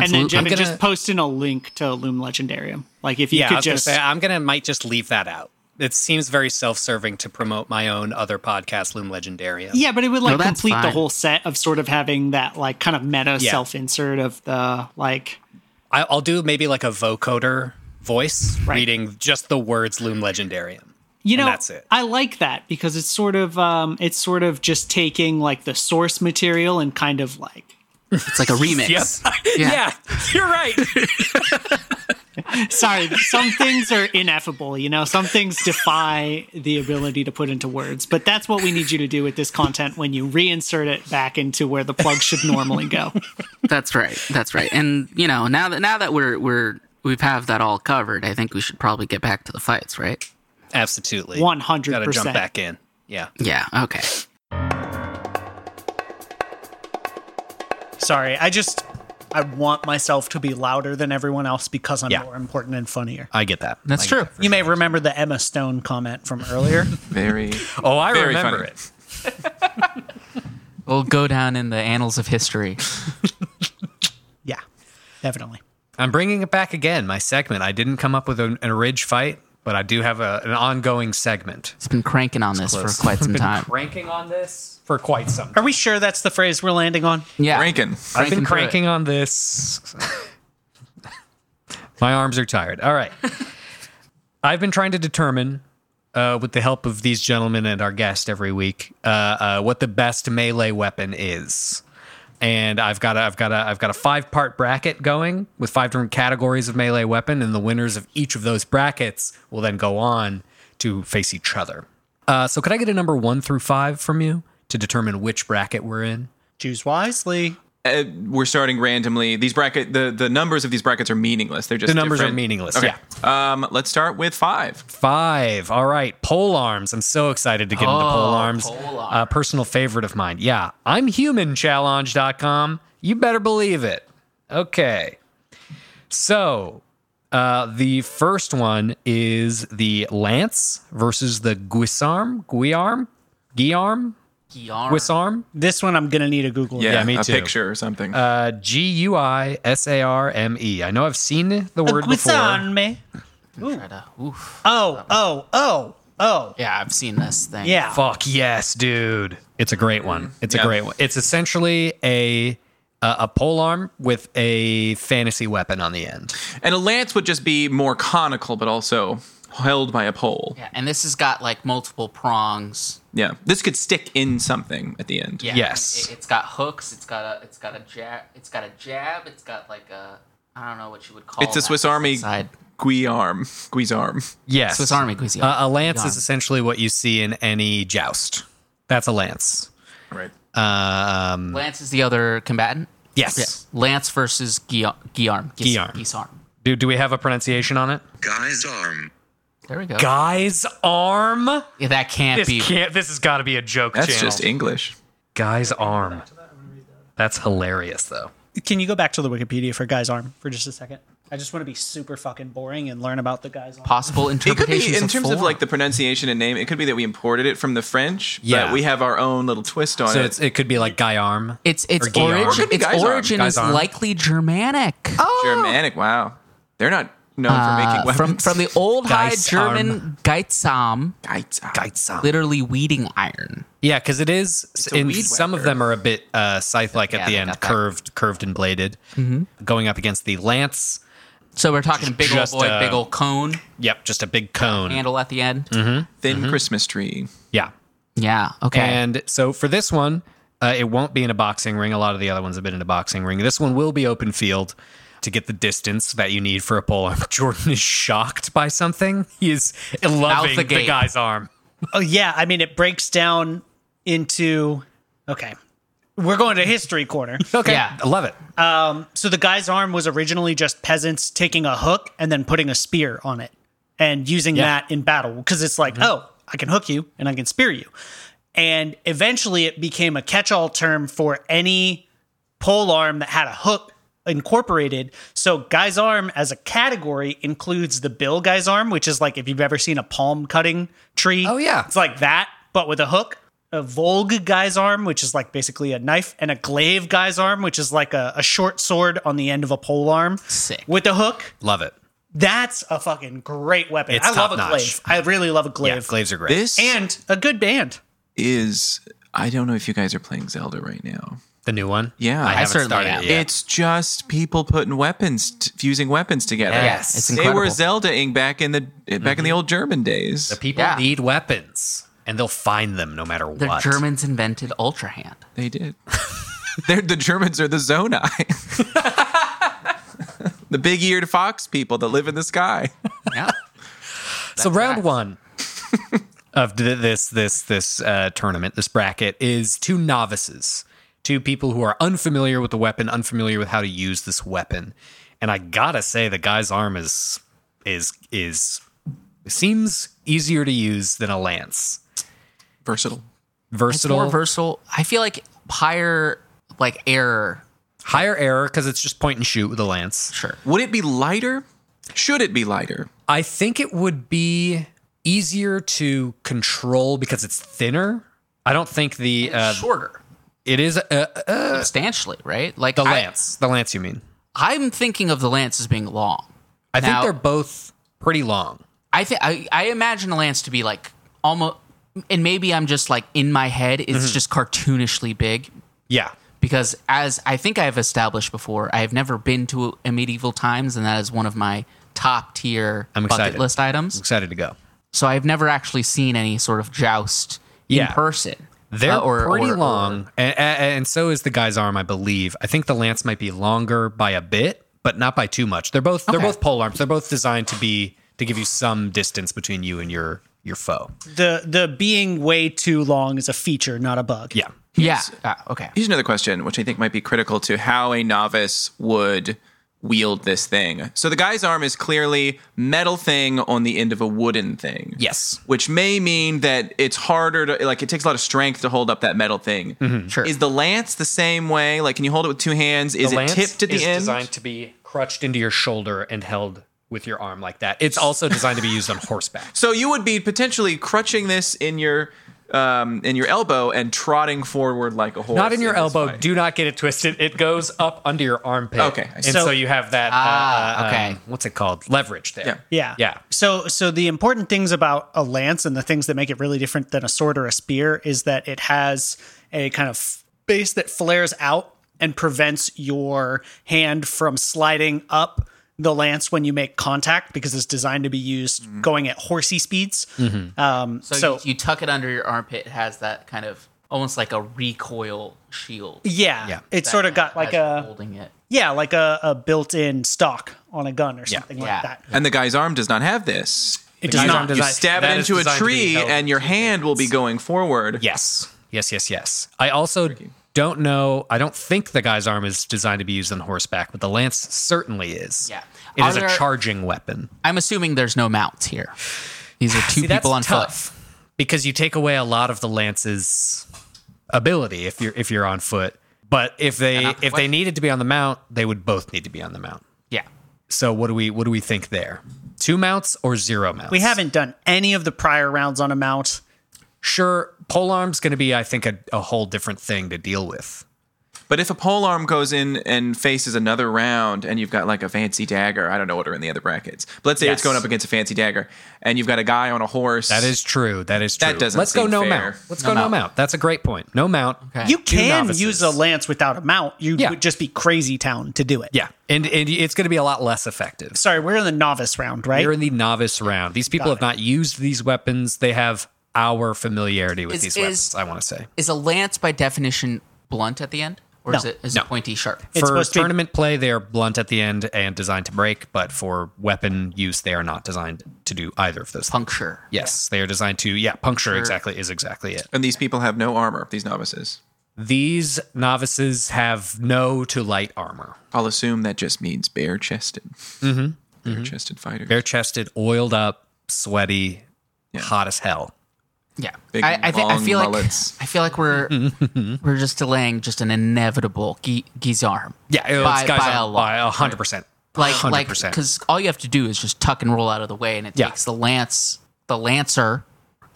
Speaker 3: Absolutely.
Speaker 2: Jim,
Speaker 1: gonna-
Speaker 2: just post in a link to Loom Legendarium. Like if you
Speaker 1: Yeah, I
Speaker 2: could
Speaker 1: was gonna
Speaker 2: just
Speaker 1: say, I'm gonna might just leave that out. It seems very self-serving to promote my own other podcast, Loom Legendarium.
Speaker 2: Yeah, but it would like
Speaker 3: that's
Speaker 2: complete the
Speaker 3: fine.
Speaker 2: whole set of sort of having that like kind of meta
Speaker 1: Yeah.
Speaker 2: self insert of the like
Speaker 1: I, I'll do maybe like a vocoder voice
Speaker 2: Right.
Speaker 1: reading just the words Loom Legendarium.
Speaker 2: you
Speaker 1: And
Speaker 2: know
Speaker 1: that's it.
Speaker 2: I like that because it's sort of um it's sort of just taking like the source material and kind of like
Speaker 3: it's like a remix. Yeah.
Speaker 1: you're right.
Speaker 2: sorry, some things are ineffable, you know, some things defy the ability to put into words. But that's what we need you to do with this content when you reinsert it back into where the plug should normally go.
Speaker 3: That's right. That's right. And you know, now that now that we're we're we've have that all covered, I think we should probably get back to the fights, right?
Speaker 1: Absolutely.
Speaker 2: 100%.
Speaker 1: Gotta jump back in. Yeah.
Speaker 3: Yeah. Okay.
Speaker 2: Sorry, I just I want myself to be louder than everyone else because I'm
Speaker 1: Yeah.
Speaker 2: more important and funnier.
Speaker 1: I get that.
Speaker 3: That's
Speaker 1: I get
Speaker 3: true.
Speaker 1: that for
Speaker 2: You
Speaker 1: sure.
Speaker 2: may remember the Emma Stone comment from earlier.
Speaker 4: Very.
Speaker 1: Oh, I
Speaker 4: Very
Speaker 1: remember
Speaker 4: funny.
Speaker 1: it.
Speaker 3: We'll go down in the annals of history.
Speaker 2: yeah, definitely.
Speaker 1: I'm bringing it back again. My segment. I didn't come up with an, an ridge fight, but I do have a, an ongoing segment.
Speaker 3: It's been cranking on this
Speaker 1: close.
Speaker 3: for quite some time.
Speaker 1: Ranking on this for quite some.
Speaker 2: Are we sure that's the phrase we're landing on?
Speaker 3: Yeah,
Speaker 4: Rankin.
Speaker 1: I've been
Speaker 3: through it.
Speaker 1: cranking on this. My arms are tired. All right. I've been trying to determine, uh, with the help of these gentlemen and our guest every week, uh, uh, what the best melee weapon is. And I've got a, I've got a, I've got a five part bracket going with five different categories of melee weapon, and the winners of each of those brackets will then go on to face each other. Uh, so, could I get a number one through five from you to determine which bracket we're in?
Speaker 2: Choose wisely.
Speaker 4: Uh, we're starting randomly. These bracket the, the numbers of these brackets are meaningless. They're just
Speaker 1: The numbers are
Speaker 4: different-
Speaker 1: meaningless,
Speaker 4: Okay. Yeah. Um, let's start with five.
Speaker 1: Five. All right. Pole arms. I'm so excited to get into pole arms.
Speaker 3: pole
Speaker 1: Uh, personal favorite of mine. Yeah. I'm humanchallenge.com. You better believe it. Okay. So uh, the first one is the lance versus the guisarm. Guiarm? Guiarm?
Speaker 3: Yarn.
Speaker 1: Guisarm?
Speaker 2: This one I'm gonna need a Google.
Speaker 4: Yeah,
Speaker 1: Yeah, me
Speaker 4: a
Speaker 1: too.
Speaker 4: picture or something.
Speaker 1: Uh, G U I S A R M E. I know I've seen the word
Speaker 2: What's
Speaker 1: before.
Speaker 2: on me?
Speaker 3: Try to- oof.
Speaker 4: Uh,
Speaker 2: Oh, oh, oh, oh.
Speaker 3: Yeah, I've seen this thing.
Speaker 2: Yeah.
Speaker 1: Fuck yes, dude. It's a great one. It's
Speaker 4: Yeah.
Speaker 1: a great one. It's essentially a a, a pole arm with a fantasy weapon on the end.
Speaker 4: and a lance would just be more conical, but also held by a pole. Yeah.
Speaker 3: Yeah, and this has got like multiple prongs.
Speaker 4: This could stick in something at the end.
Speaker 3: Yeah,
Speaker 1: Yes.
Speaker 3: it, has got hooks. It's got a. It's got a jab. It's got a jab. It's got like a. I don't know what you would call.
Speaker 4: It's a
Speaker 3: that
Speaker 4: Swiss Army
Speaker 3: side.
Speaker 4: Guiarm. Guisarm.
Speaker 1: Yes.
Speaker 3: Swiss Army cuisine.
Speaker 1: Uh, a lance
Speaker 3: Yarn.
Speaker 1: is essentially what you see in any joust. That's a lance.
Speaker 4: Right.
Speaker 1: Um,
Speaker 3: Lance is the other combatant.
Speaker 1: yes.
Speaker 3: Yeah. Lance versus Guillaume. Guillaume.
Speaker 1: Guillaume. Do do we have a pronunciation on it?
Speaker 6: Guy's arm.
Speaker 3: There we go.
Speaker 1: Guy's arm.
Speaker 3: Yeah, that can't
Speaker 1: This
Speaker 3: be.
Speaker 1: can't. This has got to be a joke.
Speaker 4: That's
Speaker 1: channel.
Speaker 4: just English.
Speaker 1: guy's arm. That's hilarious though.
Speaker 2: Can you go back to the Wikipedia for Guy's arm for just a second? I just want to be super fucking boring and learn about the guy's arm.
Speaker 3: Possible
Speaker 4: It could
Speaker 3: interpretations
Speaker 4: be in terms of
Speaker 3: form.
Speaker 4: like the pronunciation and name. It could be that we imported it from the French,
Speaker 1: Yeah.
Speaker 4: but we have our own little twist on
Speaker 1: So
Speaker 4: it.
Speaker 1: it's, it could be like guy arm.
Speaker 3: It's its
Speaker 1: Or Guillaume. Or it
Speaker 3: origin.
Speaker 4: could be
Speaker 3: Its
Speaker 4: Guy's arm.
Speaker 3: origin
Speaker 1: Guy's
Speaker 3: is
Speaker 1: arm.
Speaker 3: likely Germanic. Oh,
Speaker 4: Germanic. Wow, they're not known for making weapons.
Speaker 3: Uh, from from the old High
Speaker 1: Guy's
Speaker 3: German Geizam,
Speaker 4: Geitza.
Speaker 3: literally weeding iron.
Speaker 1: Yeah, because it is.
Speaker 4: a
Speaker 1: and
Speaker 4: weed
Speaker 1: some of
Speaker 4: whacker.
Speaker 1: them are a bit uh, scythe-like
Speaker 3: Yeah,
Speaker 1: at the
Speaker 3: they
Speaker 1: end,
Speaker 3: got that.
Speaker 1: curved, curved and bladed. Going up against the lance.
Speaker 3: So we're talking big old
Speaker 1: just,
Speaker 3: boy,
Speaker 1: uh,
Speaker 3: big old cone
Speaker 1: Yep, just a big cone.
Speaker 3: handle at the end.
Speaker 1: Mm-hmm.
Speaker 4: Thin Christmas tree.
Speaker 1: yeah,
Speaker 3: Yeah. Okay.
Speaker 1: and so for this one, uh, it won't be in a boxing ring. A lot of the other ones have been in a boxing ring. This one will be open field to get the distance that you need for a pole arm. Jordan is shocked by something. He is loving the,
Speaker 3: agape.
Speaker 1: guy's arm.
Speaker 2: Oh yeah, I mean it breaks down into okay. We're going to history corner.
Speaker 1: Okay,
Speaker 3: Yeah.
Speaker 1: I love it.
Speaker 2: So the guy's arm was originally just peasants taking a hook and then putting a spear on it and using
Speaker 1: Yeah. Mm-hmm.
Speaker 2: that in battle because it's like, oh, I can hook you and I can spear you. And eventually it became a catch-all term for any pole arm that had a hook incorporated. So guy's arm as a category includes the bill guy's arm, which is like if you've ever seen a palm cutting tree.
Speaker 1: Oh, yeah.
Speaker 2: It's like that, but with a hook. A Volg guy's arm, which is like basically a knife, and a glaive guy's arm, which is like a, a short sword on the end of a pole arm.
Speaker 3: Sick.
Speaker 2: With a hook.
Speaker 1: Love it.
Speaker 2: That's a fucking great weapon.
Speaker 1: It's
Speaker 2: I love a
Speaker 1: top-notch.
Speaker 2: glaive. I really love a glaive.
Speaker 1: Yeah, glaives are great.
Speaker 4: This
Speaker 2: And a good band.
Speaker 4: is. I don't know if you guys are playing Zelda right now.
Speaker 1: the new one.
Speaker 4: Yeah.
Speaker 1: I
Speaker 4: I
Speaker 1: haven't
Speaker 3: certainly
Speaker 1: started
Speaker 3: am.
Speaker 1: it yet.
Speaker 4: It's just people putting weapons, t- fusing weapons together.
Speaker 3: Yeah, Yes. it's
Speaker 4: they were
Speaker 3: incredible.
Speaker 4: Zeldaing back in the eh, back in the old German days.
Speaker 1: People
Speaker 3: Yeah.
Speaker 1: need weapons, and they'll find them no matter
Speaker 3: the
Speaker 1: what.
Speaker 3: Germans invented Ultra Hand.
Speaker 4: They did. They're, the Germans are the Zonai. the big-eared fox people that live in the sky.
Speaker 3: Yeah.
Speaker 1: so round one of th- this this this uh, tournament, this bracket is two novices, two people who are unfamiliar with the weapon, unfamiliar with how to use this weapon. And I gotta say, the guy's arm is is is seems easier to use than a lance.
Speaker 4: Versatile.
Speaker 1: Versatile.
Speaker 3: More versatile. I feel like higher like error
Speaker 1: Higher error because it's just point and shoot with a lance.
Speaker 3: Sure.
Speaker 4: Would it be lighter? Should it be lighter?
Speaker 1: I think it would be easier to control because it's thinner. I don't think the uh,
Speaker 3: Shorter.
Speaker 1: it is uh, uh,
Speaker 3: Substantially, right? Like
Speaker 1: the
Speaker 3: I-
Speaker 1: lance. the lance you mean?
Speaker 3: I'm thinking of the lance as being long.
Speaker 1: I think
Speaker 3: Now-
Speaker 1: they're both pretty long.
Speaker 3: I think I I imagine a lance to be like almost, and maybe I'm just like in my head.
Speaker 1: Mm-hmm.
Speaker 3: It's just cartoonishly big
Speaker 1: Yeah.
Speaker 3: because as I think I've established before, I have never been to a medieval times, and that is one of my top tier
Speaker 1: I'm
Speaker 3: bucket
Speaker 1: excited.
Speaker 3: list items.
Speaker 1: Excited to go.
Speaker 3: So I've never actually seen any sort of joust
Speaker 1: Yeah.
Speaker 3: in person.
Speaker 1: They're
Speaker 3: Uh, or-
Speaker 1: pretty
Speaker 3: or- or-
Speaker 1: long, a- a- and, so is the guy's arm, I believe. I think the lance might be longer by a bit, but not by too much. They're both they're
Speaker 3: Okay.
Speaker 1: both pole arms. They're both designed to be to give you some distance between you and your your foe.
Speaker 2: The the being way too long is a feature, not a bug.
Speaker 1: Yeah,
Speaker 3: yeah. Ah, okay.
Speaker 4: Here's another question, which I think might be critical to how a novice would wield this thing. So the guy's arm is clearly metal thing on the end of a wooden thing.
Speaker 1: Yes.
Speaker 4: Which may mean that it's harder to like it takes a lot of strength to hold up that metal thing.
Speaker 1: Mm-hmm.
Speaker 3: Sure.
Speaker 4: Is the lance the same way? Like can you hold it with two hands? Is
Speaker 1: the
Speaker 4: it
Speaker 1: lance
Speaker 4: tipped at the
Speaker 1: is
Speaker 4: end?
Speaker 1: designed to be crutched into your shoulder and held with your arm like that. It's also designed to be used on horseback.
Speaker 4: So you would be potentially crutching this in your um, in your elbow and trotting forward like a horse.
Speaker 1: Not in your
Speaker 4: this
Speaker 1: elbow.
Speaker 4: fight.
Speaker 1: Do not get it twisted. It goes up under your armpit.
Speaker 4: Okay, I
Speaker 1: and
Speaker 4: see.
Speaker 1: so, you have that.
Speaker 3: Ah,
Speaker 1: uh, um,
Speaker 3: okay.
Speaker 1: what's it called? Leverage there.
Speaker 4: Yeah.
Speaker 2: Yeah.
Speaker 1: Yeah.
Speaker 2: So so the important things about a lance and the things that make it really different than a sword or a spear is that it has a kind of base that flares out and prevents your hand from sliding up the lance when you make contact because it's designed to be used going at horsey speeds. Um, so,
Speaker 3: So, you, you tuck it under your armpit. It has that kind of almost like a recoil shield.
Speaker 2: yeah,
Speaker 1: Yeah.
Speaker 2: it's sort of got like
Speaker 3: as you're
Speaker 2: a
Speaker 3: holding it.
Speaker 2: yeah, like a, a built-in stock on a gun or something
Speaker 3: Yeah.
Speaker 2: like that.
Speaker 4: And the guy's arm does not have this.
Speaker 2: It does not.
Speaker 1: arm
Speaker 4: You
Speaker 1: design-
Speaker 4: stab
Speaker 1: that
Speaker 4: it
Speaker 1: is
Speaker 4: into a
Speaker 1: designed to be
Speaker 4: tree
Speaker 1: held
Speaker 4: and your hand will be going forward.
Speaker 1: Yes. Yes, yes, yes. I also don't know. I don't think the guy's arm is designed to be used on horseback, but the lance certainly is.
Speaker 3: Yeah.
Speaker 1: It
Speaker 3: Are
Speaker 1: is a
Speaker 3: there-
Speaker 1: charging weapon.
Speaker 3: I'm assuming there's no mounts here. These are two
Speaker 1: See,
Speaker 3: people on
Speaker 1: that's tough because you take away a lot of the lance's ability if you're if you're on foot. But if they
Speaker 3: not the
Speaker 1: if they
Speaker 3: question.
Speaker 1: needed to be on the mount, they would both need to be on the mount.
Speaker 3: foot. Yeah.
Speaker 1: So what do we what do we think there? Two mounts or zero mounts?
Speaker 2: We haven't done any of the prior rounds on a mount.
Speaker 1: sure polearm's going to be I think a, a whole different thing to deal with.
Speaker 4: But if a pole arm goes in and faces another round and you've got like a fancy dagger, I don't know what are in the other brackets. But let's say it's
Speaker 1: Yes.
Speaker 4: going up against a fancy dagger and you've got a guy on a horse.
Speaker 1: That is true. That is true.
Speaker 4: That doesn't
Speaker 1: Let's go
Speaker 4: seem
Speaker 1: no
Speaker 4: fair.
Speaker 1: mount. Let's
Speaker 3: No
Speaker 1: go no
Speaker 3: mount.
Speaker 1: mount. That's a great point. No mount.
Speaker 3: Okay.
Speaker 2: You
Speaker 1: Two
Speaker 2: can
Speaker 1: novices.
Speaker 2: use a lance without a mount. You
Speaker 1: Yeah.
Speaker 2: would just be crazy town to do it.
Speaker 1: Yeah, and, and it's going to be a lot less effective.
Speaker 2: Sorry, we're in the novice round, right?
Speaker 1: You're in the novice round. These people have not used these weapons. They have our familiarity with
Speaker 3: Is-
Speaker 1: these weapons.
Speaker 3: is-
Speaker 1: I want to say
Speaker 3: Is a lance by definition blunt at the end, or is
Speaker 2: No.
Speaker 3: it is
Speaker 1: No.
Speaker 3: it pointy sharp?
Speaker 2: It's
Speaker 1: for
Speaker 2: supposed to be-
Speaker 1: tournament play, they are blunt at the end and designed to break. But for weapon use, they are not designed to do either of those. things.
Speaker 3: Puncture.
Speaker 1: Yes, they are designed to. Yeah, puncture exactly is exactly it.
Speaker 4: And these people have no armor, these novices.
Speaker 1: These novices have no to light armor.
Speaker 4: I'll assume that just means bare chested. Mm-hmm. Bare chested fighter.
Speaker 1: Bare chested, oiled up, sweaty, hot as hell.
Speaker 3: Yeah.
Speaker 4: Big,
Speaker 3: I, I, thi- I
Speaker 4: long
Speaker 3: feel
Speaker 4: mullets.
Speaker 3: like I feel like we're we're just delaying just an inevitable gi- gizarm.
Speaker 1: Yeah, it
Speaker 3: By-
Speaker 1: was Oh, guys
Speaker 3: by
Speaker 1: by,
Speaker 3: a
Speaker 1: on,
Speaker 3: lot,
Speaker 1: by 100%.
Speaker 3: Like
Speaker 1: 100%.
Speaker 3: like because all you have to do is just tuck and roll out of the way, and it
Speaker 1: Yeah. Mm-hmm.
Speaker 3: takes the lance the lancer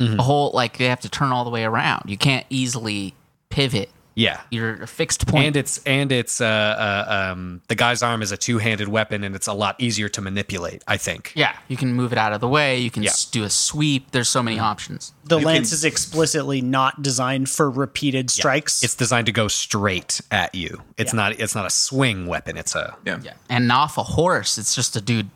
Speaker 3: a whole like they have to turn all the way around. You can't easily pivot.
Speaker 1: yeah.
Speaker 3: You're a fixed point.
Speaker 1: And it's and it's uh, uh um the guy's arm is a two-handed weapon and it's a lot easier to manipulate, I think.
Speaker 3: yeah, you can move it out of the way. You can
Speaker 1: Yeah. Mm-hmm.
Speaker 3: s- do a sweep. There's so many options.
Speaker 2: the lance is explicitly not designed for repeated strikes.
Speaker 1: It's designed to go straight at you. It's not it's not a swing weapon, it's a
Speaker 4: yeah.
Speaker 3: Yeah. And off a horse, it's just a dude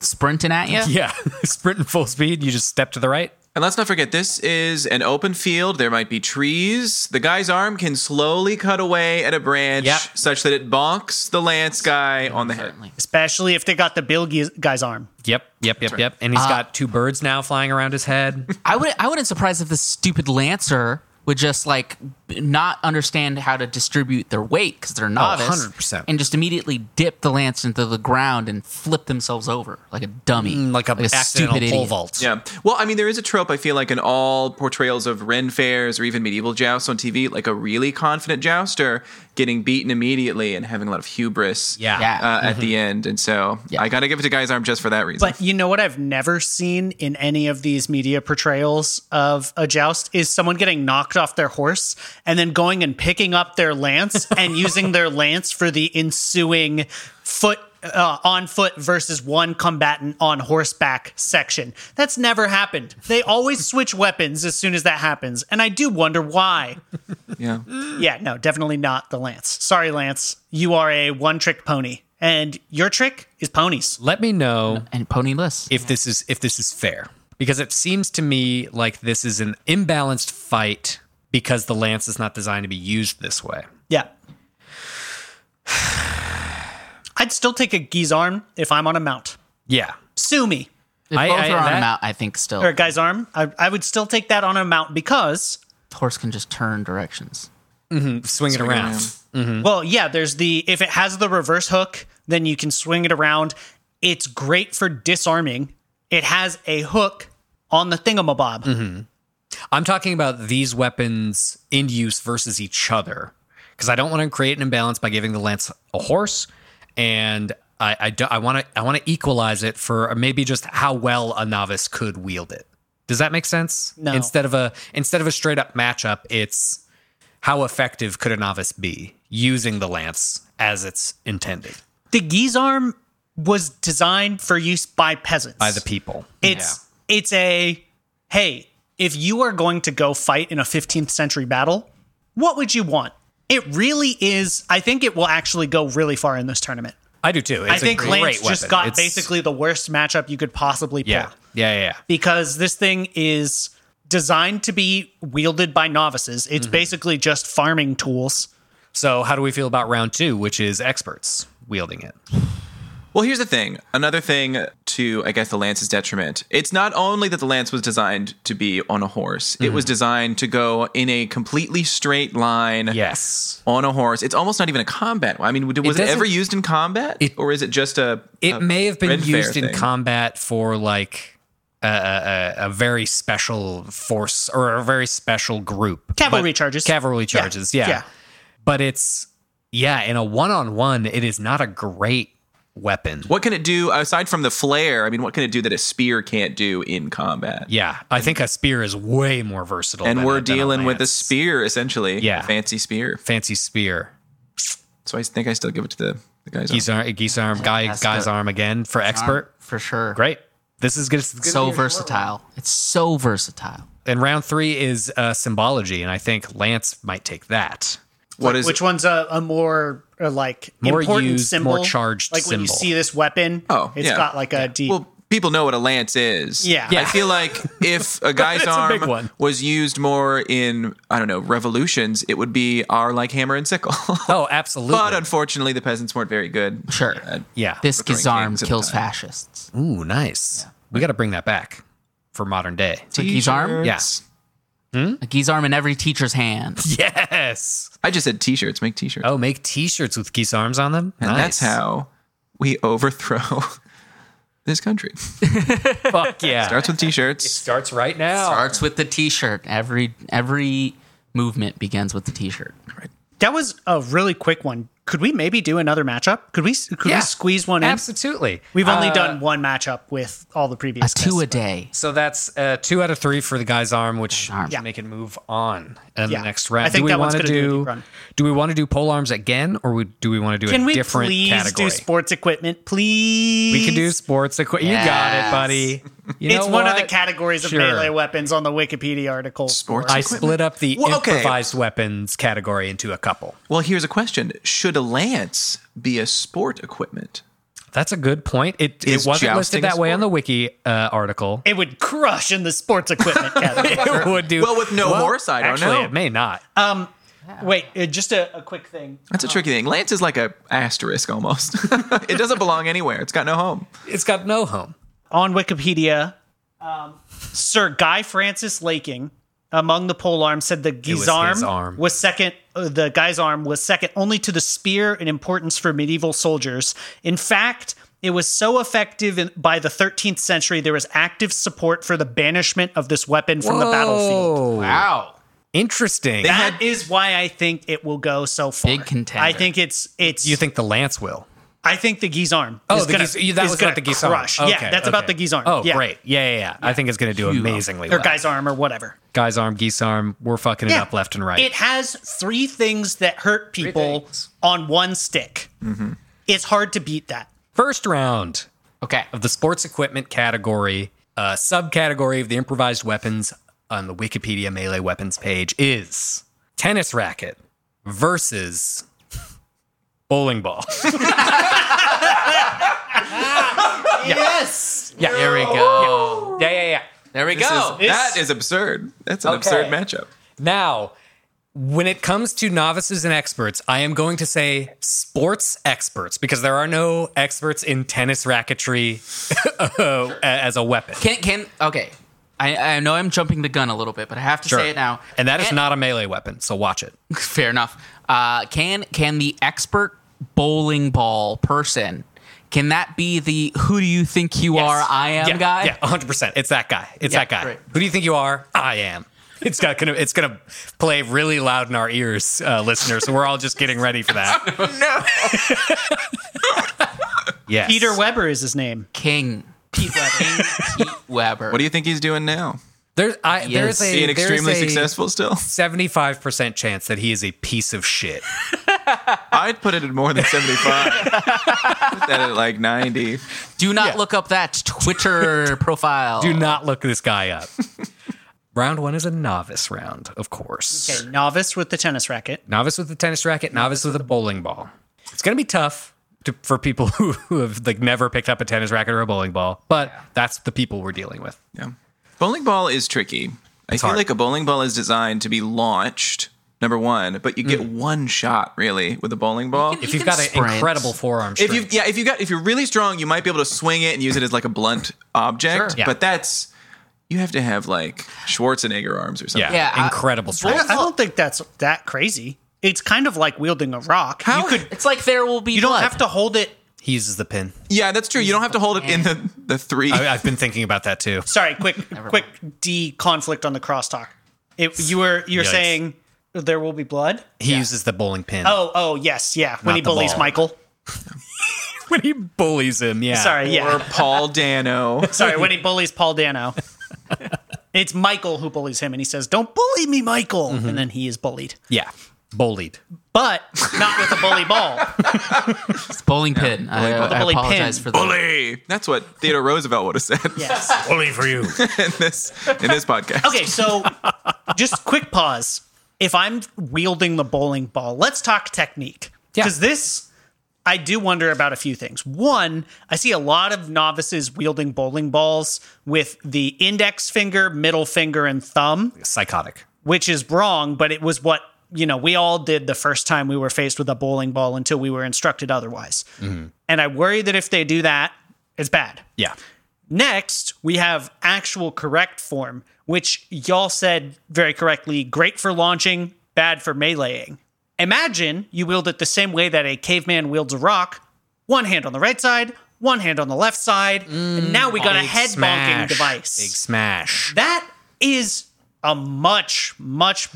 Speaker 3: sprinting at you.
Speaker 1: Yeah, sprinting full speed, you just step to the right.
Speaker 4: And let's not forget, this is an open field. There might be trees. The guy's arm can slowly cut away at a branch
Speaker 1: Yep.
Speaker 4: such that it bonks the lance guy on the head.
Speaker 3: Certainly.
Speaker 2: especially if they got the Bill Gi- guy's arm.
Speaker 1: Yep, yep, yep, yep. And he's got two birds now flying around his head.
Speaker 3: I would I wouldn't surprise if this stupid lancer would just like b- not understand how to distribute their weight because
Speaker 1: Oh,
Speaker 3: they're novice,
Speaker 1: 100%.
Speaker 3: and just immediately dip the lance into the ground and flip themselves over like a dummy,
Speaker 1: Mm, like a, accidental pole
Speaker 3: idiot.
Speaker 1: vault.
Speaker 4: Yeah. Well, I mean, there is a trope I feel like in all portrayals of Ren fairs or even medieval jousts on TV, like a really confident jouster getting beaten immediately and having a lot of hubris.
Speaker 1: Yeah.
Speaker 4: Uh,
Speaker 3: Yeah.
Speaker 4: At the end, and so
Speaker 3: Yeah.
Speaker 4: I got to give it to Guy's Arm just for that reason.
Speaker 2: But you know what I've never seen in any of these media portrayals of a joust is someone getting knocked off their horse and then going and picking up their lance and using their lance for the ensuing foot uh, on foot versus one combatant on horseback section. That's never happened. They always switch weapons as soon as that happens, and I do wonder why.
Speaker 4: yeah.
Speaker 2: Yeah, no, definitely not the lance. Sorry, Lance. You are a one-trick pony, and your trick is ponies.
Speaker 1: Let me know
Speaker 3: and ponyless.
Speaker 1: if this is if this is fair because it seems to me like this is an imbalanced fight because the lance is not designed to be used this way.
Speaker 2: Yeah. I'd still take a gee's arm if I'm on a mount.
Speaker 1: Yeah.
Speaker 2: Sue me.
Speaker 3: If
Speaker 1: I-
Speaker 3: both
Speaker 1: I-
Speaker 3: are on
Speaker 1: that-
Speaker 3: a mount, I think still
Speaker 2: Or a guy's arm. I, I would still take that on a mount because,
Speaker 3: the horse can just turn directions.
Speaker 1: Swing, it around.
Speaker 2: well, yeah, there's the, if it has the reverse hook, then you can swing it around. It's great for disarming. It has a hook on the thingamabob.
Speaker 1: Mm-hmm. I'm talking about these weapons in use versus each other because I don't want to create an imbalance by giving the lance a horse, and I I do- I want to I want to equalize it for maybe just how well a novice could wield it. Does that make sense?
Speaker 2: No.
Speaker 1: Instead of a instead of a straight up matchup, it's how effective could a novice be using the lance as it's intended
Speaker 2: The gee's arm was designed for use by peasants.
Speaker 1: by the people.
Speaker 2: It's it's a hey, if you are going to go fight in a 15th century battle, what would you want? It really is. I think it will actually go really far in this tournament.
Speaker 1: I do too. It's
Speaker 2: I think
Speaker 1: a great
Speaker 2: Lance just
Speaker 1: weapon.
Speaker 2: got
Speaker 1: It's-
Speaker 2: basically the worst matchup you could possibly pull
Speaker 1: yeah yeah yeah. yeah.
Speaker 2: because this thing is designed to be wielded by novices. It's
Speaker 1: Mm-hmm.
Speaker 2: basically just farming tools.
Speaker 1: So how do we feel about round two, which is experts wielding it?
Speaker 4: Well, here's the thing. Another thing to, I guess, the lance's detriment. It's not only that the lance was designed to be on a horse. It
Speaker 1: Mm-hmm.
Speaker 4: was designed to go in a completely straight line.
Speaker 1: Yes.
Speaker 4: On a horse. It's almost not even a combat. I mean, was it,
Speaker 1: doesn't-
Speaker 4: ever used in combat,
Speaker 1: It-
Speaker 4: or is it just a?
Speaker 1: It
Speaker 4: a
Speaker 1: may have been
Speaker 4: Ren Faire
Speaker 1: used in
Speaker 4: thing?
Speaker 1: combat for like a, a, a very special force or a very special group.
Speaker 2: Cavalry
Speaker 1: But-
Speaker 2: charges.
Speaker 1: Cavalry
Speaker 2: Yeah,
Speaker 1: charges, yeah. But it's, yeah, in a one on one, it is not a great weapon.
Speaker 4: What can it do aside from the flare? I mean, what can it do that a spear can't do in combat?
Speaker 1: Yeah, I think a spear is way more versatile.
Speaker 4: And
Speaker 1: than a-
Speaker 4: we're
Speaker 1: than a
Speaker 4: dealing with a
Speaker 1: lance.
Speaker 4: spear essentially.
Speaker 1: Yeah.
Speaker 4: A fancy spear.
Speaker 1: Fancy spear.
Speaker 4: So I think I still give it to the, the guys.
Speaker 1: Geese arm, geese arm guy,
Speaker 3: that's
Speaker 1: guy's
Speaker 3: good.
Speaker 1: arm again for expert.
Speaker 3: for sure.
Speaker 1: Great. This is good. good
Speaker 3: so versatile. It's so versatile.
Speaker 1: and round three is uh, symbology, and I think Lance might take that.
Speaker 4: what is
Speaker 2: Which one's a, a more uh, like
Speaker 1: More
Speaker 2: important
Speaker 1: used,
Speaker 2: symbol?
Speaker 1: more charged
Speaker 2: Like when you
Speaker 1: symbol.
Speaker 2: see this weapon,
Speaker 4: Oh,
Speaker 2: it's
Speaker 4: yeah.
Speaker 2: got like a deep.
Speaker 4: Well, people know what a lance is.
Speaker 2: Yeah.
Speaker 4: I feel like if a guy's
Speaker 1: It's a big
Speaker 4: arm
Speaker 1: one.
Speaker 4: was used more in, I don't know, revolutions, it would be our like hammer and sickle.
Speaker 1: Oh, absolutely.
Speaker 4: but unfortunately, the peasants weren't very good. Uh,
Speaker 3: Sure.
Speaker 4: at-
Speaker 1: yeah.
Speaker 3: This
Speaker 4: Recurring
Speaker 3: Gizarm
Speaker 4: kings at a
Speaker 3: kills
Speaker 4: time.
Speaker 3: fascists.
Speaker 1: Ooh, nice. We got to bring that back for modern day.
Speaker 3: It's a Gizarm?
Speaker 1: Yeah.
Speaker 3: A Gizarm in every teacher's hand.
Speaker 1: Yes.
Speaker 4: I just said t-shirts, make t-shirts.
Speaker 1: Oh, make T-shirts with geese arms on them.
Speaker 4: and
Speaker 1: nice.
Speaker 4: that's how we overthrow this country.
Speaker 1: Fuck yeah.
Speaker 4: Starts with t-shirts.
Speaker 1: Starts right now.
Speaker 3: Starts with the T-shirt. Every every movement begins with the T-shirt.
Speaker 2: that was a really quick one. Could we maybe do another matchup? Could we? Could we squeeze one in?
Speaker 1: Absolutely.
Speaker 2: We've only done one matchup with all the previous.
Speaker 3: Two
Speaker 2: tests.
Speaker 3: a day.
Speaker 1: So that's uh, two out of three for the guy's arm, which
Speaker 3: arm.
Speaker 1: yeah. make it move on in
Speaker 2: Yeah.
Speaker 1: the next round.
Speaker 2: I think
Speaker 1: do we
Speaker 2: that one's
Speaker 1: wanna
Speaker 2: gonna do a
Speaker 1: do?
Speaker 2: deep run.
Speaker 1: do we want to do pole arms again, or we, do we want to do
Speaker 2: Can
Speaker 1: a
Speaker 2: we
Speaker 1: different
Speaker 2: please
Speaker 1: category?
Speaker 2: do sports equipment, please?
Speaker 1: we can do sports equipment. You got it,
Speaker 3: Yes.
Speaker 1: buddy. You
Speaker 2: it's
Speaker 1: know
Speaker 2: one of the
Speaker 1: what?
Speaker 2: categories of
Speaker 1: Sure.
Speaker 2: melee weapons on the Wikipedia article.
Speaker 4: Sports
Speaker 1: I
Speaker 4: equipment.
Speaker 1: split up the
Speaker 4: Well, okay.
Speaker 1: improvised weapons category into a couple.
Speaker 4: Well, here's a question. Should a lance be a sport equipment?
Speaker 1: That's a good point. It
Speaker 4: Is
Speaker 1: it wasn't
Speaker 4: jousting
Speaker 1: listed
Speaker 4: a
Speaker 1: that way on the
Speaker 4: sport?
Speaker 1: wiki uh, article.
Speaker 2: It would crush in the sports equipment category.
Speaker 1: It would do
Speaker 4: Well, with no horse, I don't
Speaker 1: actually,
Speaker 4: know.
Speaker 1: it may not.
Speaker 2: Wait, uh, just a, a quick thing.
Speaker 4: That's
Speaker 1: Oh.
Speaker 4: a tricky thing. Lance is like a asterisk almost. it doesn't belong anywhere. It's got no home.
Speaker 1: it's got no home.
Speaker 2: on Wikipedia, um, Sir Guy Francis Laking among the pole arms said the
Speaker 1: was
Speaker 2: guy's
Speaker 1: his
Speaker 2: arm,
Speaker 1: arm.
Speaker 2: was second. uh, The guy's arm was second only to the spear in importance for medieval soldiers. In fact, it was so effective in, by the 13th century there was active support for the banishment of this weapon from the battlefield.
Speaker 3: Wow.
Speaker 1: Oh. Interesting.
Speaker 2: That is why I think it will go so far.
Speaker 3: Big contender.
Speaker 2: I think it's it's.
Speaker 1: you think the lance will?
Speaker 2: I think the geese arm.
Speaker 1: Oh,
Speaker 2: is
Speaker 1: the
Speaker 2: gonna,
Speaker 1: geese, that
Speaker 2: is
Speaker 1: was
Speaker 2: gonna
Speaker 1: not the geese
Speaker 2: crush.
Speaker 1: arm.
Speaker 2: yeah, that's about the geese arm.
Speaker 1: Oh,
Speaker 2: yeah.
Speaker 1: great. Yeah, yeah, yeah. I think it's going to do amazingly
Speaker 2: Or
Speaker 1: well.
Speaker 2: guy's arm or whatever.
Speaker 1: Guy's arm, geese arm. We're fucking it up left and right.
Speaker 2: It has three things that hurt people on one stick.
Speaker 1: Mm-hmm.
Speaker 2: It's hard to beat that.
Speaker 1: First round
Speaker 3: Okay.
Speaker 1: of the sports equipment category, uh, subcategory of the improvised weapons on the Wikipedia melee weapons page is tennis racket versus bowling ball.
Speaker 2: Yes.
Speaker 1: yeah,
Speaker 3: There we go.
Speaker 1: yeah, yeah, yeah.
Speaker 3: There we
Speaker 4: This
Speaker 3: go.
Speaker 4: is- that is absurd. That's an absurd matchup.
Speaker 1: Now, when it comes to novices and experts, I am going to say sports experts because there are no experts in tennis racketry uh, as a weapon.
Speaker 3: Can can okay. I, I know I'm jumping the gun a little bit, but I have to
Speaker 1: Sure.
Speaker 3: say it now.
Speaker 1: And that is
Speaker 3: Can-
Speaker 1: not a melee weapon, so watch it.
Speaker 3: fair enough. Uh, can can the expert bowling ball person can that be the who do you think you are I am
Speaker 1: yeah,
Speaker 3: guy?
Speaker 1: Yeah, 100%. It's that guy. It's
Speaker 3: Yeah,
Speaker 1: that guy.
Speaker 3: right.
Speaker 1: Who do you think you are? I am. It's got- gonna it's gonna play really loud in our ears, uh, listeners. So we're all just getting ready for that.
Speaker 3: No.
Speaker 1: Yes.
Speaker 2: Peter Weber is his name.
Speaker 3: King Pete Weber. Pete Weber.
Speaker 4: What do you think he's doing now?
Speaker 1: There's I,
Speaker 3: Yes.
Speaker 1: there's a
Speaker 4: Being
Speaker 1: there's
Speaker 4: extremely
Speaker 1: a
Speaker 4: successful still?
Speaker 1: 75% chance that he is a piece of shit.
Speaker 4: I'd put it at more than 75. put that at like 90.
Speaker 3: Do not look up that Twitter profile.
Speaker 1: Do not look this guy up. round one is a novice round, of course.
Speaker 2: Okay, novice with the tennis racket.
Speaker 1: Novice with a tennis racket, novice with a bowling ball. It's going to be tough to, for people who, who have like never picked up a tennis racket or a bowling ball, but that's the people we're dealing with.
Speaker 4: Yeah. Bowling ball is tricky. I feel
Speaker 1: hard.
Speaker 4: like a bowling ball is designed to be launched, number one, but you get
Speaker 1: Mm.
Speaker 4: one shot really with a bowling ball.
Speaker 3: You
Speaker 1: If
Speaker 3: can
Speaker 1: you've got
Speaker 3: sprint.
Speaker 1: an incredible forearm
Speaker 4: If
Speaker 1: strength,
Speaker 4: you yeah, if you got if you're really strong, you might be able to swing it and use it as like a blunt object.
Speaker 1: Yeah.
Speaker 4: But that's you have to have like Schwarzenegger arms or something.
Speaker 1: yeah,
Speaker 3: Yeah, I-
Speaker 1: incredible strength.
Speaker 2: I don't think that's that crazy. It's kind of like wielding a rock.
Speaker 4: How-
Speaker 2: you could
Speaker 3: It's like there will be.
Speaker 2: you don't
Speaker 3: blood.
Speaker 2: have to hold it.
Speaker 1: He uses the pin.
Speaker 4: Yeah, that's true. You don't have to hold it in the the three.
Speaker 1: I, I've been thinking about that too.
Speaker 2: Sorry, quick quick D conflict on the crosstalk. It, you were you're
Speaker 1: Yikes.
Speaker 2: saying there will be blood?
Speaker 1: He uses the bowling pin
Speaker 2: Oh, oh, yes, yeah. When
Speaker 1: Not
Speaker 2: he
Speaker 1: the
Speaker 2: bullies
Speaker 1: ball.
Speaker 2: Michael.
Speaker 1: when he bullies him. Yeah,
Speaker 2: Sorry, yeah.
Speaker 4: Or Paul Dano.
Speaker 2: Sorry, when he bullies Paul Dano. it's Michael who bullies him, and he says, Don't bully me, Michael. And then he is bullied,
Speaker 1: yeah, bullied.
Speaker 2: but not with a bully ball.
Speaker 3: It's bowling pin. I,
Speaker 4: ball.
Speaker 3: I
Speaker 2: Bowling pin.
Speaker 3: apologize for that.
Speaker 4: Bully. That's what Theodore Roosevelt would have said
Speaker 2: Yes.
Speaker 1: Bully for you.
Speaker 4: in this in this podcast.
Speaker 2: Okay, so just quick pause. If I'm wielding the bowling ball, let's talk technique.
Speaker 1: Yeah.
Speaker 2: Because this, I do wonder about a few things. One, I see a lot of novices wielding bowling balls with the index finger, middle finger, and thumb.
Speaker 1: Psychotic.
Speaker 2: which is wrong, but it was what, you know, we all did the first time we were faced with a bowling ball until we were instructed otherwise. And I worry that if they do that, it's bad.
Speaker 1: Yeah,
Speaker 2: Next, we have actual correct form, which y'all said very correctly great for launching, bad for meleeing. Imagine you wield it the same way that a caveman wields a rock one hand on the right side, one hand on the left side, and now we got a
Speaker 1: Big
Speaker 2: head bonking
Speaker 1: smash.
Speaker 2: device.
Speaker 1: Big smash.
Speaker 2: That is a much, much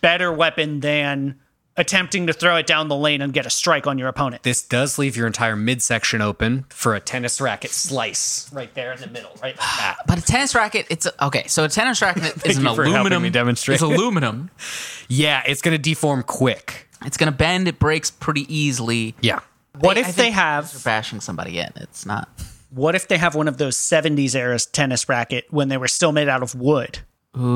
Speaker 2: better weapon than attempting to throw it down the lane and get a strike on your opponent.
Speaker 1: This does leave your entire midsection open for a tennis racket slice.
Speaker 2: Right there in the middle, right like that.
Speaker 3: But a tennis racket, it's a, okay. So a tennis racket is an
Speaker 1: you for helping
Speaker 3: aluminum.
Speaker 1: me demonstrate.
Speaker 3: It's aluminum.
Speaker 1: Yeah, it's gonna deform quick.
Speaker 3: It's gonna bend. It breaks pretty easily.
Speaker 1: Yeah.
Speaker 2: What
Speaker 3: I
Speaker 2: if they
Speaker 3: think
Speaker 2: have
Speaker 3: They're bashing somebody in. It's not.
Speaker 2: what if they have one of those 70s era tennis racket when they were still made out of wood?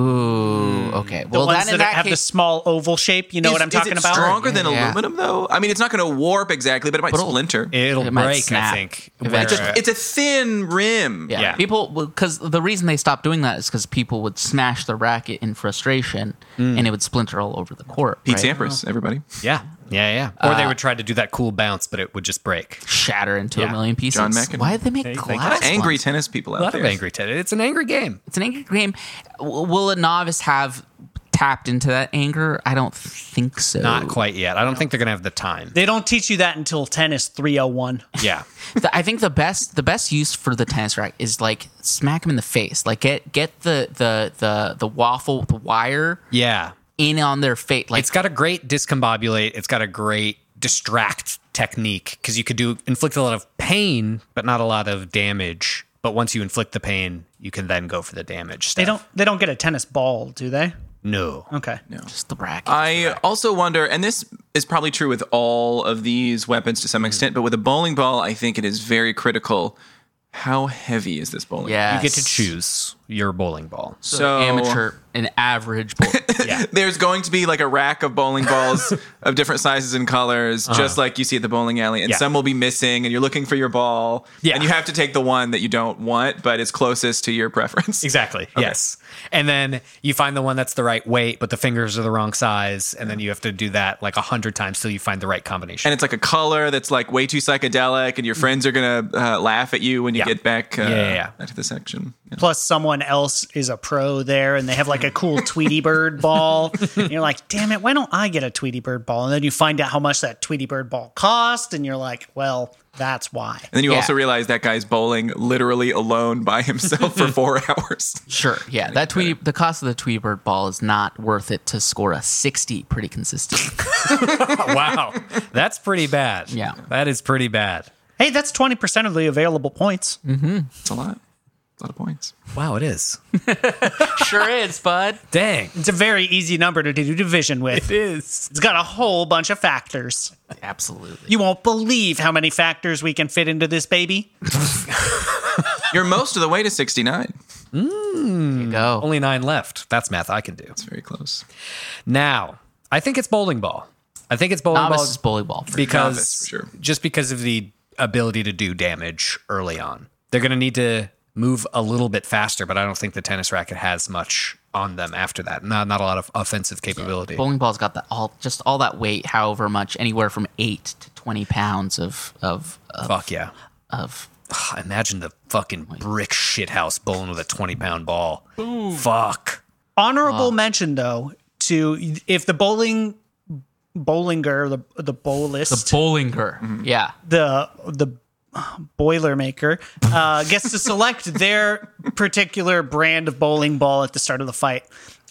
Speaker 3: Ooh. Okay.
Speaker 2: The
Speaker 3: Well,
Speaker 2: ones
Speaker 3: that
Speaker 2: that,
Speaker 3: in that
Speaker 2: have
Speaker 3: case,
Speaker 2: the small oval shape, you know
Speaker 4: Is-
Speaker 2: what I'm
Speaker 4: is
Speaker 2: talking
Speaker 4: it
Speaker 2: about?
Speaker 4: Stronger than
Speaker 3: Yeah.
Speaker 4: aluminum, though. I mean, it's not going to warp exactly, but it might
Speaker 3: it'll-
Speaker 4: splinter.
Speaker 1: It'll
Speaker 3: It might
Speaker 1: break, I
Speaker 3: snap
Speaker 1: think.
Speaker 3: eventually.
Speaker 1: where-
Speaker 4: it's a thin rim.
Speaker 3: Yeah.
Speaker 1: Yeah.
Speaker 3: People, because the reason they stopped doing that is because people would smash the racket in frustration and it would splinter all over the court.
Speaker 4: Pete
Speaker 3: right?
Speaker 4: Sampras, everybody.
Speaker 1: yeah. Yeah, yeah. Or they would try to do that cool bounce, but it would just break.
Speaker 3: shatter into a
Speaker 1: Yeah.
Speaker 3: million pieces.
Speaker 4: John McEnroe.
Speaker 3: Why did they make
Speaker 1: thank
Speaker 3: glass?
Speaker 4: Angry
Speaker 3: ones?
Speaker 4: tennis people out
Speaker 1: A lot
Speaker 4: there.
Speaker 1: of angry Ted. It's an angry game.
Speaker 3: It's an angry game. W- Will a novice have tapped into that anger? I don't think so.
Speaker 1: Not quite yet. I don't think they're gonna have the time.
Speaker 2: They don't teach you that until tennis 301.
Speaker 1: Yeah.
Speaker 3: The- I think the best the best use for the tennis racket is like smack him in the face. Like get get the the the the waffle the wire
Speaker 1: Yeah.
Speaker 3: in on their face. Like
Speaker 1: It's got a great discombobulate. It's got a great distract technique because you could do inflict a lot of pain, but not a lot of damage. But once you inflict the pain, you can then go for the damage. Stuff.
Speaker 2: They don't they don't get a tennis ball, do they?
Speaker 1: No.
Speaker 2: Okay.
Speaker 3: just the racket.
Speaker 1: Uh,
Speaker 4: I also wonder, and this is probably true with all of these weapons to some
Speaker 3: Mm.
Speaker 4: extent, but with a bowling ball, I think it is very critical. How heavy is this bowling? ball?
Speaker 3: yeah,
Speaker 1: You get to choose your bowling ball.
Speaker 4: So
Speaker 3: amateur an average bowl.
Speaker 1: Yeah.
Speaker 4: There's going to be like a rack of bowling balls of different sizes and colors, just like you see at the bowling alley, and
Speaker 1: Uh-huh. Yeah.
Speaker 4: some will be missing, and you're looking for your ball,
Speaker 1: Yeah.
Speaker 4: and you have to take the one that you don't want, but it's closest to your preference.
Speaker 1: Exactly. Yes. And then you find the one that's the right weight, but the fingers are the wrong size, and then you have to do that like a hundred times till you find the right combination.
Speaker 4: And it's like a color that's like way too psychedelic, and your friends are gonna uh, laugh at you when
Speaker 1: Mm-hmm.
Speaker 4: you
Speaker 1: Yeah.
Speaker 4: get back, uh,
Speaker 1: Yeah, yeah, yeah.
Speaker 4: back to the section. Yeah.
Speaker 2: Plus someone else is a pro there and they have like a cool Tweety Bird ball. And you're like, "Damn it, why don't I get a Tweety Bird ball?" And then you find out how much that Tweety Bird ball cost and you're like, "Well, that's why."
Speaker 4: And then you
Speaker 3: Yeah.
Speaker 4: also realize that guy's bowling literally alone by himself for four hours.
Speaker 3: Sure. Yeah, that Tweety, the cost of the Tweety Bird ball is not worth it to score a sixty pretty consistently.
Speaker 1: wow. That's pretty bad.
Speaker 3: Yeah.
Speaker 1: That is pretty bad.
Speaker 2: Hey, that's 20% of the available points.
Speaker 4: It's a lot. It's a lot of points.
Speaker 1: Wow, it is.
Speaker 3: sure is, bud.
Speaker 1: Dang.
Speaker 2: It's a very easy number to do division with.
Speaker 1: is.
Speaker 2: It's got a whole bunch of factors.
Speaker 3: Absolutely.
Speaker 2: You won't believe how many factors we can fit into this baby.
Speaker 4: You're most of the way to 69.
Speaker 3: You go.
Speaker 1: Hmm. Only nine left. That's math I can do.
Speaker 4: It's very close.
Speaker 1: Now, I think it's bowling ball. I think it's bowling
Speaker 3: Thomas
Speaker 1: ball
Speaker 3: is bully ball. for
Speaker 1: because
Speaker 4: Novice, for sure.
Speaker 1: just because of the ability to do damage early on. They're going to need to move a little bit faster, but I don't think the tennis racket has much on them after that. Not not a lot of offensive capability.
Speaker 3: bowling ball's got that all just all that weight however much anywhere from 8 to 20 pounds of of of,
Speaker 1: Fuck yeah.
Speaker 3: of
Speaker 1: Ugh, Imagine the fucking brick shit house bowling with a 20 pound ball. Fuck.
Speaker 2: Honorable mention though to if the bowling bowlinger the the bowlist
Speaker 3: bowlinger yeah
Speaker 2: the the boilermaker uh, gets to select their particular brand of bowling ball at the start of the fight.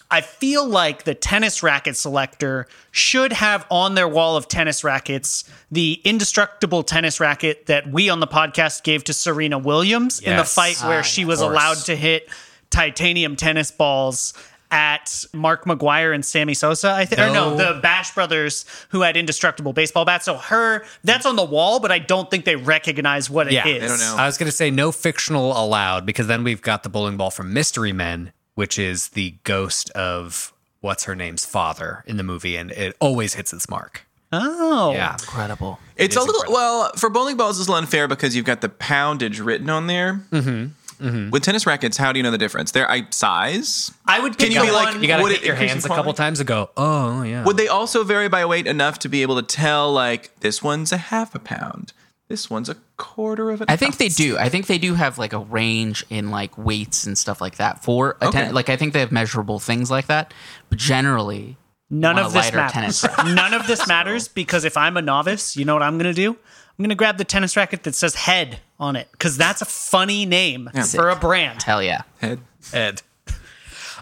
Speaker 2: I feel like the tennis racket selector should have on their wall of tennis rackets the indestructible tennis racket that we on the podcast gave to Serena Williams in the
Speaker 1: Yes.
Speaker 2: fight where she was
Speaker 1: Ah, course.
Speaker 2: allowed to hit titanium tennis balls at Mark McGuire and Sammy Sosa, I think. Or no,
Speaker 1: No.
Speaker 2: the Bash brothers who had indestructible baseball bats. So her, that's on the wall, but I don't think they recognize what it is.
Speaker 1: Yeah, they
Speaker 4: don't know.
Speaker 1: I was going to say no fictional allowed because then we've got the bowling ball from Mystery Men, which is the ghost of what's her name's father in the movie, and it always hits its mark.
Speaker 2: Oh,
Speaker 1: Yeah.
Speaker 3: incredible
Speaker 4: It's a little, well, for bowling balls, it's a little unfair because you've got the poundage written on there. Mm-hmm. With tennis rackets, how do you know the difference? They're I, size.
Speaker 2: I would.
Speaker 4: Can
Speaker 2: pick
Speaker 4: you be
Speaker 2: up
Speaker 4: like-
Speaker 2: one-
Speaker 1: You got to
Speaker 4: Would
Speaker 1: hit
Speaker 4: it
Speaker 1: your
Speaker 4: increase
Speaker 1: hands
Speaker 4: in
Speaker 1: a couple
Speaker 4: quality?
Speaker 1: times and go, oh, yeah.
Speaker 4: Would they also vary by weight enough to be able to tell, like, this one's a half a pound, this one's a quarter of an
Speaker 3: i think they
Speaker 4: ounce?
Speaker 3: do i think they do have like a range in like weights and stuff like that for a ten-
Speaker 4: Okay.
Speaker 3: like i think they have measurable things like that but generally
Speaker 2: None
Speaker 3: on a
Speaker 2: of this
Speaker 3: lighter
Speaker 2: matters.
Speaker 3: tennis
Speaker 2: None of this matters because if I'm a novice, you know what I'm going to do? I'm going to grab the tennis racket that says head on it because that's a funny name for a brand.
Speaker 3: hell yeah
Speaker 4: Head.
Speaker 1: Ed.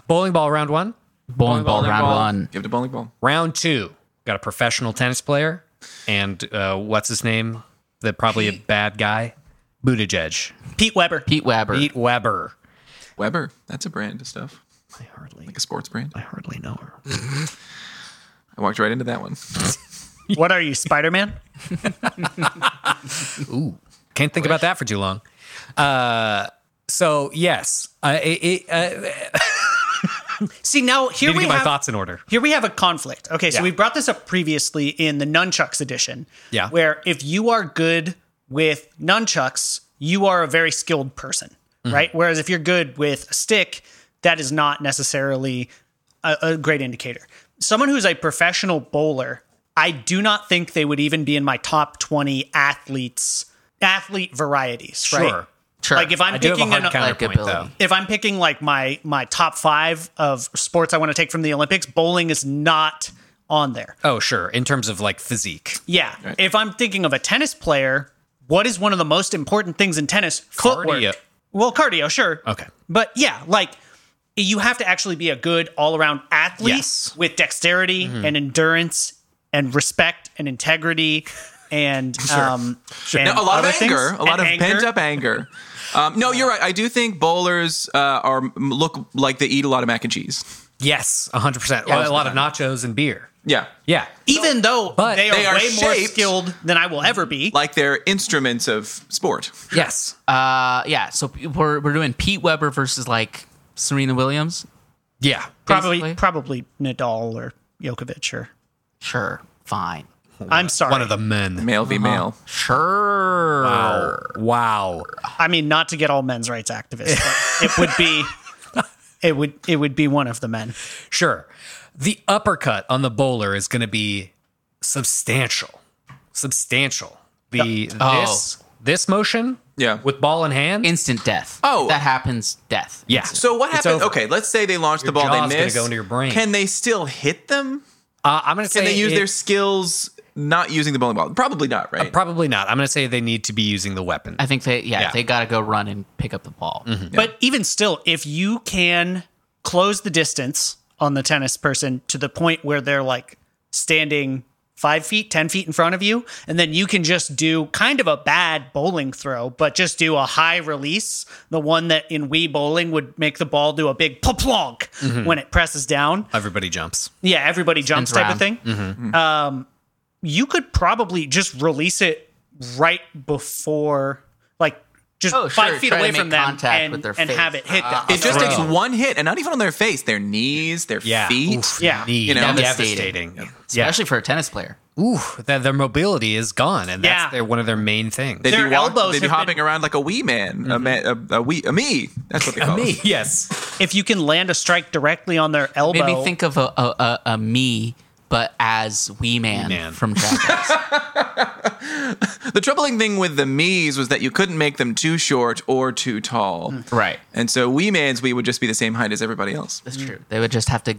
Speaker 1: Bowling ball round one.
Speaker 3: bowling, ball, round
Speaker 4: Ball.
Speaker 3: one
Speaker 4: Give it a bowling ball.
Speaker 1: Round two. Got a professional tennis player and uh, what's his name? The probably a bad guy. Buttigieg.
Speaker 2: Pete Weber.
Speaker 3: pete weber
Speaker 1: Pete Weber.
Speaker 4: Weber. That's a brand of stuff,
Speaker 1: I hardly,
Speaker 4: like a sports brand.
Speaker 1: I hardly know her.
Speaker 4: I walked right into that one.
Speaker 2: What are you, Spider Man?
Speaker 1: Can't think about that for too long. Uh, so yes, uh, it, it, uh,
Speaker 2: See, now here
Speaker 1: need to
Speaker 2: we
Speaker 1: get my
Speaker 2: have
Speaker 1: thoughts in order.
Speaker 2: Here we have a conflict. Okay, so
Speaker 1: Yeah.
Speaker 2: we brought this up previously in the nunchucks edition.
Speaker 1: Yeah.
Speaker 2: Where if you are good with nunchucks, you are a very skilled person,
Speaker 1: Mm-hmm.
Speaker 2: right? Whereas if you're good with a stick, that is not necessarily a, a great indicator. Someone who's a professional bowler I do not think they would even be in my top 20 athletes, athlete varieties, right?
Speaker 1: Sure.
Speaker 3: Sure.
Speaker 2: Like if I'm
Speaker 1: I do have a
Speaker 2: picking
Speaker 1: hard
Speaker 2: an,
Speaker 1: counterpoint though.
Speaker 3: Likability.
Speaker 2: if I'm picking like my my top 5 of sports I want to take from the Olympics, bowling is not on there.
Speaker 1: Oh, sure. In terms of like physique,
Speaker 2: Yeah. If I'm thinking of a tennis player, what is one of the most important things in tennis? Footwork.
Speaker 1: Cardio.
Speaker 2: Well, cardio, sure.
Speaker 1: Okay.
Speaker 2: But yeah, like you have to actually be a good all around athlete
Speaker 1: Yes.
Speaker 2: with dexterity
Speaker 4: Mm-hmm.
Speaker 2: and endurance and respect and integrity and um and
Speaker 4: Now, a lot of
Speaker 2: other things.
Speaker 4: anger, a lot
Speaker 2: And
Speaker 4: of pent up anger. Um, no, you're right. I do think bowlers uh, are look like they eat a lot of mac and cheese.
Speaker 1: yes, hundred percent.
Speaker 4: I was
Speaker 1: A lot of nachos and beer.
Speaker 4: Yeah,
Speaker 1: Yeah,
Speaker 2: Even though
Speaker 1: But
Speaker 2: they, are
Speaker 4: they are
Speaker 2: way more
Speaker 4: shaped-
Speaker 2: skilled than I will ever be.
Speaker 4: like they're instruments of sport.
Speaker 1: yes,
Speaker 3: Uh, yeah. So p- we're we're doing Pete Weber versus like Serena Williams.
Speaker 1: yeah.
Speaker 2: probably
Speaker 3: basically.
Speaker 2: probably Nadal or Djokovic or
Speaker 3: Sure. Fine.
Speaker 2: I'm sorry.
Speaker 1: One of the men.
Speaker 4: Male v male.
Speaker 3: Sure.
Speaker 1: Wow. Wow.
Speaker 2: I mean, not to get all men's rights activists, but it would be it would it would be one of the men.
Speaker 1: Sure. The uppercut on the bowler is going to be substantial. Substantial. The
Speaker 3: Oh.
Speaker 1: this this motion,
Speaker 4: Yeah.
Speaker 1: with ball in hand.
Speaker 3: Instant death.
Speaker 4: Oh.
Speaker 3: If that happens. Death.
Speaker 1: yeah.
Speaker 4: So what
Speaker 1: It's
Speaker 4: happens?
Speaker 1: over.
Speaker 4: Okay, let's say they launch the
Speaker 1: Your
Speaker 4: ball.
Speaker 1: jaw's
Speaker 4: they
Speaker 1: gonna
Speaker 4: miss.
Speaker 1: go into your brain.
Speaker 4: Can they still hit them?
Speaker 1: Uh, I'm going to say
Speaker 4: Can they use
Speaker 1: it-
Speaker 4: their skills not using the bowling ball? Probably not, right?
Speaker 1: probably not. I'm going to say they need to be using the weapon.
Speaker 3: I think they yeah,
Speaker 1: Yeah.
Speaker 3: they gotta go run and pick up the ball.
Speaker 2: But even still, if you can close the distance on the tennis person to the point where they're like standing five feet, 10 feet in front of you, and then you can just do kind of a bad bowling throw, but just do a high release, the one that in Wii bowling would make the ball do a big plonk
Speaker 1: Mm-hmm.
Speaker 2: when it presses down.
Speaker 1: Everybody jumps.
Speaker 2: Yeah, everybody jumps type
Speaker 3: around.
Speaker 2: of thing.
Speaker 3: Mm-hmm.
Speaker 2: Um, you could probably just release it right before, like just
Speaker 3: Oh,
Speaker 2: five
Speaker 3: sure,
Speaker 2: feet
Speaker 3: try to
Speaker 2: away
Speaker 3: make
Speaker 2: from them
Speaker 3: contact
Speaker 2: and,
Speaker 3: with their
Speaker 2: and
Speaker 3: face. Ah.
Speaker 2: have it hit them.
Speaker 4: It just
Speaker 1: Throw.
Speaker 4: takes one hit, and not even on their face, their knees, their
Speaker 1: Yeah.
Speaker 4: feet.
Speaker 1: Oof,
Speaker 2: Yeah.
Speaker 1: knee.
Speaker 4: You know,
Speaker 1: devastating. Yeah.
Speaker 3: Especially for a tennis player.
Speaker 1: Ooh, their, their mobility is gone, and that's
Speaker 2: Yeah.
Speaker 1: their, one of their main things.
Speaker 4: They'd
Speaker 2: Their
Speaker 4: be walk-
Speaker 2: elbows
Speaker 4: They'd be
Speaker 2: have
Speaker 4: hopping
Speaker 2: been-
Speaker 4: around like a wee man, a man, a, a wee, a me. That's what they call
Speaker 1: me,
Speaker 4: it.
Speaker 1: yes.
Speaker 2: if you can land a strike directly on their elbow,
Speaker 3: Made me think of a a, a, a me, but as Wee Man,
Speaker 1: Man.
Speaker 3: from Jackass.
Speaker 4: The troubling thing with the me's was that you couldn't make them too short or too tall.
Speaker 1: Hmm.
Speaker 3: right.
Speaker 4: And so wee man's we would just be the same height as everybody else.
Speaker 3: That's true. They would just have to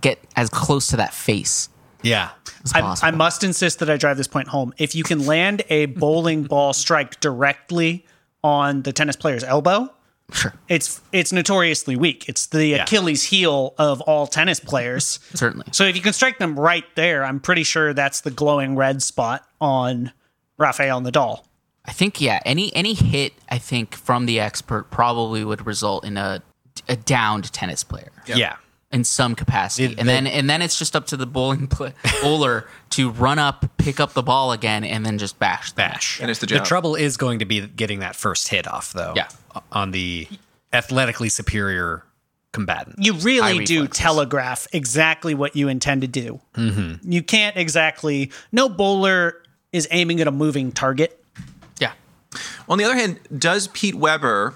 Speaker 3: get as close to that face
Speaker 1: Yeah.
Speaker 3: as
Speaker 2: I,
Speaker 3: possible.
Speaker 2: I must insist that I drive this point home. If you can land a bowling ball strike directly on the tennis player's elbow,
Speaker 3: sure.
Speaker 2: it's it's notoriously weak. It's the Achilles heel of all tennis players.
Speaker 3: Certainly.
Speaker 2: So if you can strike them right there, I'm pretty sure that's the glowing red spot on Rafael Nadal.
Speaker 3: I think yeah, any any hit I think from the expert probably would result in a a downed tennis player
Speaker 1: Yeah.
Speaker 3: in some capacity, and then and then it's just up to the bowling pl- bowler to run up, pick up the ball again, and then just bash. them.
Speaker 1: Bash.
Speaker 4: Finish the
Speaker 1: The
Speaker 4: job.
Speaker 1: trouble is going to be getting that first hit off, though.
Speaker 3: Yeah.
Speaker 1: On the athletically superior combatant.
Speaker 2: You really
Speaker 3: Eye
Speaker 2: do
Speaker 3: reflexes.
Speaker 2: telegraph exactly what you intend to do.
Speaker 4: Mm-hmm.
Speaker 2: You can't exactly. No bowler is aiming at a moving target.
Speaker 3: Yeah,
Speaker 4: On the other hand, does Pete Weber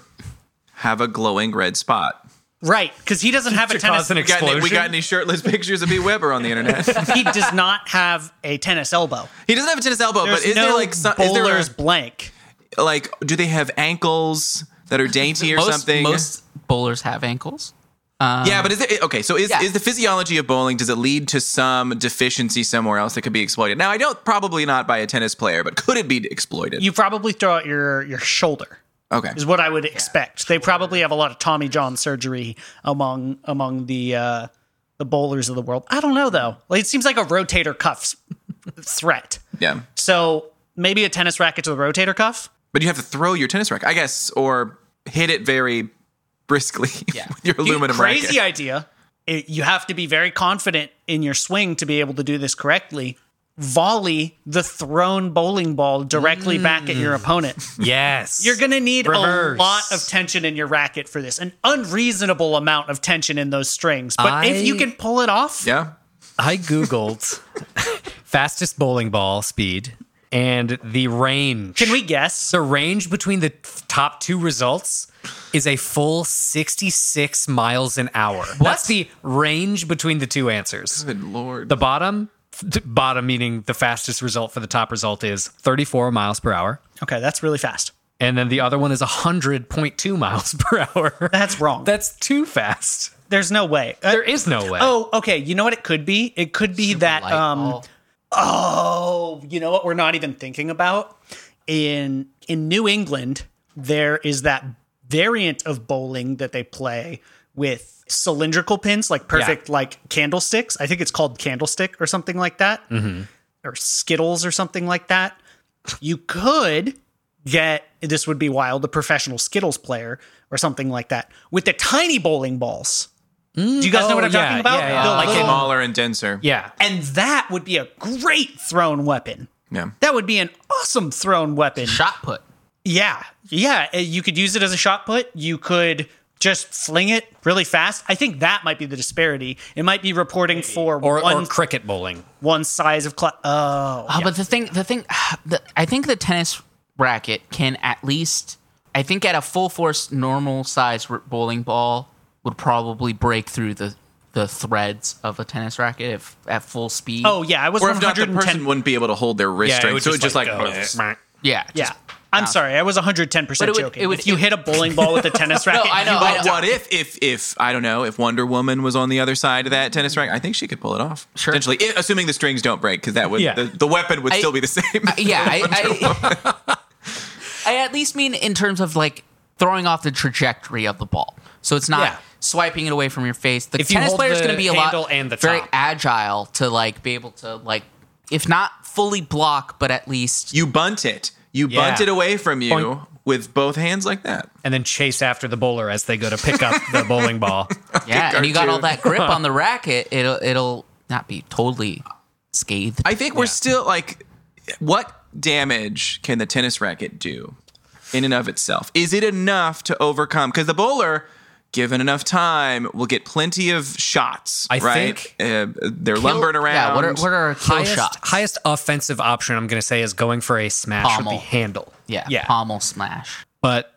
Speaker 4: have a glowing red spot?
Speaker 2: Right, because he doesn't have a
Speaker 1: To
Speaker 2: tennis.
Speaker 1: cause an
Speaker 4: We got, any, we
Speaker 1: explosion.
Speaker 4: got any shirtless pictures of Pete Weber on the internet?
Speaker 2: he does not have a tennis elbow.
Speaker 4: he doesn't have a tennis elbow,
Speaker 2: There's
Speaker 4: but is
Speaker 2: no
Speaker 4: there like some, is there
Speaker 2: bowler's
Speaker 4: a-
Speaker 2: blank.
Speaker 4: like do they have ankles that are dainty or
Speaker 3: most
Speaker 4: something?
Speaker 3: most bowlers have ankles.
Speaker 4: yeah, but is it okay? So is
Speaker 3: yeah.
Speaker 4: is the physiology of bowling? Does it lead to some deficiency somewhere else that could be exploited? Now I don't probably not by a tennis player, but could it be exploited?
Speaker 2: You probably throw out your your shoulder.
Speaker 4: okay,
Speaker 2: is what I would expect. They probably have a lot of Tommy John surgery among among the uh, the bowlers of the world. I don't know though. Like, it seems like a rotator cuff threat.
Speaker 4: yeah,
Speaker 2: So maybe a tennis racket to the rotator cuff.
Speaker 4: but you have to throw your tennis racket, I guess, or hit it very briskly with your aluminum
Speaker 2: Crazy
Speaker 4: racket.
Speaker 2: idea. It- you have to be very confident in your swing to be able to do this correctly. Volley the thrown bowling ball directly back at your opponent.
Speaker 1: Yes.
Speaker 2: You're going to need
Speaker 1: Reverse.
Speaker 2: a lot of tension in your racket for this, an unreasonable amount of tension in those strings. But
Speaker 1: I-
Speaker 2: if you can pull it off,
Speaker 4: Yeah,
Speaker 1: I Googled fastest bowling ball speed and the range.
Speaker 2: Can we guess?
Speaker 1: The range between the top two results is a full 66 miles an hour. What's the range between the two answers?
Speaker 4: good lord.
Speaker 1: The bottom, Th- Bottom meaning the fastest result for the top result is 34 miles per hour.
Speaker 2: Okay, that's really fast.
Speaker 1: And then the other one is 100.2 miles per hour.
Speaker 2: That's wrong.
Speaker 1: That's too fast.
Speaker 2: There's no way. Uh,
Speaker 1: There is no way.
Speaker 2: oh, okay. You know what it could be? It could be that
Speaker 3: Light
Speaker 2: um
Speaker 3: ball.
Speaker 2: Oh, you know what we're not even thinking about? In in New England, there is that variant of bowling that they play with cylindrical pins, like perfect like candlesticks. I think it's called candlestick or something like that. Or Skittles or something like that. You could get this would be wild, a professional Skittles player or something like that with the tiny bowling balls. Do you guys know what
Speaker 1: oh,
Speaker 2: I'm
Speaker 1: yeah,
Speaker 2: talking about?
Speaker 1: yeah, yeah.
Speaker 2: The
Speaker 1: Like
Speaker 2: little-
Speaker 4: smaller and denser.
Speaker 1: yeah.
Speaker 2: and that would be a great thrown weapon.
Speaker 4: Yeah.
Speaker 2: That would be an awesome thrown weapon.
Speaker 3: shot put.
Speaker 2: Yeah. Yeah. uh, You could use it as a shot put. You could just fling it really fast. I think that might be the disparity. It might be reporting for
Speaker 1: Or,
Speaker 2: one,
Speaker 1: or cricket bowling.
Speaker 2: one size of cla Oh,
Speaker 3: Oh, but the thing, the thing, the, I think the tennis racket can at least, I think at a full force normal size r- bowling ball would probably break through the the threads of a tennis racket if at full speed.
Speaker 2: oh yeah. I was
Speaker 4: Or if not, the
Speaker 2: 110.
Speaker 4: person wouldn't be able to hold their wrist strength, so it just like,
Speaker 1: go.
Speaker 3: yeah,
Speaker 2: yeah.
Speaker 3: just-
Speaker 2: I'm sorry. I was 110
Speaker 3: But
Speaker 2: percent
Speaker 3: it would-
Speaker 2: joking.
Speaker 3: it would-
Speaker 2: if you
Speaker 3: it-
Speaker 2: hit a bowling ball with a tennis racket,
Speaker 3: I know,
Speaker 2: you
Speaker 3: I
Speaker 2: would
Speaker 3: know.
Speaker 4: But
Speaker 2: die.
Speaker 4: what if, if, if I don't know, if Wonder Woman was on the other side of that tennis racket? I think she could pull it off.
Speaker 3: Sure.
Speaker 4: Potentially, i- assuming the strings don't break, because that would
Speaker 1: Yeah.
Speaker 4: the, the weapon would
Speaker 3: I-
Speaker 4: still be the same.
Speaker 3: yeah. I, I, I at least mean in terms of like throwing off the trajectory of the ball, so it's not
Speaker 1: Yeah.
Speaker 3: swiping it away from your face. The
Speaker 1: If you
Speaker 3: tennis
Speaker 1: hold
Speaker 3: player is
Speaker 1: the
Speaker 3: going to be a
Speaker 1: handle
Speaker 3: lot
Speaker 1: and the
Speaker 3: very
Speaker 1: top.
Speaker 3: agile to like be able to like, if not fully block, but at least
Speaker 4: you bunt it. You
Speaker 1: Yeah.
Speaker 4: bunt it away from you
Speaker 1: Boink.
Speaker 4: with both hands like that.
Speaker 1: And then chase after the bowler as they go to pick up the bowling ball.
Speaker 3: Yeah, and you got all
Speaker 4: cartoon.
Speaker 3: that grip on the racket. It'll it'll not be totally scathed.
Speaker 4: I think we're still like, what damage can the tennis racket do in and of itself? Is it enough to overcome? Because the bowler, given enough time, will get plenty of shots.
Speaker 1: I
Speaker 4: right?
Speaker 1: think-
Speaker 4: uh, they're lumbered around.
Speaker 3: Yeah, what are what are our kill
Speaker 1: highest,
Speaker 3: shots?
Speaker 1: highest offensive option I'm going to say is going for a smash
Speaker 3: Pommel.
Speaker 1: with the handle.
Speaker 3: yeah,
Speaker 2: yeah.
Speaker 3: pommel smash.
Speaker 1: But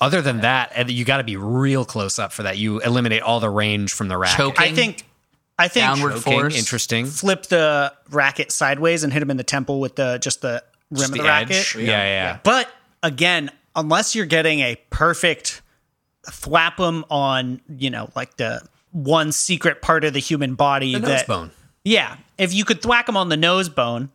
Speaker 1: other than that, and you got to be real close up for that. You eliminate all the range from the racket.
Speaker 3: Choking.
Speaker 2: I think. I think
Speaker 3: Downward
Speaker 1: Choking,
Speaker 3: force.
Speaker 1: interesting.
Speaker 2: flip the racket sideways and hit him in the temple with the just the rim of the, racket.
Speaker 1: edge. Yeah, yeah. yeah.
Speaker 2: But again, unless you're getting a perfect thwap 'em on, you know, like the one secret part of the human body
Speaker 1: The
Speaker 2: that
Speaker 1: nose bone.
Speaker 2: Yeah, if you could thwack them on the nose bone,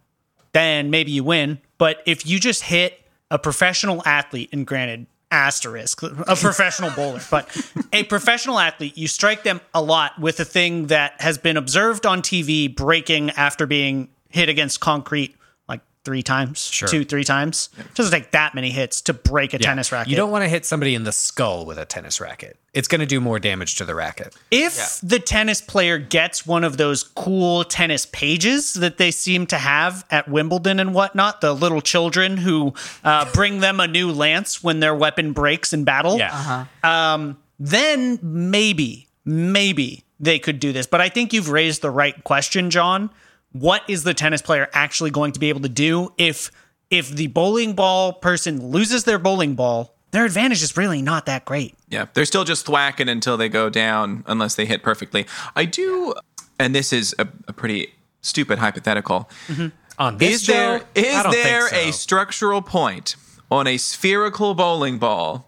Speaker 2: then maybe you win. But if you just hit a professional athlete, and granted, asterisk, a professional bowler, but a professional athlete, you strike them a lot with a thing that has been observed on TV breaking after being hit against concrete like three times, two, three times. It doesn't take that many hits to break a tennis racket.
Speaker 1: You don't want to hit somebody in the skull with a tennis racket. It's going to do more damage to the racket.
Speaker 2: If the tennis player gets one of those cool tennis pages that they seem to have at Wimbledon and whatnot, the little children who uh, bring them a new lance when their weapon breaks in battle,
Speaker 1: Yeah.
Speaker 2: then maybe, maybe they could do this. But I think you've raised the right question, John. What is the tennis player actually going to be able to do if if the bowling ball person loses their bowling ball? Their advantage is really not that great.
Speaker 4: Yeah, they're still just thwacking until they go down, unless they hit perfectly. I do, and this is a, a pretty stupid hypothetical.
Speaker 1: On this
Speaker 4: Is there
Speaker 1: show, Mm-hmm. I
Speaker 4: is
Speaker 1: don't think
Speaker 4: there a
Speaker 1: so.
Speaker 4: structural point on a spherical bowling ball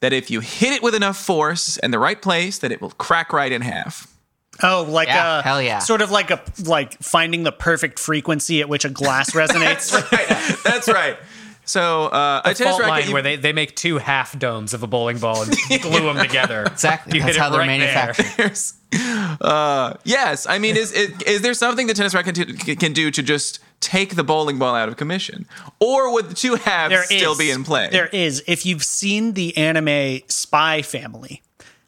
Speaker 4: that if you hit it with enough force and the right place, that it will crack right in half?
Speaker 2: Oh, like
Speaker 3: Yeah,
Speaker 2: a
Speaker 3: hell yeah.
Speaker 2: sort of like a like finding the perfect frequency at which a glass resonates.
Speaker 4: That's right. So uh, a tennis
Speaker 1: fault
Speaker 4: racket.
Speaker 1: line
Speaker 4: you-
Speaker 1: where they, they make two half domes of a bowling ball and glue them together.
Speaker 3: Exactly.
Speaker 1: You hit
Speaker 3: That's
Speaker 1: it
Speaker 3: how they're
Speaker 1: right there.
Speaker 3: manufactured.
Speaker 4: there's- uh, yes, I mean, is, is is there something the tennis racket can do, can do to just take the bowling ball out of commission, or would the two halves
Speaker 2: There
Speaker 4: still
Speaker 2: is-
Speaker 4: be in play?
Speaker 2: There is. If you've seen the anime Spy Family,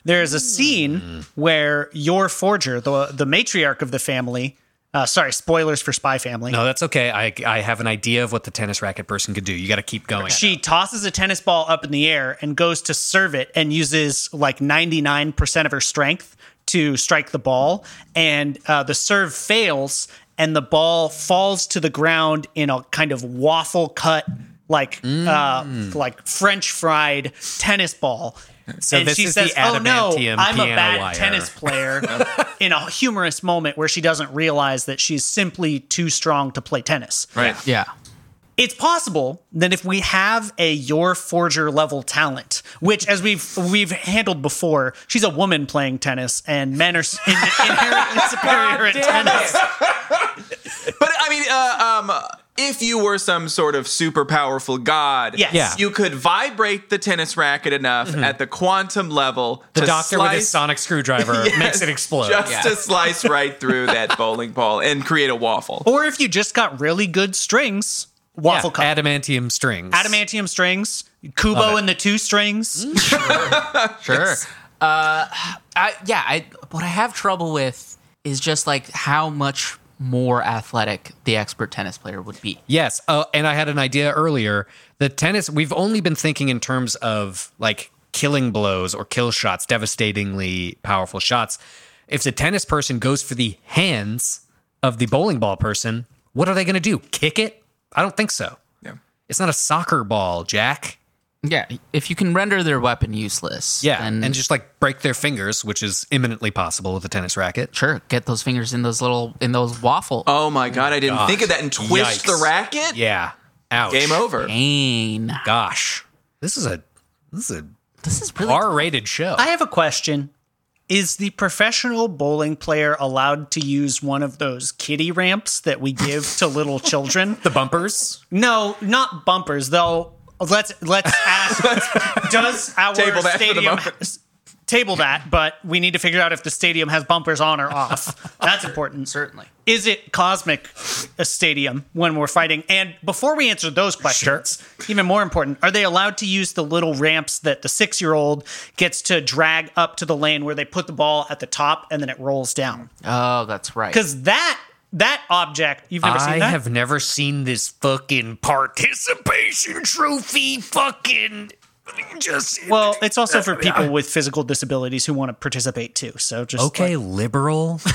Speaker 2: there is a scene where your forger, the the matriarch of the family, uh, sorry, spoilers for Spy Family.
Speaker 1: No, Oh, that's okay. I, I have an idea of what the tennis racket person could do. You got to keep going.
Speaker 2: She tosses a tennis ball up in the air and goes to serve it and uses like 99% of her strength to strike the ball. And uh, the serve fails and the ball falls to the ground in a kind of
Speaker 1: Mm.
Speaker 2: waffle cut, like, uh, like French fried tennis ball.
Speaker 1: So
Speaker 2: and
Speaker 1: this
Speaker 2: she
Speaker 1: is
Speaker 2: says,
Speaker 1: the
Speaker 2: "Oh no,
Speaker 1: adamantium
Speaker 2: I'm a
Speaker 1: piano
Speaker 2: bad
Speaker 1: wire."
Speaker 2: tennis player." in a humorous moment where she doesn't realize that she's simply too strong to play tennis.
Speaker 4: Right.
Speaker 3: Yeah.
Speaker 2: It's possible that if we have a your forger level talent, which as we've we've handled before, she's a woman playing tennis and men are s- in- inherently superior at tennis.
Speaker 4: But I mean, uh, um, if you were some sort of super powerful god,
Speaker 2: Yes. Yeah.
Speaker 4: you could vibrate the tennis racket enough at the quantum level.
Speaker 1: The
Speaker 4: to
Speaker 1: doctor
Speaker 4: slice,
Speaker 1: with his sonic screwdriver
Speaker 4: Yes,
Speaker 1: makes it explode.
Speaker 4: Just
Speaker 1: Yeah.
Speaker 4: to slice right through that bowling ball and create a waffle.
Speaker 2: Or if you just got really good strings, waffle cup.
Speaker 1: Adamantium strings.
Speaker 2: Adamantium strings, Kubo
Speaker 1: Love it.
Speaker 2: and the two strings.
Speaker 1: Sure.
Speaker 3: I, yeah. I, what I have trouble with is just like how much more athletic the expert tennis player would be.
Speaker 1: Yes. Uh, and I had an idea earlier. The tennis, we've only been thinking in terms of like killing blows or kill shots, devastatingly powerful shots. If the tennis person goes for the hands of the bowling ball person, what are they going to do? Kick it? I don't think so.
Speaker 4: Yeah.
Speaker 1: It's not a soccer ball, Jack.
Speaker 3: Yeah. If you can render their weapon useless,
Speaker 1: Yeah.
Speaker 3: then
Speaker 1: and just like break their fingers, which is imminently possible with a tennis racket.
Speaker 3: sure get those fingers in those little in those waffle
Speaker 4: Oh my god, I didn't
Speaker 1: Gosh.
Speaker 4: think of that. And twist
Speaker 1: Yikes.
Speaker 4: the racket.
Speaker 1: Yeah. Ouch.
Speaker 4: Game over.
Speaker 3: pain.
Speaker 1: Gosh. This is a this is a
Speaker 3: This is really
Speaker 1: R-rated show.
Speaker 2: I have a question. Is the professional bowling player allowed to use one of those kiddie ramps that we give to little children?
Speaker 1: the bumpers?
Speaker 2: No, not bumpers though. Let's let's ask does our
Speaker 4: Table that for the
Speaker 2: stadium
Speaker 4: bumpers.
Speaker 2: table that, but we need to figure out if the stadium has bumpers on or off. That's important.
Speaker 3: certainly.
Speaker 2: Is it cosmic a stadium when we're fighting? And before we answer those questions, even more important, are they allowed to use the little ramps that the six year old gets to drag up to the lane where they put the ball at the top and then it rolls down?
Speaker 3: Oh, that's right.
Speaker 2: Because that that object you've never
Speaker 1: I
Speaker 2: seen that?
Speaker 1: have never seen this fucking participation trophy fucking just
Speaker 2: well, it's also for people with physical disabilities who want to participate too. So just
Speaker 1: Okay, liberal.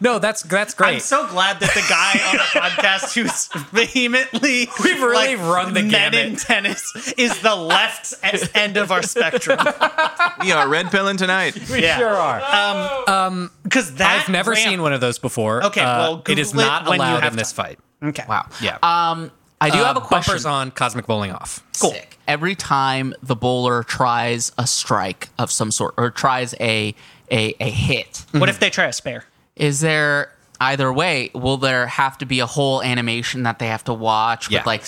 Speaker 1: no, that's that's
Speaker 2: I'm
Speaker 1: great.
Speaker 2: so glad that the guy on the podcast who's vehemently
Speaker 1: We've really run the
Speaker 2: men
Speaker 1: gamut.
Speaker 2: in tennis is the left e- end of our spectrum.
Speaker 4: We are red pilling tonight.
Speaker 2: Yeah,
Speaker 1: are. Uh,
Speaker 2: because that
Speaker 1: I've never
Speaker 2: ramp-
Speaker 1: seen one of those before. Uh,
Speaker 2: Okay, well,
Speaker 1: it is
Speaker 2: Google it
Speaker 1: not
Speaker 2: when you
Speaker 1: allowed
Speaker 2: have
Speaker 1: in this fight.
Speaker 2: Okay,
Speaker 3: wow.
Speaker 1: Yeah.
Speaker 3: Um, I do have a question.
Speaker 1: Bumpers on, cosmic bowling off.
Speaker 3: Sick. Every time the bowler tries a strike of some sort or tries a a, a hit,
Speaker 4: Mm-hmm.
Speaker 2: What if they try a spare?
Speaker 3: is there either way? Will there have to be a whole animation that they have to watch
Speaker 1: Yeah.
Speaker 3: with like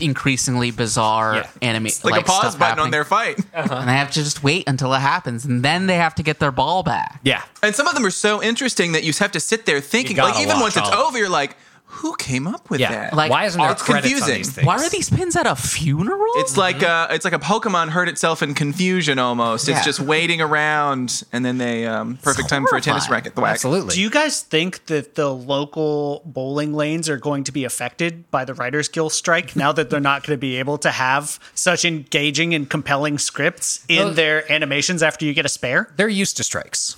Speaker 3: increasingly bizarre
Speaker 1: Yeah.
Speaker 3: anime
Speaker 4: Like, a pause
Speaker 3: stuff
Speaker 4: button on
Speaker 3: happening? Uh-huh.
Speaker 4: their fight.
Speaker 3: and they have to just wait until it happens, and then they have to get their ball back.
Speaker 1: Yeah.
Speaker 4: And some of them are so interesting that you have to sit there thinking.
Speaker 1: gotta
Speaker 4: Like even
Speaker 1: watch
Speaker 4: once it's
Speaker 1: all of them.
Speaker 4: over, you're like, who came up with
Speaker 1: Yeah.
Speaker 4: that?
Speaker 3: Like,
Speaker 1: Why isn't there
Speaker 4: it's
Speaker 1: credits on
Speaker 4: confusing.
Speaker 1: these things?
Speaker 3: Why are these pins at a funeral?
Speaker 4: It's like uh it's like a Pokemon hurt itself in confusion almost.
Speaker 3: Yeah.
Speaker 4: It's just waiting around, and then they um, perfect time for a tennis
Speaker 3: horrifying.
Speaker 4: racket. Whack.
Speaker 1: Absolutely.
Speaker 2: Do you guys think that the local bowling lanes are going to be affected by the Writers Guild strike now that they're not going to be able to have such engaging and compelling scripts in
Speaker 1: Well-
Speaker 2: their animations after you get a spare?
Speaker 1: They're used to strikes.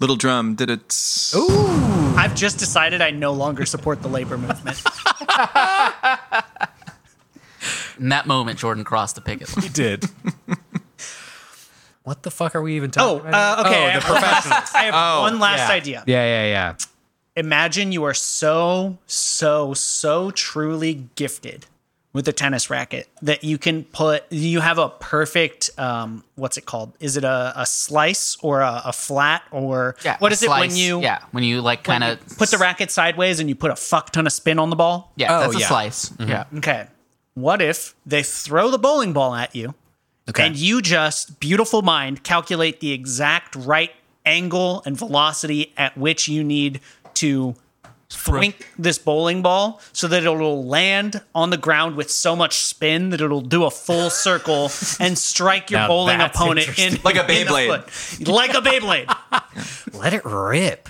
Speaker 4: Little drum did it.
Speaker 2: I've just decided I no longer support the labor movement.
Speaker 3: in that moment, Jordan crossed the picket line.
Speaker 1: You did. what the fuck are we even
Speaker 2: Oh,
Speaker 1: talking about?
Speaker 2: uh, okay.
Speaker 1: Oh,
Speaker 2: I
Speaker 1: the
Speaker 2: have one last-
Speaker 1: professionals.
Speaker 2: I have
Speaker 3: Oh,
Speaker 2: one last
Speaker 1: Yeah.
Speaker 2: idea.
Speaker 1: Yeah, yeah, yeah.
Speaker 2: Imagine you are so, so, so truly gifted with a tennis racket that you can put, you have a perfect, um, what's it called? Is it a, a slice or a, a flat or
Speaker 3: Yeah, a
Speaker 2: what is it when
Speaker 3: slice.
Speaker 2: you
Speaker 3: yeah when you like kind of
Speaker 2: put the racket sideways and you put a fuck ton of spin on the ball?
Speaker 3: yeah
Speaker 1: Oh,
Speaker 3: that's a
Speaker 1: yeah.
Speaker 3: slice
Speaker 4: Mm-hmm.
Speaker 3: yeah
Speaker 2: Okay. What if they throw the bowling ball at you
Speaker 1: Okay.
Speaker 2: and you just beautiful mind calculate the exact right angle and velocity at which you need to thwink this bowling ball so that it'll land on the ground with so much spin that it'll do a full circle and strike your
Speaker 1: Now
Speaker 2: beyblade
Speaker 1: that's
Speaker 2: opponent in
Speaker 1: interesting.
Speaker 4: Like a
Speaker 2: in the
Speaker 4: Beyblade.
Speaker 2: foot. like a Beyblade.
Speaker 1: Let it rip.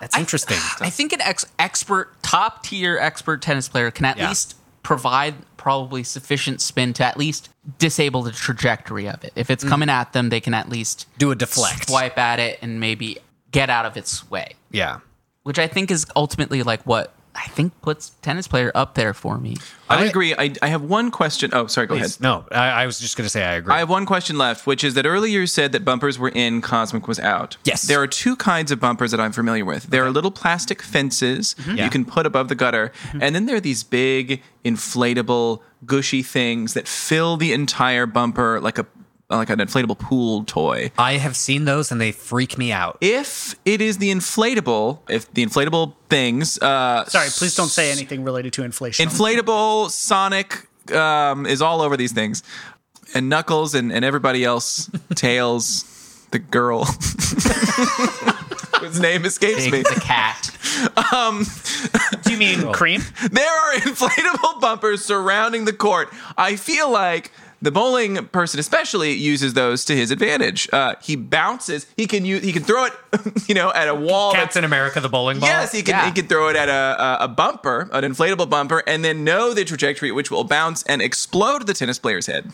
Speaker 1: That's interesting.
Speaker 3: I think an ex- expert top tier expert tennis player can at
Speaker 1: Yeah.
Speaker 3: least provide probably sufficient spin to at least disable the trajectory of it if it's coming at them they can at least
Speaker 1: Mm-hmm. Do a deflect.
Speaker 3: swipe at it and maybe get out of its way
Speaker 1: Yeah.
Speaker 3: which I think is ultimately like what I think puts tennis player up there for me.
Speaker 4: I, agree. I, I have one question. Oh, sorry. Go ahead.
Speaker 1: No, I, I was just going to say I agree.
Speaker 4: I have one question left, which is that earlier you said that bumpers were in, Cosmic was out.
Speaker 1: Yes.
Speaker 4: There are two kinds of bumpers that I'm familiar with. There are little plastic fences
Speaker 1: Yeah.
Speaker 4: you can put above the gutter, and then there are these big inflatable gushy things that fill the entire bumper like a like an inflatable pool toy.
Speaker 1: I have seen those and they freak me out.
Speaker 4: If it is the inflatable, if the inflatable things, uh,
Speaker 2: Sorry, please don't say anything related to inflation.
Speaker 4: inflatable Sonic um, is all over these things, and Knuckles and, and everybody else. Tails, the girl whose name escapes me.
Speaker 3: Big the cat.
Speaker 2: Do you mean cream?
Speaker 4: There are inflatable bumpers surrounding the court. I feel like. The bowling person especially uses those to his advantage. Uh, he bounces. He can use. He can throw it, you know, at a wall. that's
Speaker 1: Captain America, the bowling ball.
Speaker 4: Yes, he can.
Speaker 3: Yeah.
Speaker 4: He can throw it at a, a a bumper, an inflatable bumper, and then know the trajectory at which it will bounce and explode the tennis player's head.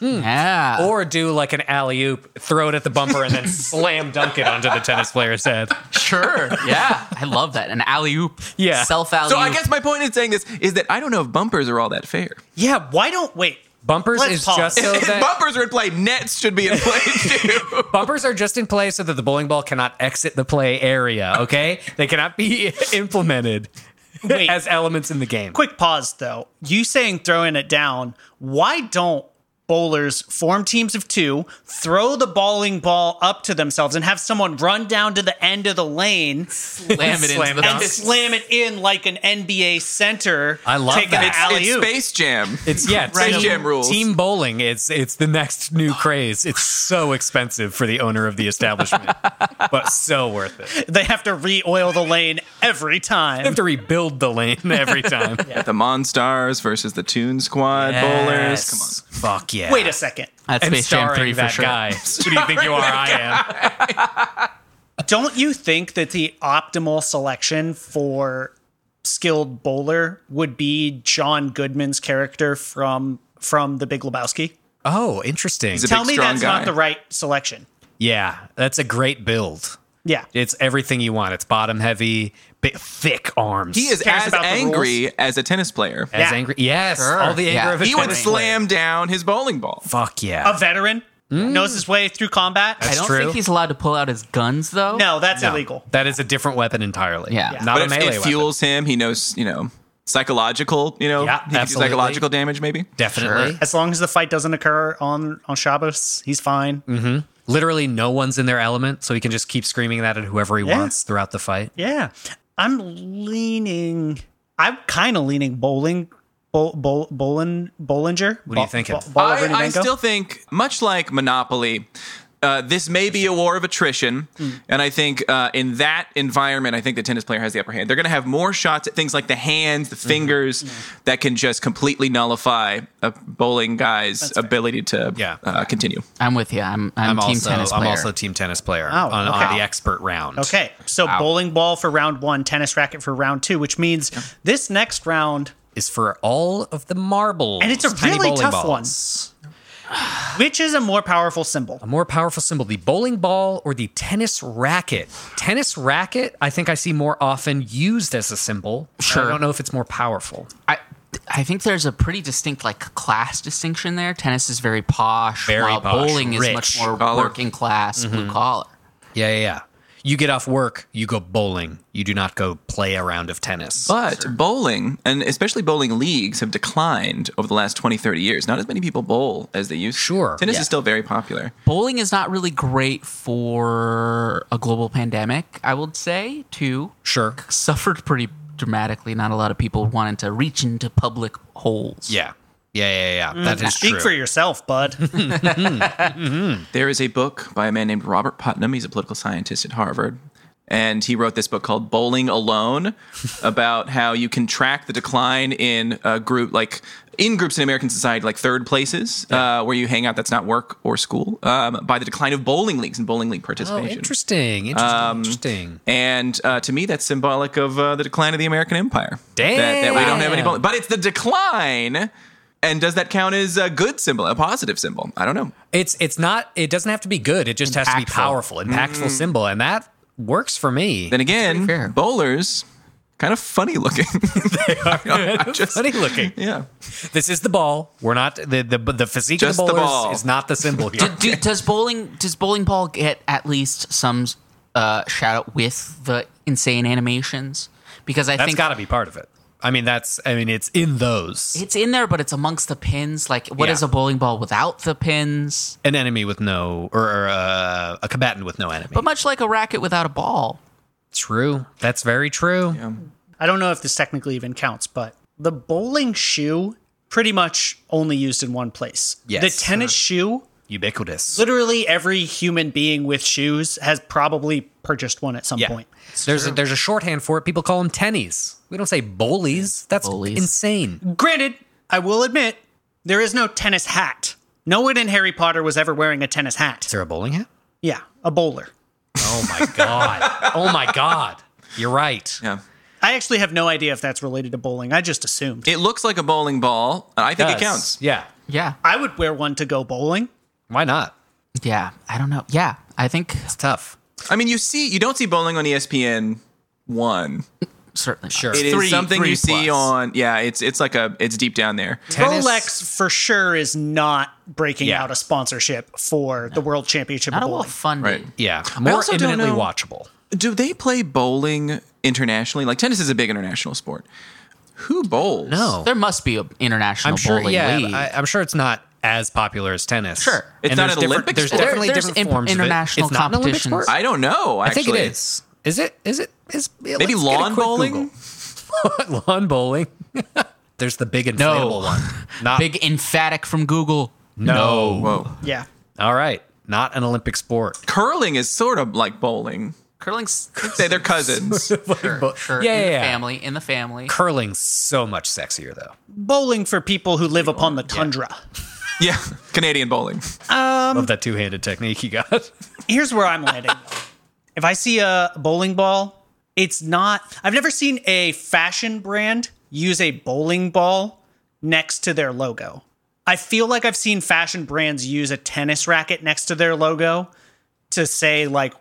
Speaker 3: Yeah.
Speaker 1: Or do like an alley oop, throw it at the bumper, and then slam dunk it onto the tennis player's head.
Speaker 3: sure. Yeah. I love that. An alley oop.
Speaker 1: Yeah.
Speaker 3: Self alley oop.
Speaker 4: So I guess my point in saying this is that I don't know if bumpers are all that fair.
Speaker 2: Yeah, why don't wait?
Speaker 1: Bumpers
Speaker 2: Let's
Speaker 1: is
Speaker 2: pause.
Speaker 1: just so
Speaker 4: if
Speaker 1: that
Speaker 4: bumpers are in play, nets should be in play too.
Speaker 1: bumpers are just in play so that the bowling ball cannot exit the play area. Okay, they cannot be implemented
Speaker 2: Wait.
Speaker 1: as elements in the game.
Speaker 2: Quick pause though. You saying throwing it down, why don't bowlers form teams of two, throw the bowling ball up to themselves, and have someone run down to the end of the lane
Speaker 3: slam
Speaker 1: Slam
Speaker 3: it into the
Speaker 1: it
Speaker 2: and
Speaker 1: dunk.
Speaker 3: dunk.
Speaker 2: slam it in like an NBA center?
Speaker 1: I love
Speaker 2: taking
Speaker 1: that.
Speaker 2: an
Speaker 1: It's-
Speaker 2: alley
Speaker 4: it's
Speaker 2: oop.
Speaker 4: Space Jam.
Speaker 1: It's yeah,
Speaker 4: Right.
Speaker 1: team,
Speaker 4: Jam rules.
Speaker 1: team bowling. It's it's the next new craze. It's so expensive for the owner of the establishment, but so worth it.
Speaker 2: They have to re-oil the lane every
Speaker 1: You
Speaker 2: time.
Speaker 1: have to rebuild the lane every time.
Speaker 4: the Monstars versus the Toon Squad bowlers. Come on.
Speaker 1: Yes. Fuck yeah.
Speaker 2: Wait a second.
Speaker 3: That's
Speaker 1: and
Speaker 3: Space Jam 3 for
Speaker 1: that
Speaker 3: sure.
Speaker 1: guy. Who do you think you are? I am.
Speaker 2: Don't you think that the optimal selection for skilled bowler would be John Goodman's character from from The Big Lebowski?
Speaker 1: Oh, interesting.
Speaker 4: It's a
Speaker 2: Tell
Speaker 4: big,
Speaker 2: me
Speaker 4: strong
Speaker 2: that's
Speaker 4: guy.
Speaker 2: not the right selection.
Speaker 1: Yeah, that's a great build.
Speaker 2: Yeah.
Speaker 1: It's everything you want. It's bottom heavy, big, thick arms.
Speaker 4: He is
Speaker 2: cares
Speaker 4: as
Speaker 2: about the
Speaker 4: angry as a tennis player.
Speaker 1: as
Speaker 2: Yeah.
Speaker 1: angry. Yes,
Speaker 3: Sure.
Speaker 1: all the anger
Speaker 3: Yeah.
Speaker 1: of a
Speaker 4: He would
Speaker 1: tennis
Speaker 4: slam down his bowling ball.
Speaker 1: player. Fuck yeah.
Speaker 2: A veteran knows his way through combat.
Speaker 3: I don't
Speaker 1: true.
Speaker 3: think he's allowed to pull out his guns though.
Speaker 2: no, that's
Speaker 1: No,
Speaker 2: illegal.
Speaker 1: That is a different weapon entirely.
Speaker 3: Yeah. Yeah.
Speaker 1: not
Speaker 4: But
Speaker 1: a
Speaker 4: if
Speaker 1: melee
Speaker 4: it
Speaker 1: weapon.
Speaker 4: fuels him, he knows, you know, psychological, you know,
Speaker 1: Yeah,
Speaker 4: he can do
Speaker 1: absolutely.
Speaker 4: psychological damage maybe.
Speaker 1: Definitely.
Speaker 2: As long as the fight doesn't occur on on Shabbos, he's fine.
Speaker 1: Mm-hmm. Literally, no one's in their element, so he can just keep screaming that at whoever he
Speaker 2: Yeah.
Speaker 1: wants throughout the fight.
Speaker 2: Yeah, I'm leaning. I'm kind of leaning bowling, bowl, bowl, bowling, Bollinger. What
Speaker 1: are you thinking?
Speaker 4: I, I still think, much like Monopoly, uh, this may be a war of attrition,
Speaker 1: Hmm.
Speaker 4: and I think uh, in that environment, I think the tennis player has the upper hand. They're going to have more shots at things like the hands,
Speaker 1: Mm-hmm.
Speaker 4: the fingers, that can just completely nullify a bowling guy's ability to
Speaker 1: Yeah.
Speaker 4: uh, continue.
Speaker 3: I'm with you. I'm
Speaker 1: I'm
Speaker 3: I'm, team
Speaker 1: also
Speaker 3: tennis player.
Speaker 1: I'm also team tennis player
Speaker 2: Oh,
Speaker 1: on, on
Speaker 2: okay.
Speaker 1: the expert round.
Speaker 2: okay. So bowling ball for round one, tennis racket for round two, which means this next round,
Speaker 1: is for all of the marbles,
Speaker 2: And it's a
Speaker 1: tiny
Speaker 2: really
Speaker 1: bowling
Speaker 2: tough
Speaker 1: balls.
Speaker 2: one. which is a more powerful symbol.
Speaker 1: A more powerful symbol, the bowling ball or the tennis racket. Tennis racket, I think I see more often used as a symbol. but I
Speaker 3: Sure.
Speaker 1: don't know if it's more powerful.
Speaker 3: I I think there's a pretty distinct like class distinction there. Tennis is very posh,
Speaker 1: Very
Speaker 3: while
Speaker 1: posh,
Speaker 3: bowling is
Speaker 1: rich. Mm-hmm.
Speaker 3: much more
Speaker 4: Collar.
Speaker 3: working class, blue collar.
Speaker 1: Yeah, yeah, yeah. You get off work, you go bowling. You do not go play a round of tennis.
Speaker 4: But bowling, and especially bowling leagues, have declined over the last 20, 30 years. Not as many people bowl as they used to.
Speaker 1: Sure.
Speaker 4: Tennis
Speaker 1: Yeah.
Speaker 4: is still very popular.
Speaker 3: Bowling is not really great for a global pandemic. I would say too
Speaker 1: sure.
Speaker 3: suffered pretty dramatically. Not a lot of people wanted to reach into public holes.
Speaker 1: Yeah. Yeah, yeah, yeah.
Speaker 2: Mm,
Speaker 1: That is
Speaker 2: Speak
Speaker 1: true.
Speaker 2: for yourself, bud.
Speaker 4: There is a book by a man named Robert Putnam. He's a political scientist at Harvard. And he wrote this book called Bowling Alone about how you can track the decline in a group, like in groups in American society, like third places uh, where you hang out that's not work or school, um, by the decline of bowling leagues and bowling league
Speaker 1: Oh,
Speaker 4: participation.
Speaker 1: interesting. Interesting. interesting.
Speaker 4: And uh, to me, that's symbolic of uh, the decline of the American Empire. That, that we don't have any
Speaker 1: Damn.
Speaker 4: bowling. But it's the decline. And does that count as a good symbol, a positive symbol? I don't know.
Speaker 1: It's it's not it doesn't have to be good. It just has to be
Speaker 3: Impactful.
Speaker 1: powerful, impactful symbol and that works for me.
Speaker 4: Then again,
Speaker 3: fair.
Speaker 4: bowlers kind of funny looking. I just-
Speaker 1: Funny looking.
Speaker 4: Yeah.
Speaker 1: This is the ball. We're not the the, the physique
Speaker 4: Just the
Speaker 1: of the bowler
Speaker 4: ball.
Speaker 1: is, is not the symbol here.
Speaker 3: Do, does bowling does bowling ball get at least some uh, shout out with the insane animations? Because I
Speaker 1: That's
Speaker 3: think
Speaker 1: got to be part of it. I mean, that's. I mean, it's in those.
Speaker 3: it's in there, but it's amongst the pins. Like, what is
Speaker 1: Yeah.
Speaker 3: a bowling ball without the pins?
Speaker 1: An enemy with no, or, or uh, a combatant with no enemy.
Speaker 3: But much like a racket without a ball.
Speaker 1: true. That's very true.
Speaker 2: I don't know if this technically even counts, but the bowling shoe pretty much only used in one place.
Speaker 1: Yes. Uh-huh.
Speaker 2: The tennis shoe,
Speaker 1: Ubiquitous.
Speaker 2: literally every human being with shoes has probably purchased one at some
Speaker 1: Yeah.
Speaker 2: point.
Speaker 1: There's a, there's a shorthand for it. People call them tennies. We don't say bowlies. That's
Speaker 3: Bowlies.
Speaker 1: insane.
Speaker 2: Granted, I will admit, there is no tennis hat. No one in Harry Potter was ever wearing a tennis hat.
Speaker 1: Is there a bowling hat?
Speaker 2: Yeah, a bowler.
Speaker 1: Oh my god. oh my god. You're right.
Speaker 4: Yeah.
Speaker 2: I actually have no idea if that's related to bowling. I just assumed.
Speaker 4: It looks like a bowling ball. and I think
Speaker 1: Yes.
Speaker 4: it counts.
Speaker 1: Yeah.
Speaker 3: Yeah,
Speaker 2: I would wear one to go bowling.
Speaker 1: Why not?
Speaker 3: yeah. I don't know. Yeah, I think
Speaker 1: It's tough.
Speaker 4: I mean, you see, you don't see bowling on E ESPN one.
Speaker 3: certainly
Speaker 1: Sure.
Speaker 4: It is
Speaker 3: Three-
Speaker 4: something
Speaker 3: three
Speaker 4: you see
Speaker 3: plus.
Speaker 4: on. Yeah, it's it's like a it's deep down there.
Speaker 1: Tennis-
Speaker 2: Rolex for sure is not breaking
Speaker 1: Yeah.
Speaker 2: out a sponsorship for the World Championship
Speaker 3: Not
Speaker 2: of
Speaker 3: a well
Speaker 2: Bowling.
Speaker 3: funded.
Speaker 4: Right.
Speaker 1: Yeah. More
Speaker 4: also don't
Speaker 1: imminently
Speaker 4: know-
Speaker 1: watchable.
Speaker 4: Do they play bowling internationally? Like tennis is a big international sport. Who bowls?
Speaker 1: No.
Speaker 3: There must be an international
Speaker 1: I'm sure.
Speaker 3: bowling
Speaker 1: Yeah.
Speaker 3: league.
Speaker 1: I, I'm sure it's not as popular as tennis.
Speaker 3: Sure.
Speaker 4: It's not
Speaker 1: there's
Speaker 4: an
Speaker 1: different-
Speaker 4: Olympic
Speaker 1: There's
Speaker 4: sport.
Speaker 1: definitely
Speaker 3: There- there's
Speaker 1: different
Speaker 3: in-
Speaker 1: forms of it.
Speaker 3: international
Speaker 1: It's not an Olympic
Speaker 3: competitions.
Speaker 1: sport?
Speaker 4: I don't know.
Speaker 1: I think
Speaker 4: Actually.
Speaker 1: it is. Is it? Is it? Is yeah,
Speaker 4: Maybe
Speaker 1: let's get a
Speaker 4: lawn
Speaker 1: quick
Speaker 4: bowling?
Speaker 1: Google. lawn bowling. There's the big inflatable
Speaker 3: No.
Speaker 1: one. Not
Speaker 3: Big emphatic from Google.
Speaker 1: No.
Speaker 4: Whoa.
Speaker 2: yeah.
Speaker 1: All right. Not an Olympic sport.
Speaker 4: Curling is sort of like bowling.
Speaker 3: Curling's
Speaker 4: They- They're cousins.
Speaker 3: sure, sure.
Speaker 1: Yeah,
Speaker 3: in
Speaker 1: yeah,
Speaker 3: the
Speaker 1: yeah.
Speaker 3: family in the family.
Speaker 1: Curling's so much sexier though.
Speaker 2: Bowling for people who live upon the tundra.
Speaker 4: yeah, Canadian bowling.
Speaker 1: Love that two-handed technique you got.
Speaker 2: Here's where I'm landing. though. if I see a bowling ball, it's not. I've never seen a fashion brand use a bowling ball next to their logo. I feel like I've seen fashion brands use a tennis racket next to their logo to say, like,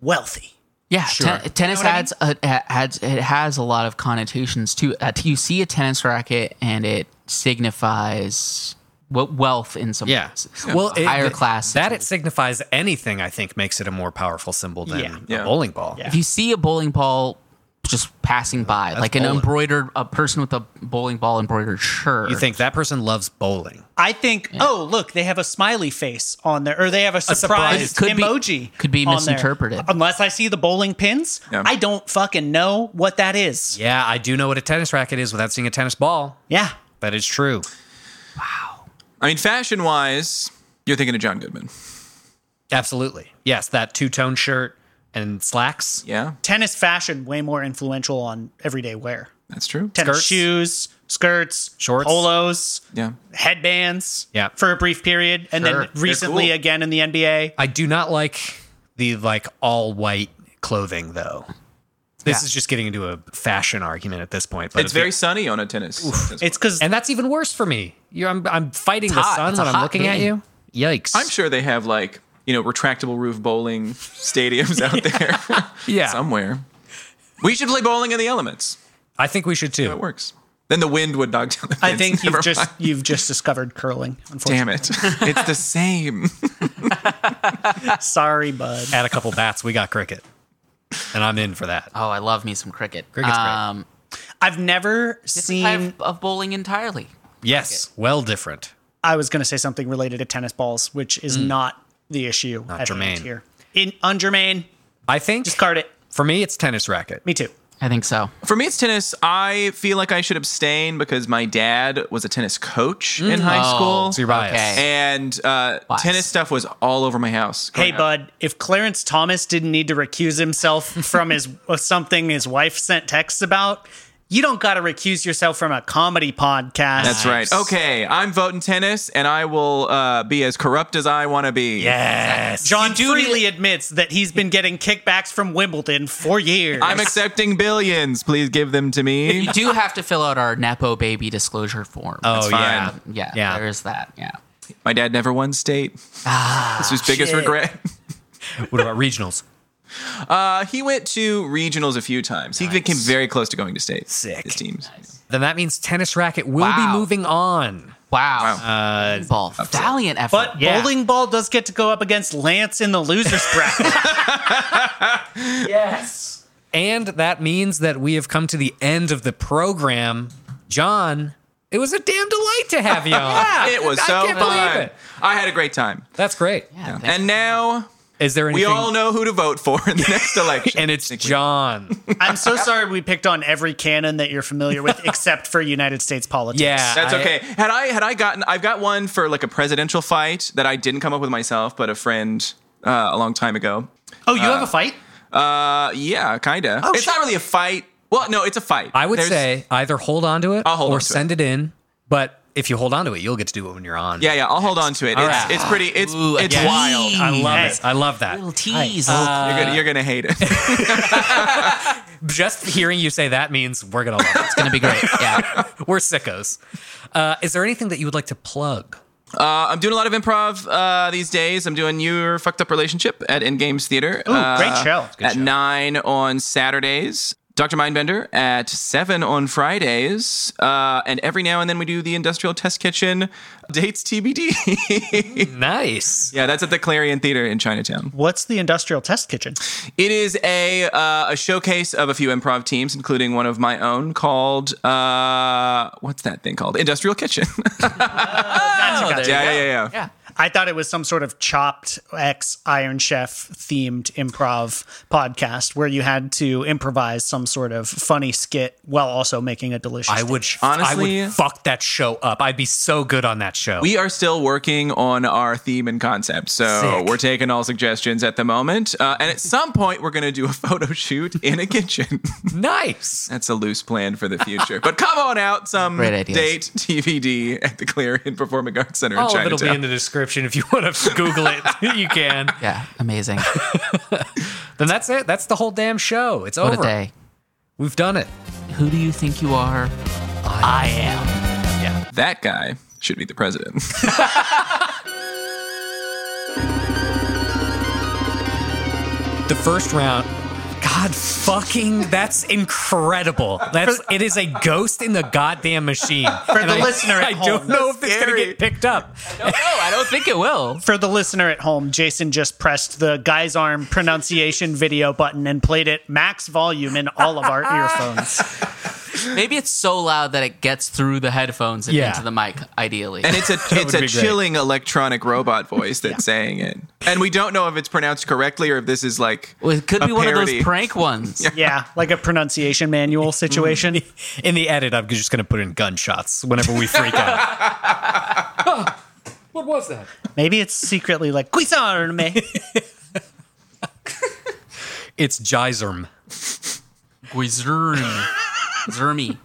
Speaker 2: wealthy.
Speaker 3: Yeah, ten- tennis has uh, adds it has a lot of connotations too. Uh, you see a tennis racket, and it signifies we- wealth in some
Speaker 1: Yeah.
Speaker 3: places.
Speaker 1: Well, it-
Speaker 3: higher
Speaker 1: th-
Speaker 3: class.
Speaker 1: That it signifies anything, I think, makes it a more powerful symbol than
Speaker 2: Yeah.
Speaker 1: a
Speaker 4: Yeah.
Speaker 1: bowling ball.
Speaker 2: Yeah.
Speaker 3: if you see a bowling ball just passing by, like an
Speaker 1: bowling.
Speaker 3: embroidered a person with a bowling ball embroidered shirt,
Speaker 1: You think that person loves bowling.
Speaker 2: I think, oh, look, they have a smiley face on there, or they have a surprise
Speaker 3: Could be-
Speaker 2: emoji.
Speaker 3: could be
Speaker 2: on there.
Speaker 3: misinterpreted.
Speaker 2: Unless I see the bowling pins,
Speaker 4: Yeah.
Speaker 2: I don't fucking know what that is.
Speaker 1: Yeah, I do know what a tennis racket is without seeing a tennis ball.
Speaker 2: Yeah.
Speaker 1: That is true.
Speaker 4: I mean, fashion wise, you're thinking of John Goodman.
Speaker 1: Absolutely. Yes, that two-tone shirt and slacks.
Speaker 4: Yeah,
Speaker 2: Tennis fashion way more influential on everyday wear.
Speaker 4: that's true.
Speaker 2: Tennis
Speaker 1: Skirts.
Speaker 2: shoes, skirts,
Speaker 1: Shorts.
Speaker 2: polos,
Speaker 4: Yeah.
Speaker 2: headbands.
Speaker 1: Yeah.
Speaker 2: For a brief period, and
Speaker 3: Sure.
Speaker 2: then recently
Speaker 4: cool.
Speaker 2: again in the NBA.
Speaker 1: I do not like the like all white clothing though. This
Speaker 3: Yeah.
Speaker 1: is just getting into a fashion argument at this point. But
Speaker 4: It's
Speaker 1: if you-
Speaker 4: very sunny on a tennis. tennis
Speaker 2: It's because
Speaker 1: and that's even worse for me. You, I'm I'm fighting the
Speaker 3: hot.
Speaker 1: sun
Speaker 3: It's a
Speaker 1: when I'm
Speaker 3: hot
Speaker 1: looking at
Speaker 3: day.
Speaker 1: you. Yikes!
Speaker 4: I'm sure they have like you know retractable roof bowling stadiums out there
Speaker 1: Yeah,
Speaker 4: somewhere. We should play bowling in the elements.
Speaker 1: I think we should
Speaker 4: It
Speaker 1: too.
Speaker 4: works. Then the wind would knock down the.
Speaker 2: I
Speaker 4: pins.
Speaker 2: think
Speaker 4: Never
Speaker 2: you've just
Speaker 4: mind.
Speaker 2: you've just discovered curling. Unfortunately,
Speaker 4: Damn it! It's the same.
Speaker 2: sorry, bud.
Speaker 1: Add a couple bats, we got cricket, and I'm in for that.
Speaker 3: Oh, I love me some cricket.
Speaker 1: Cricket's great.
Speaker 3: um,
Speaker 2: I've never
Speaker 3: great.
Speaker 2: seen.
Speaker 3: of bowling entirely.
Speaker 1: Yes, well different.
Speaker 2: I was going to say something related to tennis balls, which is not the issue not at hand
Speaker 1: germane.
Speaker 2: here. In ungermane,
Speaker 1: I think
Speaker 2: discard it.
Speaker 1: for me, it's tennis racket.
Speaker 2: Me too.
Speaker 3: I think so.
Speaker 4: For me, it's tennis. I feel like I should abstain because my dad was a tennis coach in high
Speaker 3: Oh,
Speaker 4: school,
Speaker 1: So you're biased.
Speaker 3: Okay.
Speaker 4: and uh,
Speaker 3: Bias.
Speaker 4: tennis stuff was all over my house. growing
Speaker 2: Hey,
Speaker 4: up.
Speaker 2: bud, if Clarence Thomas didn't need to recuse himself from his of something his wife sent texts about, you don't got to recuse yourself from a comedy podcast.
Speaker 4: That's right. Okay, I'm voting tennis, and I will uh, be as corrupt as I want to be.
Speaker 1: Yes,
Speaker 2: John
Speaker 3: You do need-
Speaker 2: freely admits that he's been getting kickbacks from Wimbledon for years.
Speaker 4: I'm accepting billions. Please give them to me.
Speaker 3: You do have to fill out our nepo baby disclosure form.
Speaker 1: Oh
Speaker 4: That's fine.
Speaker 1: yeah,
Speaker 3: yeah,
Speaker 1: yeah.
Speaker 3: There is that. Yeah.
Speaker 1: Ah,
Speaker 4: My dad never won state. It's his biggest
Speaker 2: shit.
Speaker 4: regret.
Speaker 1: What about regionals?
Speaker 4: Uh, he went to regionals a few times. He came very close to going to state.
Speaker 1: Sick.
Speaker 4: His teams.
Speaker 1: Then that means tennis racket will
Speaker 3: Wow.
Speaker 1: be moving on.
Speaker 3: Wow. Ball. Valiant effort.
Speaker 2: But
Speaker 1: Uh, Yeah.
Speaker 2: Bowling Ball does get to go up against Lance in the losers bracket.
Speaker 1: And that means that we have come to the end of the program. John, it was a damn delight to have you on.
Speaker 4: It was
Speaker 1: Ah, I
Speaker 4: so
Speaker 1: can't believe
Speaker 4: fun.
Speaker 1: it.
Speaker 4: I had a great time.
Speaker 1: That's great.
Speaker 3: Yeah, thanks.
Speaker 4: And now
Speaker 1: Is there
Speaker 4: we
Speaker 1: anything?
Speaker 4: all know who to vote for in the next election.
Speaker 1: And it's John.
Speaker 2: I'm so sorry we picked on every canon that you're familiar with, except for United States politics.
Speaker 1: Yeah,
Speaker 4: That's
Speaker 1: I-
Speaker 4: okay. Had I had I gotten I've got one for like a presidential fight that I didn't come up with myself, but a friend uh, a long time ago.
Speaker 2: Oh, you have a fight?
Speaker 4: Uh, yeah, kinda. it's not really a fight. Well, no, it's a fight.
Speaker 1: I would
Speaker 4: There's-
Speaker 1: say either hold on to it
Speaker 4: I'll hold
Speaker 1: or
Speaker 4: on to
Speaker 1: send it. in. But if you hold on to it, you'll get to do it when you're on.
Speaker 4: Yeah, yeah. I'll hold on to it. It's,
Speaker 1: right.
Speaker 4: it's pretty. It's
Speaker 3: Ooh,
Speaker 4: it's
Speaker 3: again.
Speaker 4: wild.
Speaker 1: I love
Speaker 2: Hey.
Speaker 1: it. I love that.
Speaker 3: Little tease. Oh,
Speaker 4: You're gonna, you're gonna hate it.
Speaker 1: Just hearing you say that means we're gonna love it.
Speaker 3: it's gonna be great. Yeah.
Speaker 1: we're sickos. Uh, is there anything that you would like to plug?
Speaker 4: Uh, I'm doing a lot of improv uh, these days. I'm doing Your Fucked Up Relationship at In Games Theater.
Speaker 2: Ooh,
Speaker 4: uh,
Speaker 2: great show. Good
Speaker 4: At 9 on Saturdays. Dr. Mindbender at 7 on Fridays. Uh, and every now and then we do the Industrial Test Kitchen Dates TBD.
Speaker 1: Nice.
Speaker 4: yeah, that's at the Clarion Theater in Chinatown.
Speaker 2: What's the industrial test kitchen?
Speaker 4: It is a uh, a showcase of a few improv teams, including one of my own called uh, what's that thing called? Industrial Kitchen.
Speaker 2: Gotcha, gotcha.
Speaker 4: yeah, yeah, yeah, yeah.
Speaker 3: Yeah.
Speaker 2: I thought it was some sort of chopped ex Iron Chef themed improv podcast where you had to improvise some sort of funny skit while also making a delicious.
Speaker 1: I would I
Speaker 4: Honestly-
Speaker 1: would fuck that show up. I'd be so good on that show.
Speaker 4: We are still working on our theme and concept, so
Speaker 1: Sick.
Speaker 4: we're taking all suggestions at the moment. Uh, and at some point, we're going to do a photo shoot in a kitchen.
Speaker 1: nice.
Speaker 4: That's a loose plan for the future. But come on out some
Speaker 3: Great ideas.
Speaker 4: date TVD at the Clarion Performing Arts Center in
Speaker 1: All of it'll be in
Speaker 4: Chinatown.
Speaker 1: the description if you want to Google it. you can.
Speaker 3: Yeah. Amazing.
Speaker 1: Then that's it. That's the whole damn show. It's
Speaker 3: What
Speaker 1: over.
Speaker 3: a day.
Speaker 1: We've done it.
Speaker 3: Who do you think you are? I am.
Speaker 4: that guy should be the president.
Speaker 1: The first round. God fucking, that's incredible. That's it is a ghost in the goddamn machine. For
Speaker 2: the listener at
Speaker 1: I don't
Speaker 2: home.
Speaker 1: know if it's gonna
Speaker 4: Scary.
Speaker 1: get picked up.
Speaker 3: Oh, I don't think it will.
Speaker 2: For the listener at home, Jason just pressed the guy's arm pronunciation video button and played it max volume in all of our earphones.
Speaker 3: Maybe it's so loud that it gets through the headphones and
Speaker 1: Yeah.
Speaker 3: into the mic, ideally.
Speaker 4: And it's a it's
Speaker 1: be
Speaker 4: a
Speaker 1: great.
Speaker 4: chilling electronic robot voice that's saying it. And we don't know if it's pronounced correctly or if this is like
Speaker 3: Well, it could
Speaker 4: a
Speaker 3: be one of
Speaker 4: parody.
Speaker 3: those prank ones.
Speaker 2: Yeah, like a pronunciation manual situation.
Speaker 1: In the edit, I'm just gonna put in gunshots whenever we freak out. what was that?
Speaker 2: Maybe it's secretly like Cuisarme.
Speaker 1: It's Jizerm.
Speaker 3: Guizurm. Zermy.